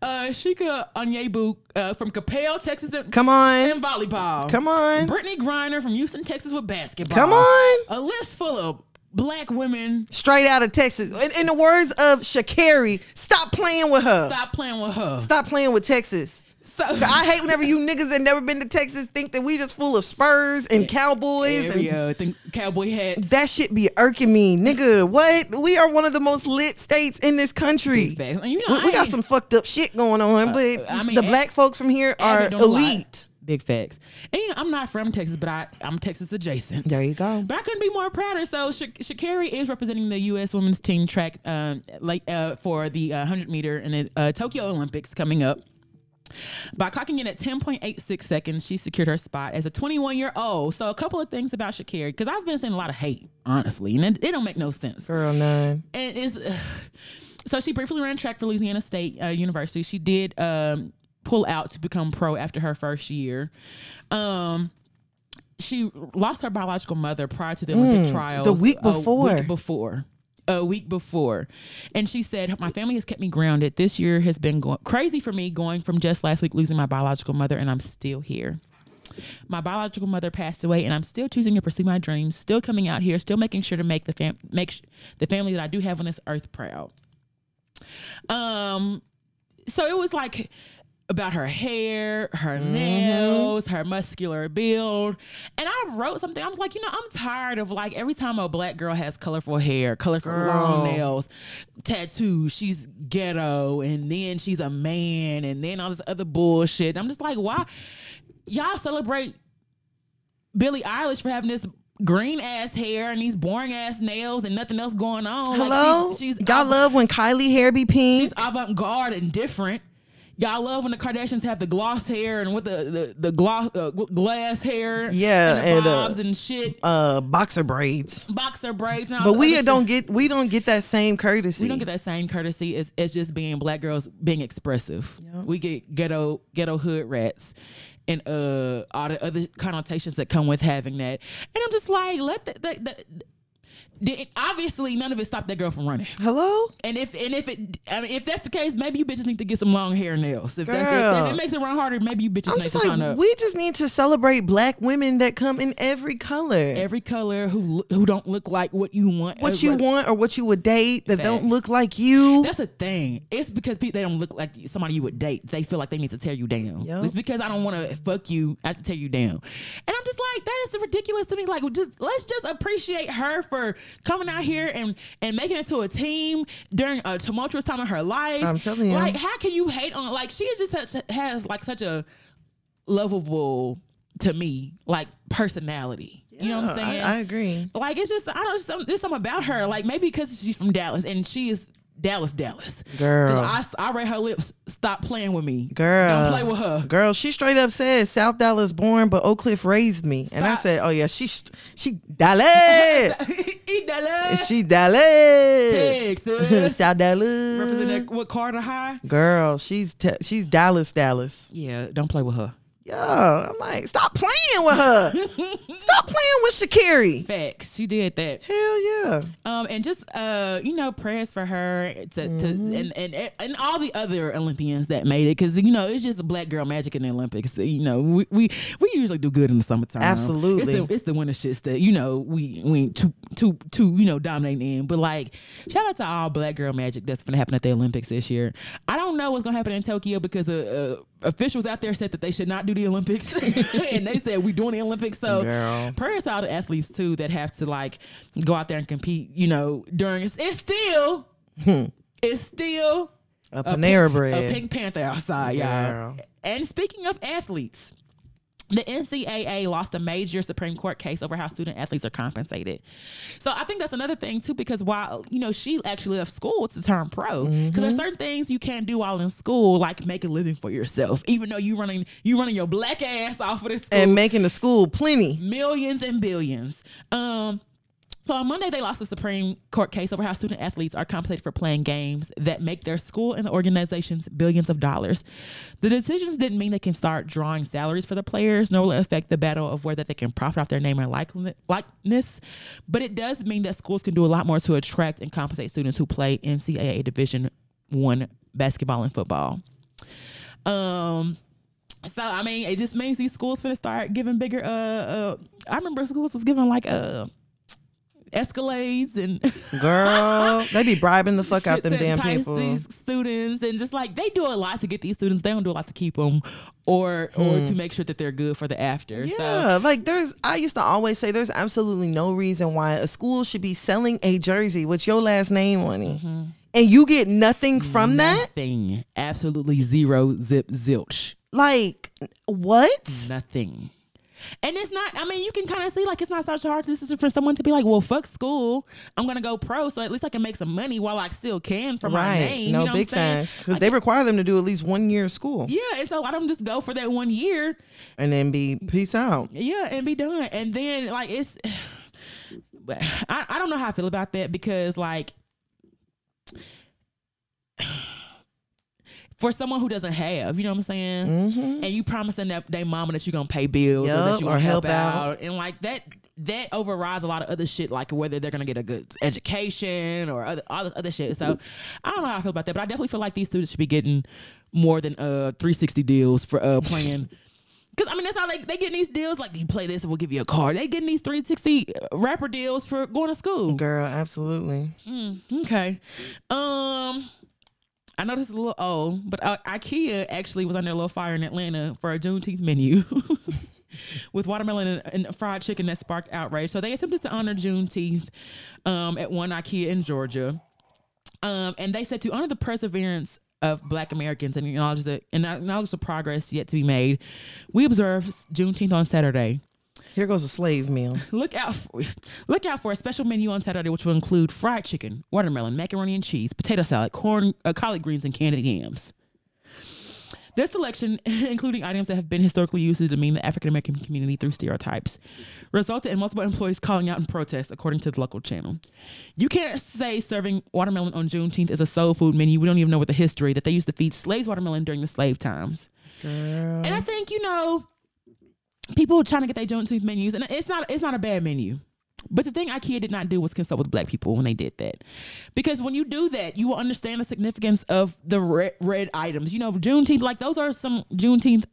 Speaker 1: uh, Shika Onyebu uh, from Capel, Texas, in,
Speaker 2: Come on.
Speaker 1: in volleyball.
Speaker 2: Come on.
Speaker 1: Brittany Griner from Houston, Texas, with basketball.
Speaker 2: Come on.
Speaker 1: A list full of black women.
Speaker 2: Straight out of Texas. In, in the words of Shakari, stop playing with her. Stop,
Speaker 1: Stop playing with her.
Speaker 2: playing with Texas.
Speaker 1: So
Speaker 2: I hate whenever you niggas that never been to Texas think that we just full of Spurs and Cowboys
Speaker 1: Every,
Speaker 2: and
Speaker 1: uh, think cowboy hats.
Speaker 2: that shit be irking me, nigga. What? We are one of the most lit states in this country.
Speaker 1: Facts. And you know,
Speaker 2: We, we
Speaker 1: I
Speaker 2: got
Speaker 1: ain't-
Speaker 2: some fucked up shit going on, but
Speaker 1: Uh, I mean,
Speaker 2: the
Speaker 1: Ab-
Speaker 2: black folks from here are
Speaker 1: Abby don't lie.
Speaker 2: elite.
Speaker 1: Big facts. And you know, I'm not from Texas, but I, I'm Texas adjacent.
Speaker 2: There you go.
Speaker 1: But I couldn't be more prouder. So Sha- Shakari is representing the U.S. women's team track um, like uh, for the uh, 100 meter in the uh, Tokyo Olympics coming up. By clocking in at 10.86 seconds, she secured her spot as a 21 year old. So a couple of things about Shakari, because I've been seeing a lot of hate, honestly, and it, it don't make no sense
Speaker 2: Girl, none.
Speaker 1: and it's so she briefly ran track for Louisiana State uh, University. She did um, pull out to become pro after her first year. Um, she lost her biological mother prior to the Olympic trials.
Speaker 2: Mm, the week
Speaker 1: a
Speaker 2: before.
Speaker 1: week before. A week before. And she said, My family has kept me grounded. This year has been going crazy for me, going from just last week losing my biological mother, and I'm still here. My biological mother passed away, and I'm still choosing to pursue my dreams. Still coming out here, still making sure to make the fam- make sh- the family that I do have on this earth proud. Um, so it was like about her hair, her
Speaker 2: Mm-hmm.
Speaker 1: nails, her muscular build, and I wrote something. I was like, you know, I'm tired of like every time a black girl has colorful hair, colorful long
Speaker 2: Girl.
Speaker 1: nails, tattoos, she's ghetto, and then she's a man, and then all this other bullshit. I'm just like, why? y'all celebrate Billie Eilish for having this green ass hair and these boring ass nails and nothing else going on. Like,
Speaker 2: Hello?
Speaker 1: she's, she's
Speaker 2: Y'all
Speaker 1: av-
Speaker 2: love when Kylie hair be pink?
Speaker 1: she's avant garde and different. Y'all love when the Kardashians have the gloss hair and with the the, the gloss uh, gl- glass hair,
Speaker 2: Yeah,
Speaker 1: and,
Speaker 2: and,
Speaker 1: the
Speaker 2: uh,
Speaker 1: bobs and shit,
Speaker 2: uh boxer braids.
Speaker 1: boxer braids. And all
Speaker 2: But
Speaker 1: the
Speaker 2: we
Speaker 1: other
Speaker 2: don't
Speaker 1: shit.
Speaker 2: get we don't get that same courtesy.
Speaker 1: we don't get that same courtesy as as just being black girls being expressive. We get ghetto ghetto hood rats. And uh, all the other connotations that come with having that, and I'm just like, let the, the, the, the obviously none of it stopped that girl from running.
Speaker 2: Hello?
Speaker 1: And if and if it I mean, if that's the case, maybe you bitches need to get some long hair and nails. If, that's
Speaker 2: Girl.
Speaker 1: it, if it makes it run harder, maybe you bitches
Speaker 2: I'm
Speaker 1: need
Speaker 2: just
Speaker 1: to turn
Speaker 2: like
Speaker 1: up.
Speaker 2: we just need to celebrate black women that come in every color.
Speaker 1: Every color who who don't look like what you want.
Speaker 2: what you
Speaker 1: Every-
Speaker 2: want or what you would date that
Speaker 1: Facts.
Speaker 2: don't look like you.
Speaker 1: That's a thing. It's because people they don't look like somebody you would date. They feel like they need to tear you down.
Speaker 2: Yup.
Speaker 1: It's because I don't want to fuck you. I have to tear you down. And I'm just like that is ridiculous to me. Like just let's just appreciate her for coming out here and and making it to a team during a tumultuous time in her life.
Speaker 2: I'm telling you.
Speaker 1: Like how can you hate on like she is just such has like such a lovable to me like personality. you know what I'm
Speaker 2: Yeah, I-
Speaker 1: saying?
Speaker 2: I agree.
Speaker 1: Like it's just I don't just some- there's something about her. Like maybe because she's from Dallas and she is Dallas, Dallas. 'Cause
Speaker 2: Girl.
Speaker 1: I s- I, read her lips. Stop playing with me,
Speaker 2: Girl,
Speaker 1: Don't play with her.
Speaker 2: Girl, she straight up said South Dallas born, but Oak Cliff raised me, and I
Speaker 1: Stop.
Speaker 2: said, "Oh yeah, she she Dallas,
Speaker 1: Eat Dallas.
Speaker 2: she Dallas,
Speaker 1: Texas.
Speaker 2: South
Speaker 1: Representing
Speaker 2: Dallas."
Speaker 1: what Carter High?
Speaker 2: Girl, she's te- she's Dallas, Dallas.
Speaker 1: Yeah, don't play with her.
Speaker 2: Yeah, I'm like, stop playing with her. stop playing with Shakiri.
Speaker 1: Facts. She did that.
Speaker 2: Hell yeah.
Speaker 1: Um, and just uh, you know, prayers for her to,
Speaker 2: Mm-hmm.
Speaker 1: to and, and and all the other Olympians that made it because you know it's just black girl magic in the Olympics. You know, we we, we usually do good in the summertime.
Speaker 2: Absolutely.
Speaker 1: it's the, it's the winter shits that you know we we ain't too too too you know dominating in. But like, shout out to all black girl magic that's gonna happen at the Olympics this year. I don't know what's gonna happen in Tokyo because uh, uh, officials out there said that they should not do the Olympics, and they said we're doing the Olympics. So
Speaker 2: Girl.
Speaker 1: prayers to all the athletes too that have to like go out there and compete. You know, during it's, it's still it's still
Speaker 2: A, Panera
Speaker 1: pink-
Speaker 2: bread.
Speaker 1: a Pink Panther outside, y'all.
Speaker 2: Girl.
Speaker 1: And speaking of athletes. The NCAA lost a major Supreme Court case over how student athletes are compensated. So I think that's another thing too, because while you know she actually left school to turn pro, because there's certain things you can't do while in school, like make a living for yourself, even though you running you running your black ass off of the school
Speaker 2: and making the school plenty.
Speaker 1: millions and billions. Um, so on Monday, they lost a Supreme Court case over how student athletes are compensated for playing games that make their school and the organizations billions of dollars. The decisions didn't mean they can start drawing salaries for the players, nor will it affect the battle of whether they can profit off their name or likely- likeness. But it does mean that schools can do a lot more to attract and compensate students who play NCAA Division One basketball and football. Um, so I mean, it just means these schools finna start giving bigger. Uh, uh I remember schools was giving like uh Escalades and
Speaker 2: Girl, they be bribing the fuck
Speaker 1: shit
Speaker 2: out them
Speaker 1: to
Speaker 2: damn
Speaker 1: entice
Speaker 2: people.
Speaker 1: These students and just like they do a lot to get these students. They don't do a lot to keep them or or to make sure that they're good for the after. So,
Speaker 2: Hmm. Yeah, like there's. I used to always say there's absolutely no reason why a school should be selling a jersey with your last name on it,
Speaker 1: Mm-hmm.
Speaker 2: and you get nothing from that.
Speaker 1: nothing, absolutely zero, zip, zilch,
Speaker 2: Like what?
Speaker 1: Mm-hmm. nothing. And it's not. I mean, you can kind of see like it's not such a hard decision for someone to be like, "Well, fuck school. I'm gonna go pro, so at least I can make some money while I still can for my
Speaker 2: Right?
Speaker 1: name."
Speaker 2: no
Speaker 1: you know
Speaker 2: big
Speaker 1: what I'm saying?
Speaker 2: facts because they require them to do at least one year of school
Speaker 1: Yeah, and so a lot of them just go for that one year.
Speaker 2: and then be peace out.
Speaker 1: Yeah, and be done. And then like it's but I, I don't know how I feel about that because like for someone who doesn't have, you know what I'm saying? And you promising that they mama that you're gonna pay bills or
Speaker 2: Mm-hmm. Yup,
Speaker 1: that you
Speaker 2: or
Speaker 1: gonna help,
Speaker 2: help out.
Speaker 1: out. And like that that overrides a lot of other shit, like whether they're gonna get a good education or other all this other shit. So I don't know how I feel about that, but I definitely feel like these students should be getting more than uh 360 deals for uh playing Cause I mean that's how they they getting these deals like you play this and we'll give you a card. They getting these three sixty rapper deals for going to school.
Speaker 2: Girl, absolutely.
Speaker 1: Okay, um, I know this is a little old, but uh, IKEA actually was under a little fire in Atlanta for a Juneteenth menu. With watermelon and, and fried chicken that sparked outrage. So they attempted to honor Juneteenth um, at one IKEA in Georgia. Um, and they said to honor the perseverance of Black Americans and acknowledge the and acknowledge the progress yet to be made, we observe Juneteenth on Saturday.
Speaker 2: Here goes a slave meal.
Speaker 1: Look out for look out for a special menu on Saturday, which will include fried chicken, watermelon, macaroni and cheese, potato salad, corn, uh, collard greens, and candied yams. This selection, including items that have been historically used to demean the African American community through stereotypes, resulted in multiple employees calling out in protest, according to the local channel. You can't say serving watermelon on Juneteenth is a soul food menu. We don't even know what the history that they used to feed slaves watermelon during the slave times.
Speaker 2: Girl.
Speaker 1: And I think you know, people trying to get their Juneteenth menus, and it's not it's not a bad menu. But the thing IKEA did not do was consult with black people when they did that, because when you do that, you will understand the significance of the red, red items. You know, Juneteenth, like those are some Juneteenth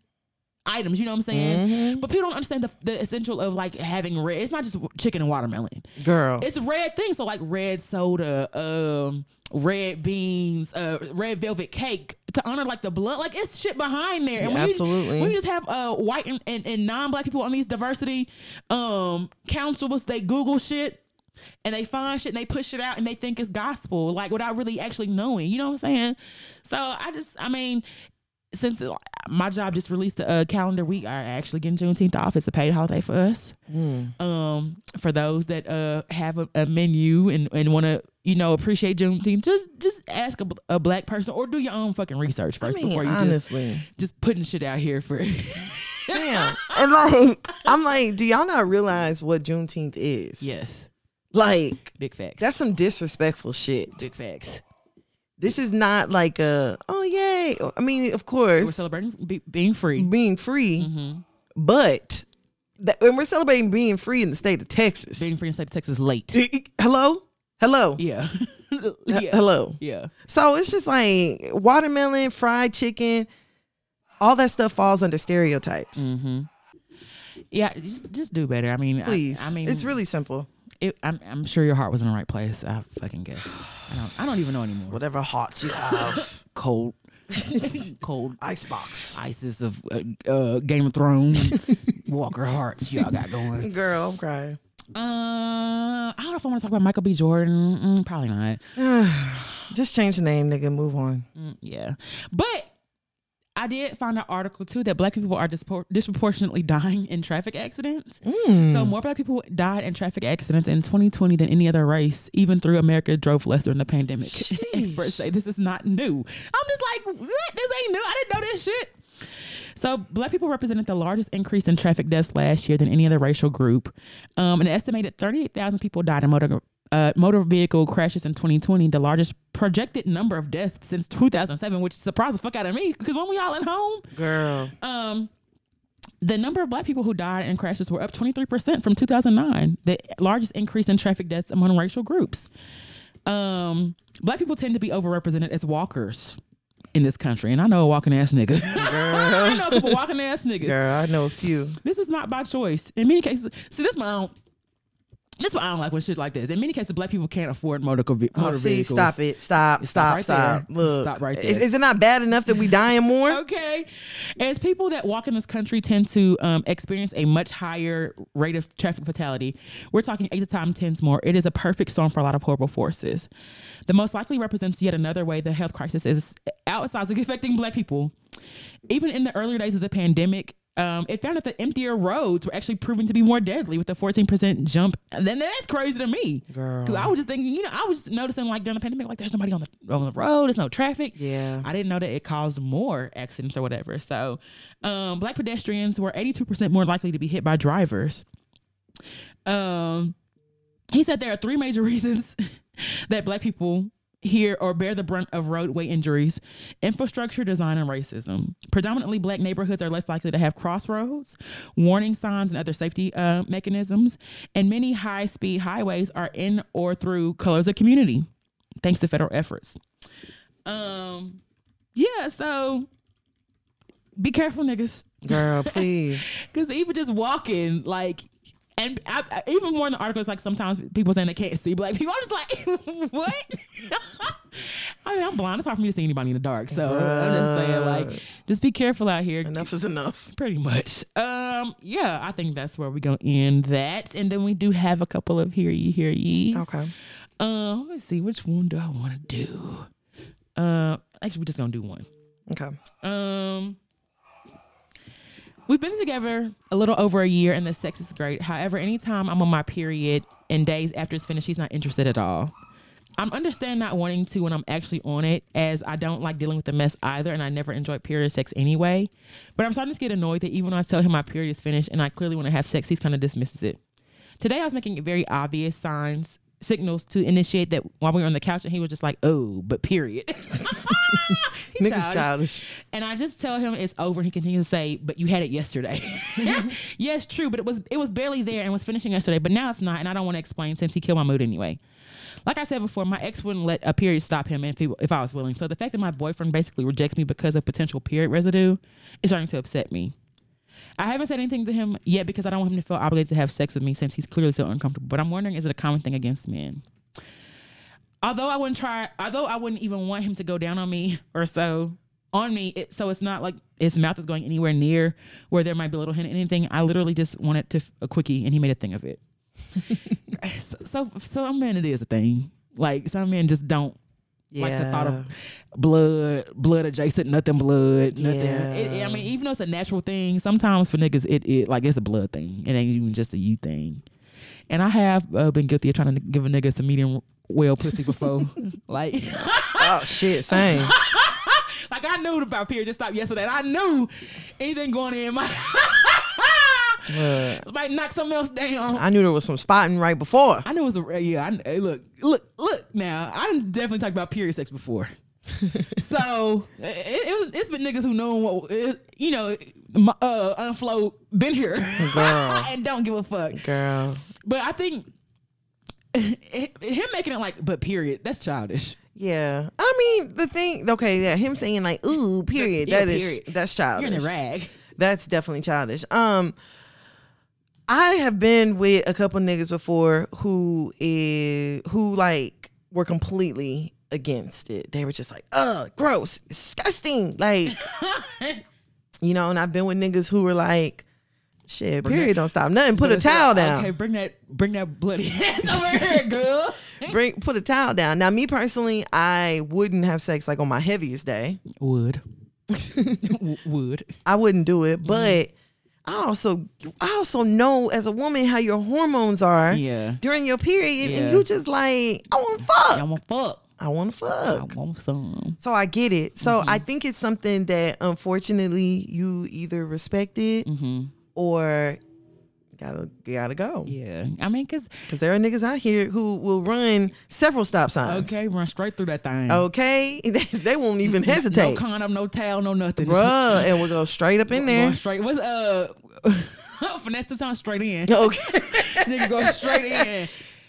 Speaker 1: items. You know what I'm saying? But people don't understand the, the essential of like having red. It's not just chicken and watermelon
Speaker 2: Girl.
Speaker 1: it's red things. So like red soda, um, red beans, uh, red velvet cake to honor like the blood. Like it's shit behind there.
Speaker 2: Yeah, absolutely.
Speaker 1: We just have uh white and, and, and non black people on these diversity um councils. They Google shit and they find shit and they push it out and they think it's gospel like without really actually knowing. You know what I'm saying? So I just I mean. Since uh, my job just released a uh, calendar, we are actually getting Juneteenth off. It's a paid holiday for us
Speaker 2: Hmm.
Speaker 1: um for those that uh have a, a menu and and want to you know appreciate Juneteenth, just just ask a, a black person or do your own fucking research
Speaker 2: I
Speaker 1: first
Speaker 2: mean,
Speaker 1: before you
Speaker 2: honestly.
Speaker 1: just just putting shit out here for.
Speaker 2: Damn. And like, I'm like, do y'all not realize what Juneteenth is?
Speaker 1: yes,
Speaker 2: Like,
Speaker 1: big facts.
Speaker 2: that's some disrespectful shit.
Speaker 1: big facts.
Speaker 2: This is not like a, oh, yay. I mean, of
Speaker 1: We're
Speaker 2: course,
Speaker 1: celebrating Mm-hmm. be- being free.
Speaker 2: being free, but, that, and we're celebrating being free in the state of Texas.
Speaker 1: Being free in the state of Texas late.
Speaker 2: Hello? Hello?
Speaker 1: Yeah.
Speaker 2: H-
Speaker 1: yeah.
Speaker 2: Hello?
Speaker 1: Yeah.
Speaker 2: So it's just like watermelon, fried chicken, all that stuff falls under stereotypes.
Speaker 1: Yeah. Just just do better. I mean, Mm-hmm. I-
Speaker 2: Please.
Speaker 1: I, mean, mm.
Speaker 2: it's really simple.
Speaker 1: It, I'm I'm sure your heart was in the right place. I fucking guess. I don't. I don't even know anymore.
Speaker 2: Whatever hearts you have,
Speaker 1: Cold. Cold
Speaker 2: icebox.
Speaker 1: ISIS of uh, uh, Game of Thrones, Walker Hearts, y'all got going.
Speaker 2: Girl, I'm crying.
Speaker 1: Uh, I don't know if I want to talk about Michael B. Jordan. Mm, probably not.
Speaker 2: Just change the name, nigga. Move on.
Speaker 1: Mm, yeah, but I did find an article too that Black people are dispor- disproportionately dying in traffic accidents. So more Black people died in traffic accidents in 2020 than any other race, even through America drove less during the pandemic. Experts say this is not new. I'm just like, what? This ain't new. I didn't know this shit. So, black people represented the largest increase in traffic deaths last year than any other racial group. Um, an estimated 38,000 people died in motor, uh, motor vehicle crashes in 2020, the largest projected number of deaths since 2007, which surprised the fuck out of me because when we all at home,
Speaker 2: Girl.
Speaker 1: um, the number of black people who died in crashes were up 23% from 2009, the largest increase in traffic deaths among racial groups. Um, black people tend to be overrepresented as walkers in this country. And I know a walking ass nigga. I know people walking ass niggas.
Speaker 2: Girl, I know a few.
Speaker 1: This is not by choice. In many cases, see, this one I don't. This one I don't like when shit like this. In many cases, black people can't afford motor, co- motor
Speaker 2: Oh, see,
Speaker 1: vehicles.
Speaker 2: stop it. Stop, stop,
Speaker 1: right
Speaker 2: stop.
Speaker 1: there.
Speaker 2: Look.
Speaker 1: Stop right
Speaker 2: Is,
Speaker 1: there.
Speaker 2: is it not bad enough that we dying more?
Speaker 1: Okay. As people that walk in this country tend to um, experience a much higher rate of traffic fatality, we're talking eight to time tens more. It is a perfect storm for a lot of horrible forces. The most likely represents yet another way the health crisis is outsized affecting black people. Even in the earlier days of the pandemic, um, it found that the emptier roads were actually proving to be more deadly with a 14% jump. And then that's crazy to me.
Speaker 2: Girl.
Speaker 1: Because I was just thinking, you know, I was just noticing like during the pandemic, like there's nobody on the on the road, there's no traffic.
Speaker 2: Yeah.
Speaker 1: I didn't know that it caused more accidents or whatever. So, um, black pedestrians were 82% more likely to be hit by drivers. Um, he said there are three major reasons that black people hear or bear the brunt of roadway injuries infrastructure design and racism predominantly black neighborhoods are less likely to have crossroads warning signs and other safety uh, mechanisms and many high-speed highways are in or through colors of community thanks to federal efforts um yeah so be careful niggas
Speaker 2: Girl, please.
Speaker 1: because even just walking, like, and I, I- even more in the articles, like sometimes people saying they can't see black people. I'm just like, what? I mean, I'm blind. It's hard for me to see anybody in the dark. So I'm just saying, like, just be careful out here.
Speaker 2: enough is enough.
Speaker 1: Pretty much. Um, yeah, I think that's where we're gonna end that. And then we do have a couple of hear ye, hear ye.
Speaker 2: Okay.
Speaker 1: Um, let's see, which one do I wanna do? Uh actually we're just gonna do one.
Speaker 2: Okay.
Speaker 1: Um, we've been together a little over a year, and the sex is great. However, anytime I'm on my period and days after it's finished, she's not interested at all. I'm understand not wanting to when I'm actually on it, as I don't like dealing with the mess either, and I never enjoy period sex anyway. But I'm starting to get annoyed that even when I tell him my period is finished and I clearly want to have sex, he's kind of dismisses it. Today I was making very obvious signs, signals to initiate that while we were on the couch, and he was just like, "Oh, but period." He
Speaker 2: Niggas childish.
Speaker 1: and I just tell him it's over, and he continues to say, "But you had it yesterday." yes, true, but it was it was barely there and was finishing yesterday, but now it's not, and I don't want to explain since he killed my mood anyway. Like I said before, my ex wouldn't let a period stop him if he, if I was willing. So the fact that my boyfriend basically rejects me because of potential period residue is starting to upset me. I haven't said anything to him yet because I don't want him to feel obligated to have sex with me since he's clearly so uncomfortable. But I'm wondering, is it a common thing against men? although I wouldn't try, although I wouldn't even want him to go down on me or so on me, it, so it's not like his mouth is going anywhere near where there might be a little hint of anything. I literally just wanted to a quickie, and he made a thing of it. so, so, some men it is a thing. Like some men just don't
Speaker 2: Yeah.
Speaker 1: like the thought of blood, blood adjacent, nothing blood, nothing.
Speaker 2: Yeah.
Speaker 1: It- it- I mean, even though it's a natural thing, sometimes for niggas, it, it like it's a blood thing. It ain't even just a you thing. And I have uh, been guilty of trying to give a nigga some medium well pussy before. like,
Speaker 2: oh shit, same.
Speaker 1: like I knew about period just stopped yesterday. And I knew anything going in my
Speaker 2: Look,
Speaker 1: might knock something else down.
Speaker 2: I knew there was some spotting right before.
Speaker 1: I know it's a yeah. I, hey, look, look, look. Now I done definitely talked about period sex before, so it, it was. It's been niggas who know what it, you know. My, uh, unflow been here
Speaker 2: Girl.
Speaker 1: and don't give a fuck.
Speaker 2: Girl.
Speaker 1: But I think him making it like, but period. That's childish.
Speaker 2: Yeah. I mean, the thing, okay, yeah, him saying like, ooh, period.
Speaker 1: Yeah,
Speaker 2: That is
Speaker 1: period.
Speaker 2: Oh, that's childish.
Speaker 1: You're in a rag.
Speaker 2: That's definitely childish. Um, I have been with a couple niggas before who is who like were completely against it. They were just like, "Ugh, gross, disgusting." Like, you know. And I've been with niggas who were like, "Shit, period, don't stop nothing. Put a
Speaker 1: But it's like,
Speaker 2: towel down.
Speaker 1: Okay, bring that, bring that bloody ass over here, girl.
Speaker 2: Bring put a towel down." Now, me personally, I wouldn't have sex like on my heaviest day.
Speaker 1: Would, W- would.
Speaker 2: I wouldn't do it, but I also I also know as a woman how your hormones are
Speaker 1: Yeah.
Speaker 2: during your period,
Speaker 1: Yeah.
Speaker 2: and you just like I want
Speaker 1: I
Speaker 2: to fuck,
Speaker 1: want fuck.
Speaker 2: I want to
Speaker 1: I
Speaker 2: fuck.
Speaker 1: want some.
Speaker 2: So I get it. So I
Speaker 1: Mm-hmm.
Speaker 2: think it's something that unfortunately you either respect it
Speaker 1: Mm-hmm.
Speaker 2: or gotta gotta go because
Speaker 1: Yeah, I mean, cause
Speaker 2: there are niggas out here who will run several stop signs.
Speaker 1: Okay, run straight through that thing.
Speaker 2: okay, they won't even Oh, hesitate,
Speaker 1: No condom, no towel, no nothing.
Speaker 2: bruh, and we'll go straight up
Speaker 1: Going
Speaker 2: in there.
Speaker 1: straight. What's uh? finesse the time straight in.
Speaker 2: Okay,
Speaker 1: Nigga go straight in.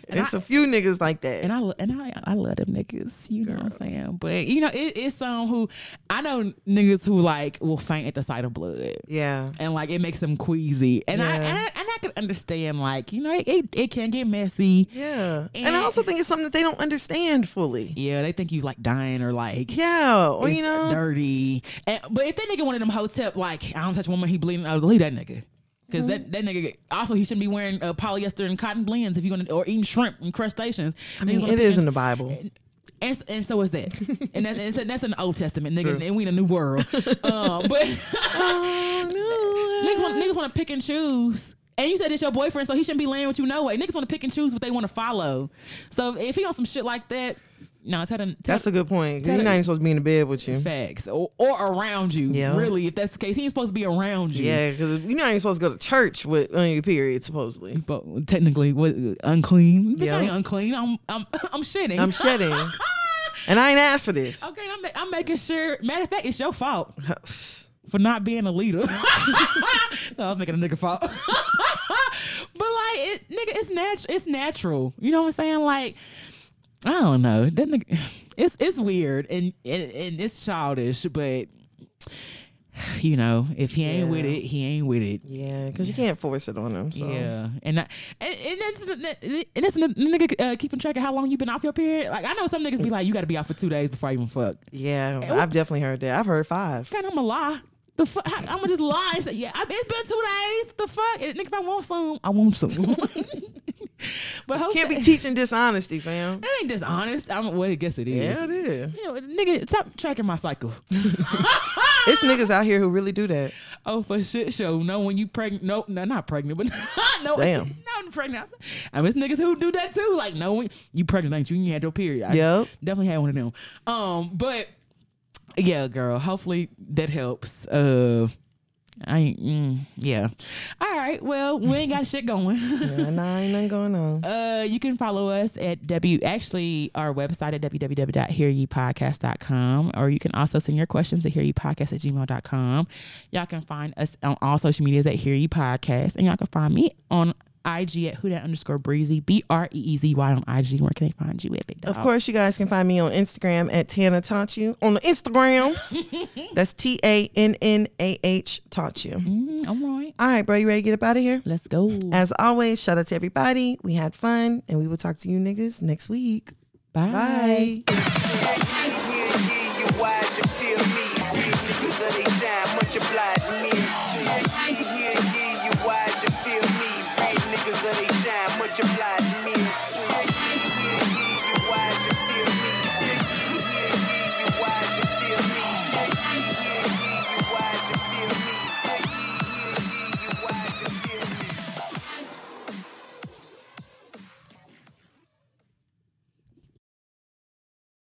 Speaker 1: And
Speaker 2: it's
Speaker 1: I,
Speaker 2: a few niggas like that.
Speaker 1: and I lo- and I I love them niggas. You know what I'm saying? But you know it, it's some who I know niggas who like will faint at the sight of blood.
Speaker 2: yeah.
Speaker 1: And like it makes them queasy, and I
Speaker 2: Yeah.
Speaker 1: and I, and I can understand like you know it, it, it can get messy.
Speaker 2: Yeah. And,
Speaker 1: And-
Speaker 2: I also think it's something that they don't understand fully.
Speaker 1: Yeah, they think you like dying or like
Speaker 2: Yeah. Or,
Speaker 1: it's
Speaker 2: Oh, you know,
Speaker 1: dirty. And, but if that nigga one of them hotep, like I don't touch a woman, he bleeding. Oh, leave that nigga. because that, that nigga also he shouldn't be wearing uh, polyester and cotton blends if you're gonna or eating shrimp and crustaceans.
Speaker 2: I mean, it is in the Bible.
Speaker 1: and, s- and so is that. and that's and so that's in the Old Testament, nigga. And we in a new world. uh, but niggas want niggas want to pick and choose. And you said it's your boyfriend, so he shouldn't be laying with you no way. Niggas want to pick and choose what they want to follow. So if he on some shit like that, no, tell them. Tell
Speaker 2: That's a good point.
Speaker 1: tell
Speaker 2: He's not
Speaker 1: it.
Speaker 2: even supposed to be in the bed with you.
Speaker 1: Facts or, or around you.
Speaker 2: Yeah.
Speaker 1: Really, if that's the case, he ain't supposed to be around you.
Speaker 2: Yeah, because you're not even supposed to go to church with on your period, supposedly.
Speaker 1: But technically, what unclean? Bitch,
Speaker 2: Yeah.
Speaker 1: I ain't unclean. I'm I'm I'm shedding.
Speaker 2: I'm shedding. and I ain't asked for this.
Speaker 1: okay, I'm ma- I'm making sure. Matter of fact, it's your fault for not being a leader. I was making a nigga fault. but like, it, nigga, it's natural. It's natural. You know what I'm saying? Like. I don't know. That nigga, it's it's weird and, and and it's childish, but you know, if he ain't with
Speaker 2: Yeah.
Speaker 1: it, he ain't with it.
Speaker 2: Yeah, because you can't force it on them. So.
Speaker 1: Yeah, and I, and, and that's the- and that's the nigga uh, keeping track of how long you been off your period. Like I know some niggas be like, you got to be out for two days before I even fuck.
Speaker 2: Yeah, I've definitely heard that. I've heard five.
Speaker 1: God, I'ma lie. The fuck, I'm gonna just lie and say, yeah, I- it's been two days. The fuck, and nigga, if I want some, I want some. but But Jose,
Speaker 2: Can't be teaching dishonesty, fam.
Speaker 1: That ain't dishonest. I'm well, I guess it is.
Speaker 2: Yeah, it is.
Speaker 1: You know, nigga, stop tracking my cycle.
Speaker 2: It's niggas out here who really do that.
Speaker 1: Oh, for shit show. No, when you pregnant. No, no, not pregnant, but no,
Speaker 2: Damn.
Speaker 1: no, pregnant. I mean, it's niggas who do that too. Like, no, when you pregnant, ain't you? You had your period. I
Speaker 2: Yep.
Speaker 1: definitely had one of them. Um, but yeah, girl. Hopefully that helps. Uh, I ain't. Mm, yeah. All right. Well, we ain't got shit going.
Speaker 2: Nah, nah, ain't nothing going on.
Speaker 1: Uh, you can follow us at W actually our website at www.hearyepodcast.com or you can also send your questions to hearyepodcast at gmail.com. Y'all can find us on all social medias at Hear You Podcast and y'all can find me on IG at who that underscore breezy B R E E Z Y on IG. Where can they find you at big dog?
Speaker 2: Of course, you guys can find me on Instagram at Tana Taught You. On the Instagrams, that's T A N N A H Taught You.
Speaker 1: Mm, all right.
Speaker 2: All right, bro, you ready to get up out of here?
Speaker 1: Let's go.
Speaker 2: As always, shout out to everybody. We had fun, and we will talk to you niggas next week.
Speaker 1: Bye.
Speaker 2: Bye.
Speaker 5: Much obliged, me.